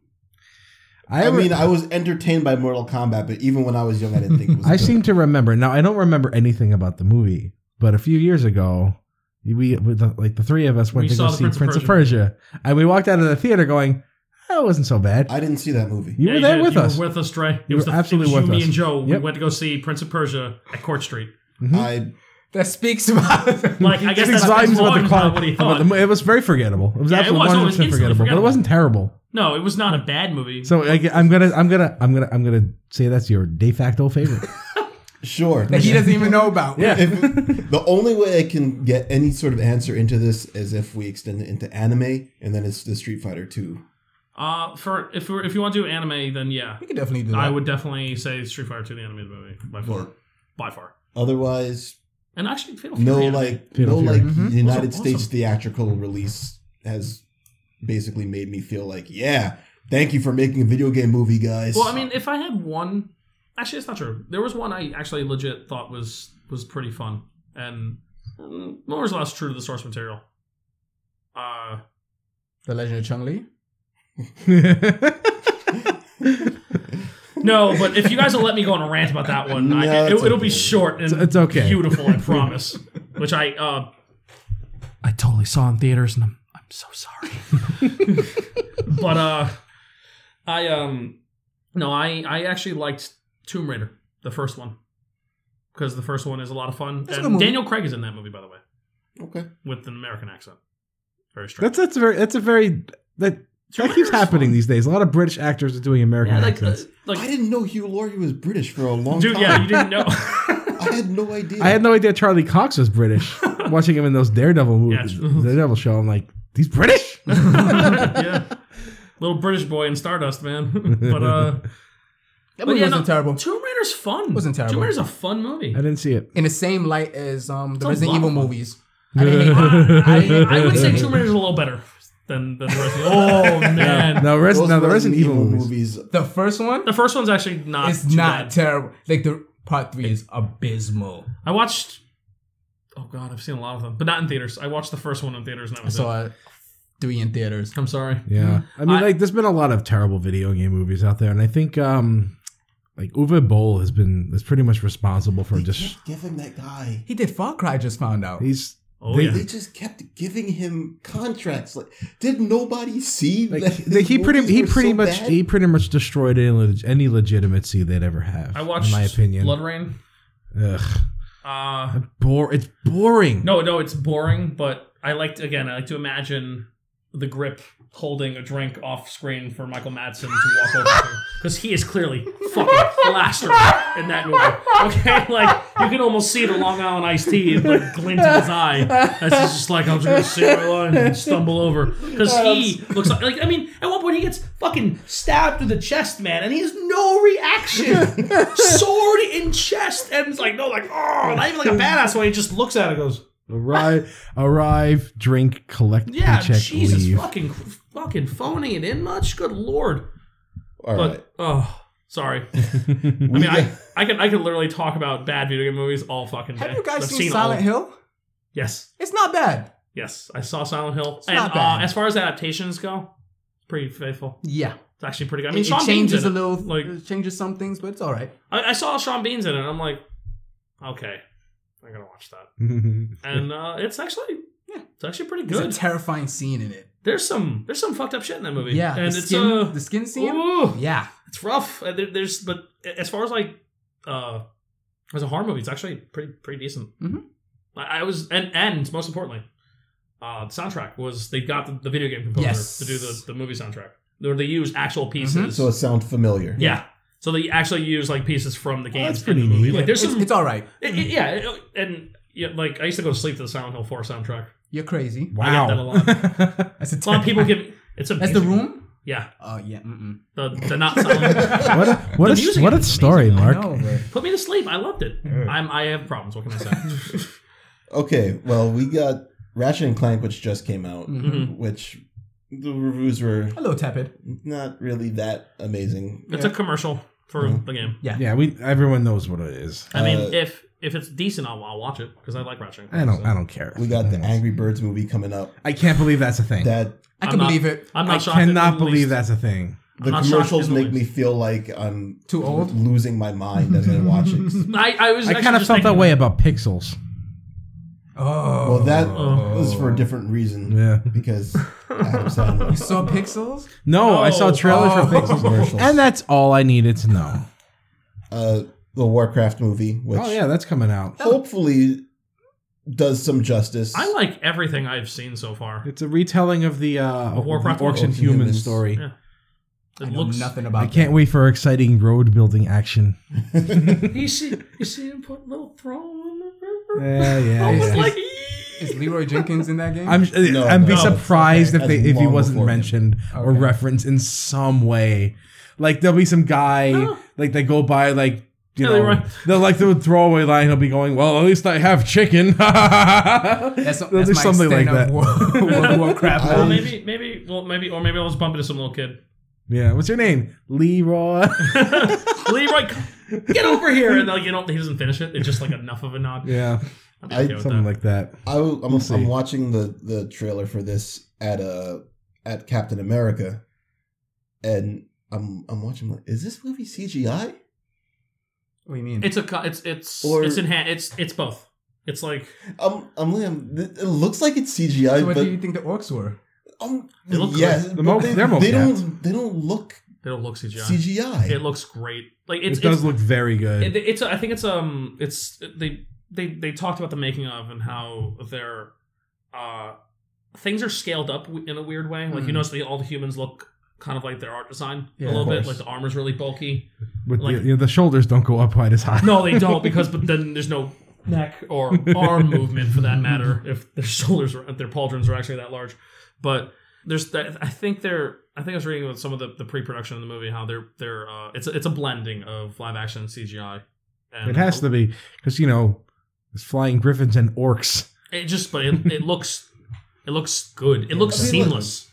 S1: I,
S3: re-
S1: mean, I was entertained by Mortal Kombat, but even when I was young, I didn't think it was.
S3: I
S1: good.
S3: seem to remember now. I don't remember anything about the movie, but a few years ago, we with the, like the three of us went
S4: We
S3: to
S4: saw
S3: go
S4: the
S3: see
S4: Prince
S3: Prince,
S4: of
S3: of, Persia. and we walked out of the theater going, "That wasn't so bad."
S1: I didn't see that movie.
S3: you
S4: Yeah,
S3: were there
S4: did.
S3: with
S4: You
S3: us.
S4: Were with us, Dre. It
S3: You
S4: was
S3: were
S4: the, absolutely
S3: absolutely
S4: it was
S3: with
S4: you, me,
S3: us.
S4: and Joe. We
S3: Yep.
S4: went to go see Prince of Persia at Court Street.
S3: Mm-hmm.
S1: I
S2: That speaks about
S4: Like I guess
S3: Speaks
S4: that's
S3: volumes about
S4: volumes about
S3: the quality.
S4: what he
S3: about
S4: thought.
S3: the mo- it was very forgettable. It was
S4: Yeah, it
S3: absolutely
S4: was. Oh, it
S3: one
S4: was
S3: hundred percent
S4: instantly
S3: forgettable, but it
S4: forgettable.
S3: wasn't terrible.
S4: no, it was not a bad movie.
S3: So I, am gonna, I'm gonna, I'm gonna, I'm gonna say that's your de facto favorite.
S1: sure.
S2: that he doesn't even know about.
S3: yeah,
S1: If- the only way I can get any sort of answer into this is if we extend it into anime, and then it's the Street Fighter Two.
S4: Uh, for if we're, if you want to do anime, then yeah,
S2: We could definitely do that.
S4: I would definitely say Street Fighter Two, the animated movie, by far, by far.
S1: Otherwise,
S4: And actually, Fatal
S1: no
S4: Fury anime.
S1: like
S3: Fatal
S1: no
S3: Fury.
S1: like United
S4: Awesome,
S1: States
S4: awesome.
S1: theatrical release has basically made me feel like yeah, thank you for making a video game movie, guys.
S4: Well, I mean, if I had one, actually, it's not true. There was one I actually legit thought was was pretty fun, and mm, more or less true to the source material. Uh,
S2: The Legend of Chung Li.
S4: no, but if you guys will let me go on a rant about that one, I,
S1: No,
S4: it,
S1: it's
S4: it'll
S1: okay.
S4: be short and
S3: It's- it's okay.
S4: beautiful, I promise. Which I uh, I totally saw in theaters, and I'm I'm so sorry. but uh, I um, no, I I actually liked Tomb Raider, the first one, because the first one is a lot of fun.
S2: That's a good
S4: And
S2: movie.
S4: Daniel Craig is in that movie, by the way,
S1: okay,
S4: with an American accent. Very strange.
S3: that's that's a very, that's a very that
S4: Tomb
S3: that keeps
S4: Raider's
S3: happening
S4: fun.
S3: these days. A lot of British actors are doing American
S4: Yeah, like, uh,
S3: accents.
S1: I
S4: like
S1: didn't know Hugh Laurie was British for a long
S4: dude,
S1: time.
S4: yeah, you didn't know.
S1: I had no
S4: uh,
S1: idea.
S3: I had no idea Charlie Cox was British. Watching him in those Daredevil movies,
S4: Yeah, it's-
S3: Daredevil show, I'm like, he's British.
S4: yeah. Little British boy in Stardust, man. but uh
S2: That
S4: But
S2: movie
S4: yeah,
S2: wasn't
S4: no-
S2: terrible.
S4: Tomb Raider's fun.
S2: Wasn't terrible.
S4: Tomb Raider's a fun movie.
S3: I didn't see it.
S2: In the same light as um, the
S4: a
S2: Resident
S4: lot
S2: Evil
S4: of fun.
S2: movies. I didn't hate
S4: I, I would say Tomb Raider's a little better than, than the rest of Oh man.
S3: No, res,
S1: Those
S3: no the Resident Evil movies.
S1: movies.
S2: The first one
S4: The first one's actually not
S2: it's
S4: too
S2: not
S4: bad.
S2: terrible. Like the Part three is abysmal.
S4: I watched. Oh god, I've seen a lot of them, but not in theaters. I watched the first one in theaters, and that
S2: I
S4: was it.
S2: saw it three in theaters.
S4: I'm sorry.
S3: Yeah. I mean,
S4: Mm-hmm. I-
S3: like, there's been a lot of terrible video game movies out there, and I think, um, like Uwe Boll has been is pretty much responsible for
S1: They
S3: just
S1: kept giving that guy.
S2: He did Far Cry. I Just found out.
S3: he's
S4: Oh
S3: They-
S4: yeah.
S1: They just kept giving him contracts. Like, did nobody see
S3: like
S1: that?
S3: he- he
S1: his
S3: pretty
S1: movies
S3: he
S1: were
S3: pretty
S1: so
S3: much
S1: bad?
S3: he pretty much destroyed any, leg- any legitimacy they'd ever have.
S4: I watched
S3: in my opinion.
S4: Blood Rain.
S3: Ugh,
S4: Uh,
S3: bore it's boring.
S4: No, no, it's boring, but I like to, again, I like to imagine the grip holding a drink off screen for Michael Madsen to walk over to. Because he is clearly fucking plastered in that movie. Okay? Like, you can almost see the Long Island iced tea, like, glint in his eye. As he's just like, I'm just gonna sit my line and stumble over. Because he looks like, like, I mean, at one point he gets fucking stabbed through the chest, man, and he has no reaction. Sword in chest, and it's like, no, like, oh, not even like a badass way. He just looks at it and goes,
S3: Arrive, arrive, drink, collect
S4: yeah,
S3: paycheck,
S4: Jesus,
S3: leave.
S4: fucking, fucking phoning it in much. Good lord.
S1: All
S4: but
S1: right.
S4: oh, sorry. I mean, I, I can, I can literally talk about bad video game movies all fucking day.
S2: Have you
S4: I've
S2: guys
S4: seen
S2: seen
S4: all
S2: Silent
S4: of-
S2: Hill?
S4: Yes,
S2: It's not bad.
S4: yes, I saw Silent Hill.
S2: It's
S4: and
S2: not
S4: uh,
S2: bad.
S4: as far as adaptations go, pretty faithful.
S2: Yeah,
S4: It's actually pretty good. I
S2: I
S4: mean,
S2: mean, it,
S4: Sean
S2: it changes
S4: Bean's in
S2: a little,
S4: It. Like,
S2: it changes some things, but it's all right.
S4: I, I saw Sean Bean's in it, and I'm like, okay, I'm gonna watch that. And uh, it's actually, yeah, it's actually pretty
S2: There's
S4: good.
S2: a terrifying scene in it.
S4: there's some, there's some fucked up shit in that movie.
S2: Yeah,
S4: and
S2: the
S4: it's
S2: skin,
S4: uh,
S2: the skin scene.
S4: ooh.
S2: Yeah,
S4: it's rough. Uh, There, there's but as far as like uh as a horror movie, it's actually pretty pretty decent.
S2: Mhm.
S4: I, I was and and most importantly, uh, the soundtrack was they got the, the video game composer
S2: Yes.
S4: to do the, the movie soundtrack. Or they use actual pieces.
S1: so it sounds familiar.
S4: yeah. So they actually use like pieces from the games
S3: that's
S4: in the
S3: pretty
S4: movie.
S3: neat.
S4: Like there's
S2: it's,
S4: some
S2: it's all right.
S4: it- it- yeah, it- and yeah, like I used to go to sleep to the Silent Hill 4 soundtrack.
S2: You're crazy.
S4: I get that a
S3: wow.
S4: lot.
S2: That's
S4: A lot of people give it's a
S2: That's the room.
S4: Yeah.
S2: Oh yeah. Mm-mm.
S4: The, the not silent.
S3: what a what
S4: The
S3: a
S4: music
S3: what a
S4: is
S3: story, Mark.
S2: I know, but
S4: Put me to sleep. I loved it. I'm I have problems, what can I say?
S1: Okay. Well, we got Ratchet and Clank, which just came out,
S3: Mm-hmm.
S4: Mhm.
S1: which the reviews were
S2: a little tepid.
S1: not really that amazing.
S4: It's a commercial for the game.
S3: Yeah, we everyone knows what it is.
S4: I mean,
S1: Uh,
S4: if if it's decent, I'll, I'll watch it because I like Ratchet. and
S3: I
S4: Clank,
S3: don't
S4: so.
S3: I don't care.
S1: We got the Angry Birds movie coming up.
S3: I can't believe that's a thing.
S1: That
S2: I
S4: I'm
S2: can
S4: not-
S2: believe it.
S4: I'm
S3: I
S4: not shocked.
S3: cannot
S4: at the
S3: believe
S4: least.
S3: that's a thing.
S1: the
S4: not shocked
S1: commercials
S4: in the
S1: make me
S4: least.
S1: feel like I'm
S2: Too old?
S1: losing my mind as I watch it.
S4: I, I was.
S3: I
S4: actually
S3: kind of
S4: just
S3: felt that
S4: thinking-
S3: way about Pixels.
S2: Oh,
S1: Well, that was for a different reason.
S3: Yeah.
S1: Because Adam Sandler.
S2: saw pixels.
S3: No, I saw
S4: Oh.
S3: a trailer for
S2: Oh.
S3: Pixels.
S1: commercials.
S3: And that's all I needed to know.
S1: uh, the Warcraft movie, which
S3: Oh yeah, that's coming out.
S1: hopefully does some justice.
S4: I like everything I've seen so far.
S3: It's a retelling of the uh
S4: Of Warcraft
S3: the orcs and
S1: Orcs and
S3: humans
S1: humans.
S3: story.
S4: Yeah. It
S2: I know
S4: looks
S2: nothing
S3: I
S2: about.
S3: can't wait for exciting road building action.
S4: You see, you see him put little throne on the river.
S3: Yeah, yeah,
S4: I was
S3: yeah.
S4: like,
S2: That. Is Leroy Jenkins in that game?
S3: I'm
S1: No,
S3: I'd be
S4: no.
S3: surprised
S1: Okay.
S3: if they
S1: That's
S3: if he
S1: long
S3: wasn't
S1: before him.
S3: mentioned or
S2: Okay.
S3: referenced in some way. Like there'll be some guy like they go by like you
S4: Yeah, they
S3: know
S4: run-
S3: they'll like the throwaway line he'll be going well at least I have chicken.
S2: that's
S3: that's
S2: that's my something like that. War, World of Warcraft.
S4: well,
S2: knowledge.
S4: maybe, maybe, well, maybe, or maybe I'll just bump into some little kid.
S3: Yeah, what's your name? Leroy.
S4: Leroy, come- get over here! And like, you know, he doesn't finish it. It's just like enough of a nod.
S3: yeah,
S4: I'm okay with
S3: something
S4: that.
S3: like that.
S1: I, am
S3: see.
S1: I'm watching the the trailer for this at uh at Captain America, and I'm I'm watching. Like, is this movie CGI?
S2: What do you mean?
S4: it's a, co- it's, it's,
S1: Or-
S4: it's enhanced. It's, it's both. It's like
S1: I'm I'm, I'm it looks like it's CGI,
S2: so what
S1: but
S2: do you think the orcs were?
S1: um,
S4: They look
S1: yes,
S3: good.
S1: but
S3: Mo-
S1: they,
S3: they're
S1: they
S3: mocap.
S1: don't they don't look
S4: they don't look CGI.
S1: CGI.
S4: It looks great. Like it's,
S3: it does
S4: it's,
S3: look very good.
S4: it- it's. I think it's um. It's they they they talked about the making of and how their uh things are scaled up w- in a weird way. Like
S3: Hmm.
S4: you
S2: Mm.
S4: notice the, all the humans look kind of like their art design
S2: Yeah,
S4: a
S2: of
S4: little bit. Like
S1: course.
S4: the armor's really bulky.
S3: With
S4: like-
S3: the, you know, the shoulders don't go up quite as high.
S4: No, they don't because but then there's no neck or arm movement for that matter if their shoulders are, if their pauldrons are actually that large. But there's that I think they're I think I was reading about some of the, the pre-production of the movie how they're they're uh, it's a, it's a blending of live action and CGI. And
S3: It has to be because you know it's flying griffins and orcs.
S4: It just but it, it looks it looks good. It looks
S1: I mean, like-
S4: seamless.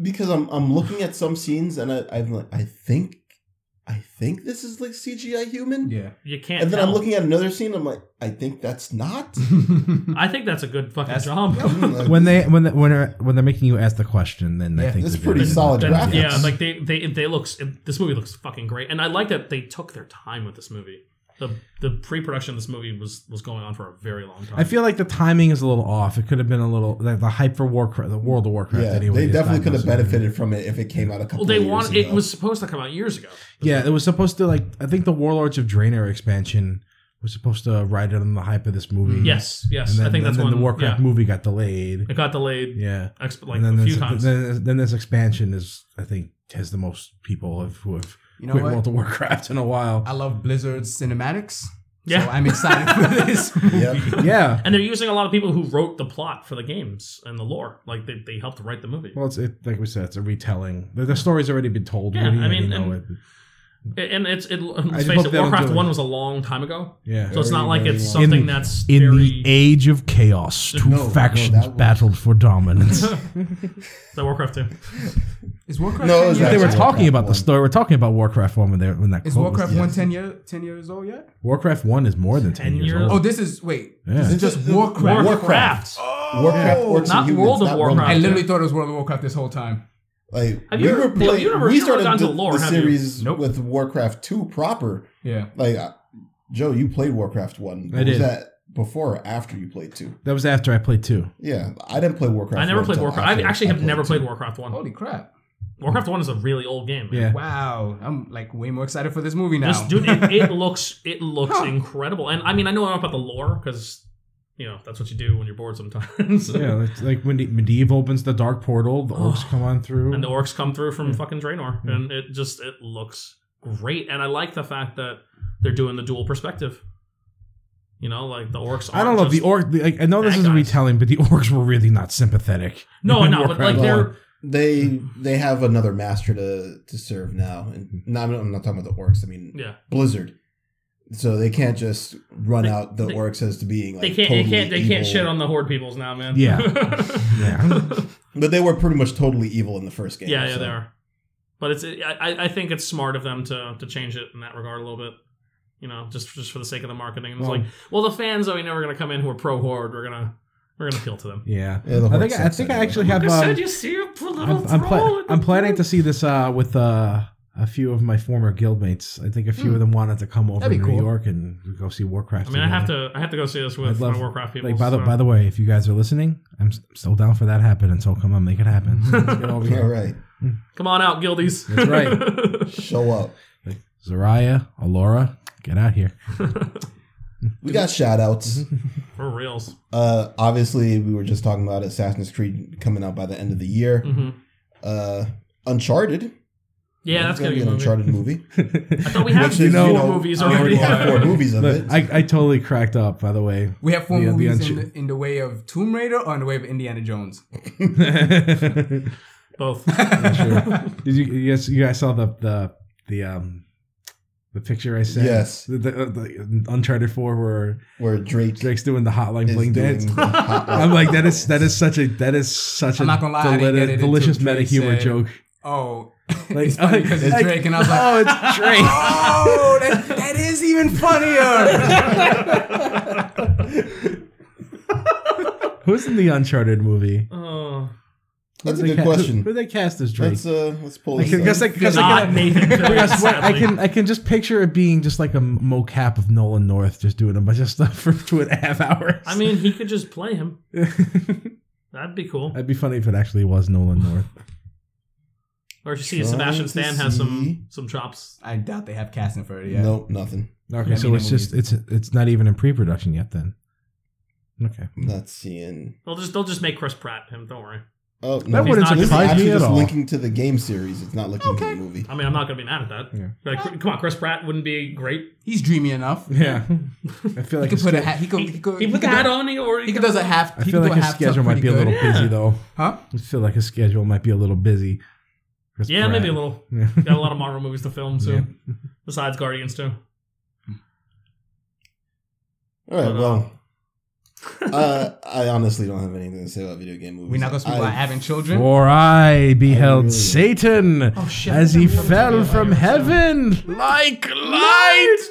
S1: because I'm I'm looking at some scenes and I, I'm like I think I think this is like CGI human.
S2: Yeah.
S4: You can't.
S1: And then I'm
S4: tell.
S1: looking at another scene. I'm like, I think that's not.
S4: I think that's a good fucking job.
S1: Like,
S3: when they when they, when they're, when they're making you ask the question, then I think
S1: that's
S3: we're
S1: pretty
S3: good.
S1: solid
S4: That-
S1: graphics.
S4: yeah, like they they they looks. This movie looks fucking great, and I like that they took their time with this movie. The the pre production of this movie was was going on for a very long time.
S3: I feel like the timing is a little off. It could have been a little like the hype for Warcraft, the World of Warcraft.
S1: yeah,
S3: anyway,
S1: they
S3: is
S1: definitely could have
S3: diagnosed with it.
S1: benefited from it if it came out a couple.
S4: well, they
S1: years
S4: wanted it
S1: ago.
S4: was supposed to come out years ago.
S3: Yeah, it was supposed to like I think the Warlords of Draenor expansion was supposed to ride on the hype of this movie.
S4: Yes, yes,
S3: and then,
S4: I think
S3: and
S4: that's
S3: then
S4: when
S3: the Warcraft
S4: yeah,
S3: movie got delayed.
S4: It got delayed
S3: Yeah,
S4: exp- like
S3: and then
S4: a few
S3: this,
S4: times.
S3: Then, then this expansion is I think has the most people of who have
S2: You know
S3: quit
S2: what?
S3: World of Warcraft in a while.
S2: I love Blizzard's cinematics.
S4: Yeah.
S2: So I'm excited for this.
S1: Yep.
S3: yeah,
S4: and they're using a lot of people who wrote the plot for the games and the lore. Like they, they helped write the movie.
S3: well, it's it, like we said, it's a retelling. The, the story's already been told.
S4: Yeah,
S3: We
S4: I
S3: already
S4: mean,
S3: know
S4: and-
S3: it.
S4: and it's it.
S3: I
S4: Let's
S3: just
S4: face
S3: hope
S4: it,
S3: they don't
S4: Warcraft
S3: do it.
S4: One was a long time ago,
S3: Yeah,
S4: so it's not like it's
S1: Very,
S4: something
S3: In-
S4: that's
S3: In
S4: very.
S3: the age of chaos, two
S1: No, no,
S3: factions
S1: that was-
S3: battled for dominance.
S4: Is that Warcraft Two?
S2: Is Warcraft
S1: No, it
S2: 10
S1: was
S2: years
S3: they were
S1: actually Warcraft
S2: old?
S3: talking about
S1: one.
S3: the story. We're talking about Warcraft one when they when that
S2: Is
S3: quote was-
S2: Warcraft
S1: yeah.
S2: 1 10, year, 10 years old yet?
S3: Warcraft one is more than ten,
S4: 10
S3: years,
S4: years
S2: Oh,
S3: old.
S2: this is. Wait.
S3: Yeah.
S2: This is just Warcraft.
S4: Warcraft.
S1: Warcraft Orcs
S4: Oh, Not
S1: and humans,
S4: World of
S1: not
S4: Warcraft.
S2: I
S1: Roman.
S2: literally thought it was World of Warcraft this whole time.
S1: Like
S4: Have
S1: we
S4: you ever-
S1: were
S4: no, you
S1: playing.
S4: never-
S1: We
S4: you never
S1: started
S4: gone to
S1: the,
S4: lore,
S1: the
S4: have you?
S1: series
S4: Nope.
S1: with Warcraft Two proper.
S2: Yeah.
S1: Like uh, Joe, you played Warcraft One.
S3: I
S1: Was
S3: did.
S1: that before or after you played Two?
S3: That was after I played two.
S1: Yeah, I didn't play Warcraft.
S4: I never
S1: 1
S4: played
S1: till
S4: Warcraft. I
S1: after
S4: actually
S1: I
S4: have never played
S1: two.
S4: Warcraft One.
S2: Holy crap.
S4: Warcraft One is a really old game. man.
S3: Yeah.
S2: Wow. I'm like way more excited for this movie now.
S4: This dude, it, it looks it looks incredible, and I mean I know about the lore because you know that's what you do when you're bored sometimes.
S3: Yeah, it's like when the- Medivh opens the dark portal, the orcs come on through.
S4: and the orcs come through from fucking Draenor, and it just it looks great, and I like the fact that they're doing the dual perspective. You know, like the orcs.
S3: I don't
S4: aren't
S3: know
S4: just-
S3: the orc. the- Like, I know this
S4: Bad
S3: is a
S4: guys.
S3: retelling, but the orcs were really not sympathetic.
S4: No,
S3: in
S4: no, but like
S3: Warcraft
S4: they're
S3: one.
S1: They
S4: Hmm.
S1: they have another master to to serve now, and no, I'm not, I'm not talking about the orcs. I mean
S4: yeah.
S1: Blizzard, so they can't just run
S4: They-
S1: out the
S4: they-
S1: orcs as to being like
S4: They can't
S1: Totally
S4: they can't they can't
S1: evil.
S4: shit on the horde peoples now, man.
S3: Yeah. yeah,
S1: But they were pretty much totally evil in the first game.
S4: Yeah, yeah,
S1: so.
S4: they are. But it's I- I, I think it's smart of them to to change it in that regard a little bit. You know, just just for the sake of the marketing. It's like, well, the fans are you know we're gonna come in who are pro horde. We're gonna we're gonna appeal to them.
S3: yeah.
S1: Yeah, the
S3: I think
S1: orcs
S3: I think I
S1: anyway.
S3: actually have.
S4: Like I
S3: um,
S4: said, you see a little
S3: I'm, I'm, pla-
S4: troll in the
S3: I'm planning
S4: corner.
S3: to see this uh, with uh, a few of my former guildmates. I think a few of them wanted to come over to
S2: That'd
S3: New
S2: be cool.
S3: York and we go see Warcraft.
S4: Hmm. I mean, I have
S3: together.
S4: to I have to go see this
S3: I'd
S4: with
S3: love-
S4: my Warcraft people.
S3: Like by the
S4: so-
S3: by the way, if you guys are listening, I'm s- still down for that happening. So come on, make it happen. Let's get over
S1: All
S3: here.
S1: right,
S4: come on out, Guildies.
S3: That's right.
S1: show up.
S3: Zaraya, Alora, get out here.
S1: We got shout outs.
S4: for reals.
S1: Uh, obviously, we were just talking about Assassin's Creed coming out by the end of the year.
S4: hmm
S1: Uh, Uncharted.
S4: Yeah, that's
S1: It's
S4: gonna be a
S1: an
S4: movie.
S1: Uncharted movie.
S4: I thought we had
S1: Which is,
S4: four
S1: you know,
S4: movies
S1: We already
S4: already.
S1: have four movies of
S3: Look,
S1: it.
S3: I, I totally cracked up. By the way,
S2: we have four
S3: Yeah, the
S2: movies in,
S3: Unch-
S2: the, in the way of Tomb Raider or in the way of Indiana Jones.
S4: Both.
S3: Did you you guys, you guys saw the the the um the picture I sent?
S1: Yes.
S3: The, the, uh, the Uncharted Four where
S1: where Drake
S3: Drake's doing the hotline
S1: is
S3: bling
S1: doing
S3: dance.
S1: the hot-
S3: I'm like that is that is such a that is such
S2: I'm
S3: a
S2: not gonna lie, I didn't get it until
S3: delicious
S2: Drake
S3: meta humor
S2: said-
S3: joke.
S2: Oh,
S3: Like-
S2: it's funny because it's
S3: like-
S2: Drake, and I was like,
S3: Oh, it's Drake.
S2: oh, that, that is even funnier.
S3: Who's in the Uncharted movie?
S4: Oh,
S1: That's a
S3: Who they
S1: good
S3: ca-
S1: question.
S3: Who, who they cast as Drake?
S1: Let's uh, let's pull.
S3: I
S1: This
S3: can, guess I,
S1: up.
S3: guess I,
S4: not
S3: can,
S4: Nathan. Fillion,
S3: guess what, I
S4: sadly.
S3: can I can just picture it being just like a mocap of Nolan North just doing a bunch of stuff for two and a half hours.
S4: I mean, he could just play him. That'd be cool.
S3: That'd be funny if it actually was Nolan North.
S4: Or if you see
S1: Trying
S4: Sebastian
S1: to
S4: Stan has
S1: see.
S4: some some chops.
S2: I doubt they have casting for it yet.
S1: Nope, nothing.
S3: Okay,
S2: Yeah,
S3: so
S2: meaning
S3: it's just it's it's not even in pre-production yet then. Okay.
S1: Not seeing.
S4: They'll just they'll just make Chris Pratt him. Don't worry.
S1: Oh no,
S3: That wouldn't
S4: not-
S1: this is
S3: surprise
S1: actually
S3: me at
S1: just
S3: all.
S1: linking to the game series. It's not linking to the movie.
S4: I mean, I'm not gonna be mad at that.
S3: Yeah.
S4: Like, come on, Chris Pratt wouldn't be great.
S2: He's dreamy enough.
S3: Yeah. I feel
S2: He
S3: like
S2: could
S3: his
S2: put a
S3: sch-
S2: hat. He could. He, could,
S4: He put the
S2: could
S4: hat
S2: do-
S4: on, he- or
S2: He could does a half.
S3: I
S2: he
S3: feel
S2: could do
S3: like
S2: a
S3: his
S2: half tuck
S3: schedule might
S2: pretty
S3: be a little
S2: good.
S3: busy though.
S2: Huh?
S3: I feel like his schedule might be a little busy. Chris
S4: Yeah, maybe a
S3: Pratt.
S4: little.
S3: Yeah.
S4: Got a lot of Marvel movies to film too,
S3: Yeah.
S4: besides Guardians too.
S1: All right,
S4: But, uh,
S1: well, uh, I honestly don't have anything to say about video game movies.
S2: We're not gonna speak about
S1: I-
S2: having children.
S3: For I beheld
S1: really-
S3: Satan
S4: Oh, shit.
S3: as he
S4: I thought we were
S3: fell
S4: talking
S3: from
S4: about
S3: heaven like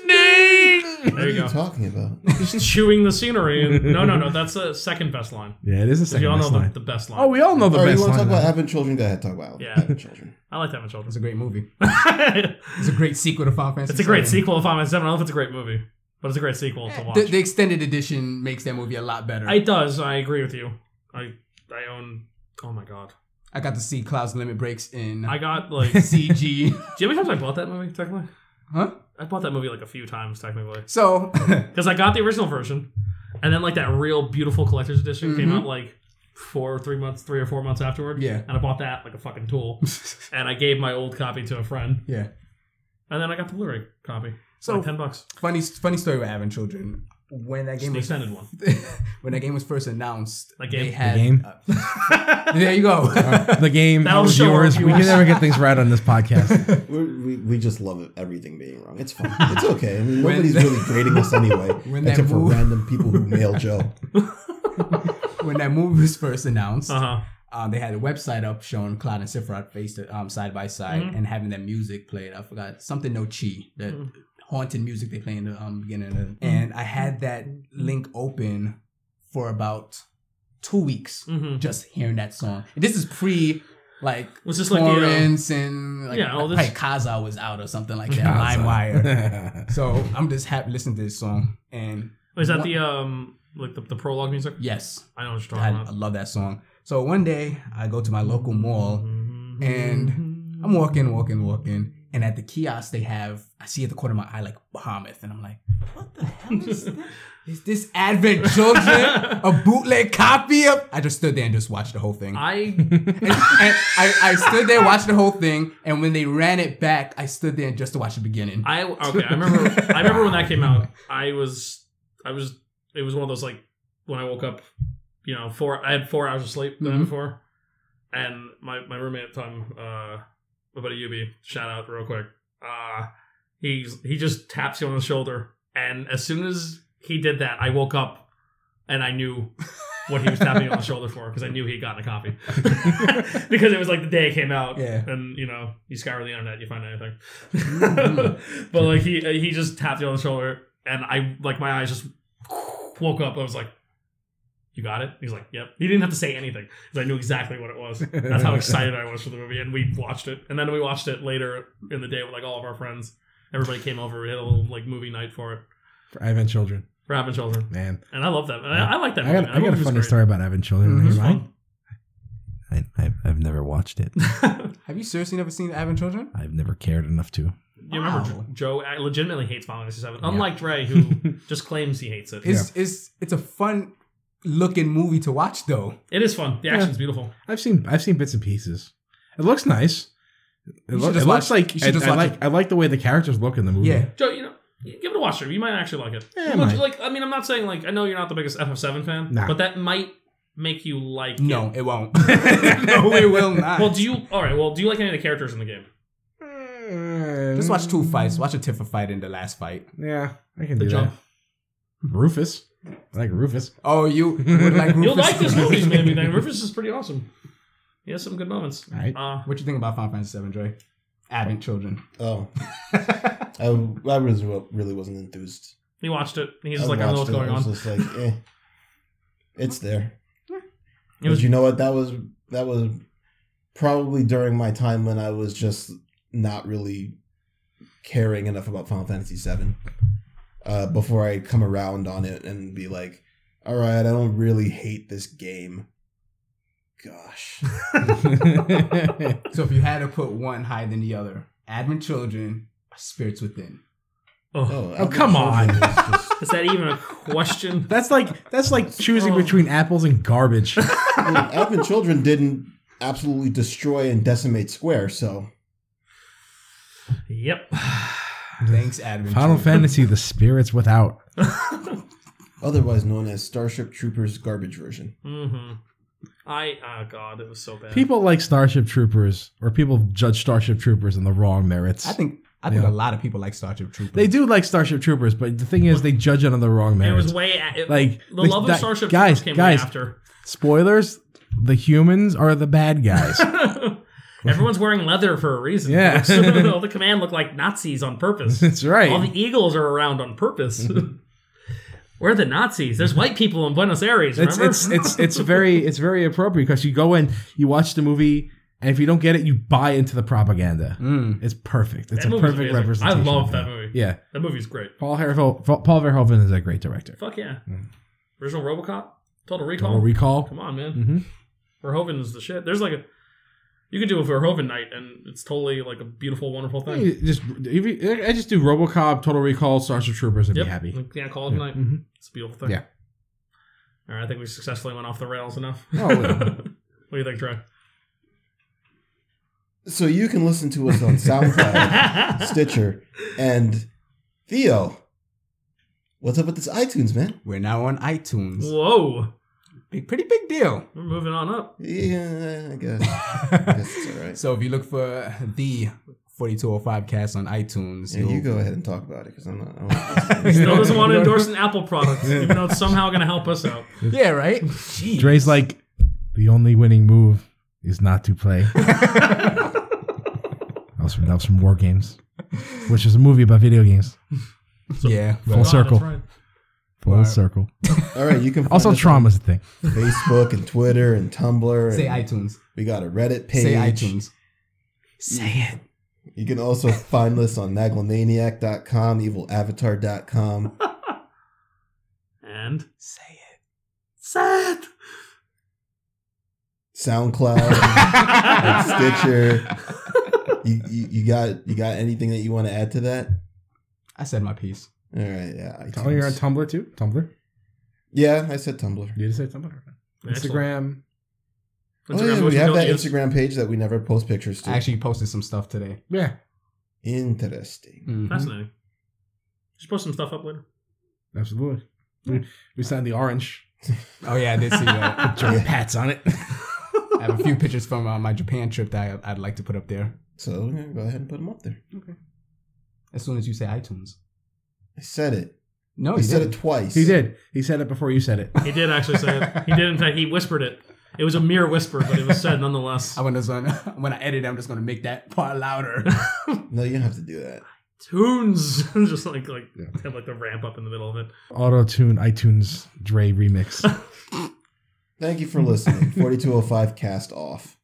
S3: lightning.
S4: There you
S1: What
S4: go.
S1: are you talking about?
S4: Just chewing the scenery. And, no, no, no. That's the second best line.
S3: Yeah, it is a
S4: If you
S3: second
S4: all
S3: best
S4: know the,
S3: line.
S4: the best line.
S3: Oh, we all know the
S1: All right,
S3: best
S1: you want to talk
S3: line. though.
S1: about having children? Go ahead, talk about
S4: Yeah.
S1: having children.
S4: I like that with children.
S2: It's a great movie.
S4: it's
S2: It's a great sequel to Final Fantasy.
S4: a great
S2: VII.
S4: sequel of Final Fantasy VII. I don't know if it's a great movie, but it's a great sequel to watch.
S2: The, the extended edition makes that movie a lot better. I,
S4: It does. I agree with you. I I own. Oh my god.
S2: got to see Cloud's Limit Breaks in
S4: I got like. do
S2: CG.
S4: you know how many times I bought that movie? Technically,
S2: huh?
S4: I bought that movie like a few times technically
S2: So,
S4: because I got the original version, and then like that real beautiful collector's edition came
S2: Mhm.
S4: out like four or three months, three or four months afterward.
S2: Yeah.
S4: And I bought that like a fucking tool, and I gave my old copy to a friend,
S2: yeah.
S4: and then I got the Blu-ray copy. So
S2: So-
S4: like ten bucks,
S2: Funny funny story with having children. When that
S4: Just
S2: game
S4: the
S2: was
S4: extended one.
S2: when that game was first announced,
S4: That game?
S2: they had
S3: The game?
S2: there you go.
S3: the game,
S4: That'll
S3: our
S4: show our
S3: viewers. We can
S4: viewers.
S3: never get things right on this podcast.
S1: We're, we we just love it, everything being wrong. It's fine. It's okay. I mean, nobody's really grading us anyway,
S2: when
S1: except
S2: that
S1: for
S2: move-
S1: random people who mail Joe.
S2: when that movie was first announced,
S4: Uh huh.
S2: um, they had a website up showing Cloud and Sephiroth faced um, side by side
S4: Mm-hmm.
S2: and having that music played. I forgot something no chi that
S4: Mm-hmm.
S2: haunted music they play in the um, beginning. Of the, and I had that
S4: Mm-hmm.
S2: link open for about two weeks,
S4: Mhm.
S2: just hearing that song. And this is pre. Like
S4: Was this like the, uh,
S2: Torrance and like
S4: Yeah, all this-
S2: probably Kaza was out or something like that. LimeWire. so I'm just happy listening to this song and
S4: uh, Is that
S2: What-
S4: the um like the, the prologue music?
S2: yes,
S4: I know what you're
S2: I,
S4: talking
S2: I
S4: about.
S2: love that song. So one day I go to my local mall and I'm walking, walking, walking, and at the kiosk they have I see at the corner of my eye like Bahamut, and I'm like, what the hell is this? Is this Advent Children a bootleg copy of? I just stood there and just watched the whole thing. I,
S4: I
S2: and, and I, I stood there, watched the whole thing, and when they ran it back, I stood there just to watch the beginning.
S4: I okay. I remember. I remember when that came out. I was I was it was one of those like when I woke up, you know, four. I had four hours of sleep the night
S2: Mhm.
S4: before, and my my roommate at the time, uh, my buddy Yubi, shout out real quick. Uh, he's he just taps you on the shoulder, and as soon as he did that, I woke up, and I knew. What he was tapping me on the shoulder for because I knew he'd gotten a copy because it was like the day it came out
S2: Yeah.
S4: and you know you scour the internet you find anything but like he uh, he just tapped you on the shoulder and i like my eyes just woke up i was like you got it he's like yep he didn't have to say anything because i knew exactly what it was that's how excited i was for the movie and we watched it and then we watched it later in the day with like all of our friends everybody came over we had a little like movie night for it
S3: For Ivan Children,
S4: for having children
S3: man.
S4: and i love that and i, I like that
S3: I
S4: movie.
S3: got,
S4: That
S3: I got a
S4: movie was
S3: funny
S4: great.
S3: story about Ivan Children.
S2: Mm-hmm.
S4: It was
S3: Right?
S4: fun.
S3: I, I've, I've never watched it.
S2: Have you seriously never seen Advent Children?
S3: I've never cared enough to.
S4: You remember
S2: Wow.
S4: Jo- Joe I legitimately hates Final Fantasy VII, unlike Dre, who just claims he hates it.
S2: It's it's it's a fun looking movie to watch though.
S4: It is fun. The action's beautiful.
S3: I've seen I've seen bits and pieces. It looks nice. It,
S2: You
S3: loo-
S2: should just
S3: it looks
S2: watch-
S3: like
S2: you
S3: I,
S2: should just
S3: I
S2: watch
S3: like I like the way the characters look in the movie.
S2: Yeah.
S4: Joe, you know, give it a watch. Joe. You might actually like it.
S3: Yeah, I
S4: Look,
S3: might.
S4: like, I mean, I'm not saying like I know you're not the biggest FF7 fan,
S3: Nah.
S4: but that might make you like.
S2: No,
S4: It.
S2: it won't. no, it will not.
S4: Well, do you? All right. Well, do you like any of the characters in the game?
S2: just watch two fights. Watch a Tifa fight in the last fight.
S3: Mm. Yeah, I can
S4: The
S3: do
S4: jump.
S3: that. Rufus, I like Rufus.
S2: Oh, you would like
S4: You'll
S2: Rufus-
S4: like this movie, maybe. Then Rufus is pretty awesome. He has some good moments.
S3: All right.
S4: Uh,
S2: What you think about Final Fantasy VII, Dre? Advent Children.
S1: Oh, I, I was, really wasn't enthused.
S4: he watched it. He's
S1: I
S4: just like, I know
S1: watched
S4: what's
S1: it,
S4: going
S1: I was
S4: on.
S1: just like, eh, it's there.
S4: It was-
S1: but you know what? That was that was probably during my time when I was just not really caring enough about Final Fantasy VII. Uh, before I come around on it and be like, all right, I don't really hate this game. Gosh, Oh,
S2: So if you had to put one higher than the other, Advent Children, Spirits Within.
S4: Oh,
S1: I've been
S3: come
S1: children
S3: on.
S1: was just-
S4: is that even a question?
S3: That's like that's like choosing between apples and garbage.
S1: Well, Advent Children didn't absolutely destroy and decimate Square, so
S4: yep.
S2: Thanks, Advent
S3: Final
S2: Children.
S3: Fantasy: The Spirits Without.
S1: otherwise known as Starship Troopers garbage version.
S4: hmm I. Oh God, it was so bad.
S3: People like Starship Troopers, or people judge Starship Troopers on the wrong merits.
S2: I think
S5: I think
S3: Yeah.
S5: a lot of people like Starship Troopers.
S3: They do like Starship Troopers, but the thing is, they judge it on the wrong
S4: It was
S3: merits.
S4: way a- it,
S3: Like,
S4: the
S3: like
S4: love of
S3: that-
S4: Starship
S3: guys,
S4: Troopers came
S3: guys.
S4: way after.
S3: Spoilers: the humans are the bad guys.
S4: Everyone's wearing leather for a reason.
S3: Yeah.
S4: folks. all the command look like Nazis on purpose.
S3: That's right. Mm-hmm.
S4: All the eagles are around on purpose. We're the Nazis. There's white people in Buenos Aires.
S3: it's
S4: Remember?
S3: it's it's it's very it's very appropriate because you go in, you watch the movie, and if you don't get it, you buy into the propaganda.
S5: Mm.
S3: It's perfect. It's
S4: That
S3: a
S4: movie's
S3: perfect
S4: amazing.
S3: representation.
S4: I love
S3: of
S4: that movie.
S3: Yeah,
S4: That movie's great.
S3: Paul Verhoeven, Paul Verhoeven is a great director.
S4: Fuck yeah. Original RoboCop, Total Recall.
S3: Mm. Total Recall.
S4: Come on, man.
S3: Mhm.
S4: Verhoeven is the shit. There's like a you could do a Verhoeven night, and it's totally like a beautiful, wonderful thing.
S3: You Just if you- I just do RoboCop, Total Recall, Starship Troopers, and
S4: Yep.
S3: be happy.
S4: Yeah, call it a night.
S3: Mhm.
S4: It's a beautiful thing.
S3: Yeah.
S4: All right, I think we successfully went off the rails enough.
S3: Oh,
S4: what
S3: yeah.
S4: do you think, Trey?
S1: So you can listen to us on SoundCloud, Stitcher, and Theo. What's up with this iTunes, man?
S5: We're now on iTunes.
S4: Whoa,
S5: Big, pretty big deal.
S4: we're moving on up.
S1: Yeah, I guess. I guess it's all right.
S5: So if you look for the 4205 cast on iTunes,
S1: Yeah,
S5: you'll-
S1: you go ahead and talk about it because I'm not. I don't
S4: Still doesn't want to endorse an Apple product, even though it's somehow going to help us out.
S5: Yeah, right. Jeez.
S3: Dre's like the only winning move is not to play. that was from that was from War Games, which is a movie about video games.
S5: yeah.
S3: Full
S5: But,
S4: God,
S3: circle.
S4: That's right.
S3: Full
S5: Wow.
S3: circle.
S1: all right, you can find
S3: Also,
S1: us
S3: trauma's a thing.
S1: on Facebook and Twitter and Tumblr.
S5: say
S1: and
S5: iTunes.
S1: we got a Reddit page.
S5: Say iTunes. Say it.
S1: You can also find us on naglamaniac.com, evilavatar.com.
S4: And
S5: Say it.
S4: sad.
S1: SoundCloud, and Stitcher. You, you, you got you got anything that you want to add to that?
S5: I said my piece.
S1: All right, yeah.
S3: Oh, you're on
S1: iTunes.
S3: Tumblr too. Tumblr.
S1: yeah, I said Tumblr.
S3: You just say Tumblr.
S4: Excellent.
S3: Instagram.
S1: Oh, yeah,
S4: which
S1: we have
S4: don't
S1: that
S4: use.
S1: Instagram page that we never post pictures to.
S5: I actually posted some stuff today.
S3: Yeah.
S1: Interesting.
S5: Mhm.
S4: Fascinating. Just post some stuff up later.
S3: Absolutely. We- We signed the orange.
S5: Oh yeah, I did see that.
S3: German Pats on it.
S5: I have a few pictures from uh, my Japan trip that I, I'd like to put up there
S1: So yeah, go ahead and put them up there.
S5: as soon as you say iTunes.
S1: I said it.
S5: No,
S1: I
S2: Oh,
S5: you
S1: said
S5: did.
S1: it twice.
S3: He did. He said it before you said it.
S4: He did actually say it. He did, in fact, he whispered it. It was a mere whisper, but it was said nonetheless.
S5: I want to when I edit, I'm just gonna make that part louder.
S1: No, you don't have to do that.
S4: Tunes, just like like had like the ramp up in the middle of it.
S3: Auto tune iTunes Dre remix.
S1: Thank you for listening. 4205 cast off.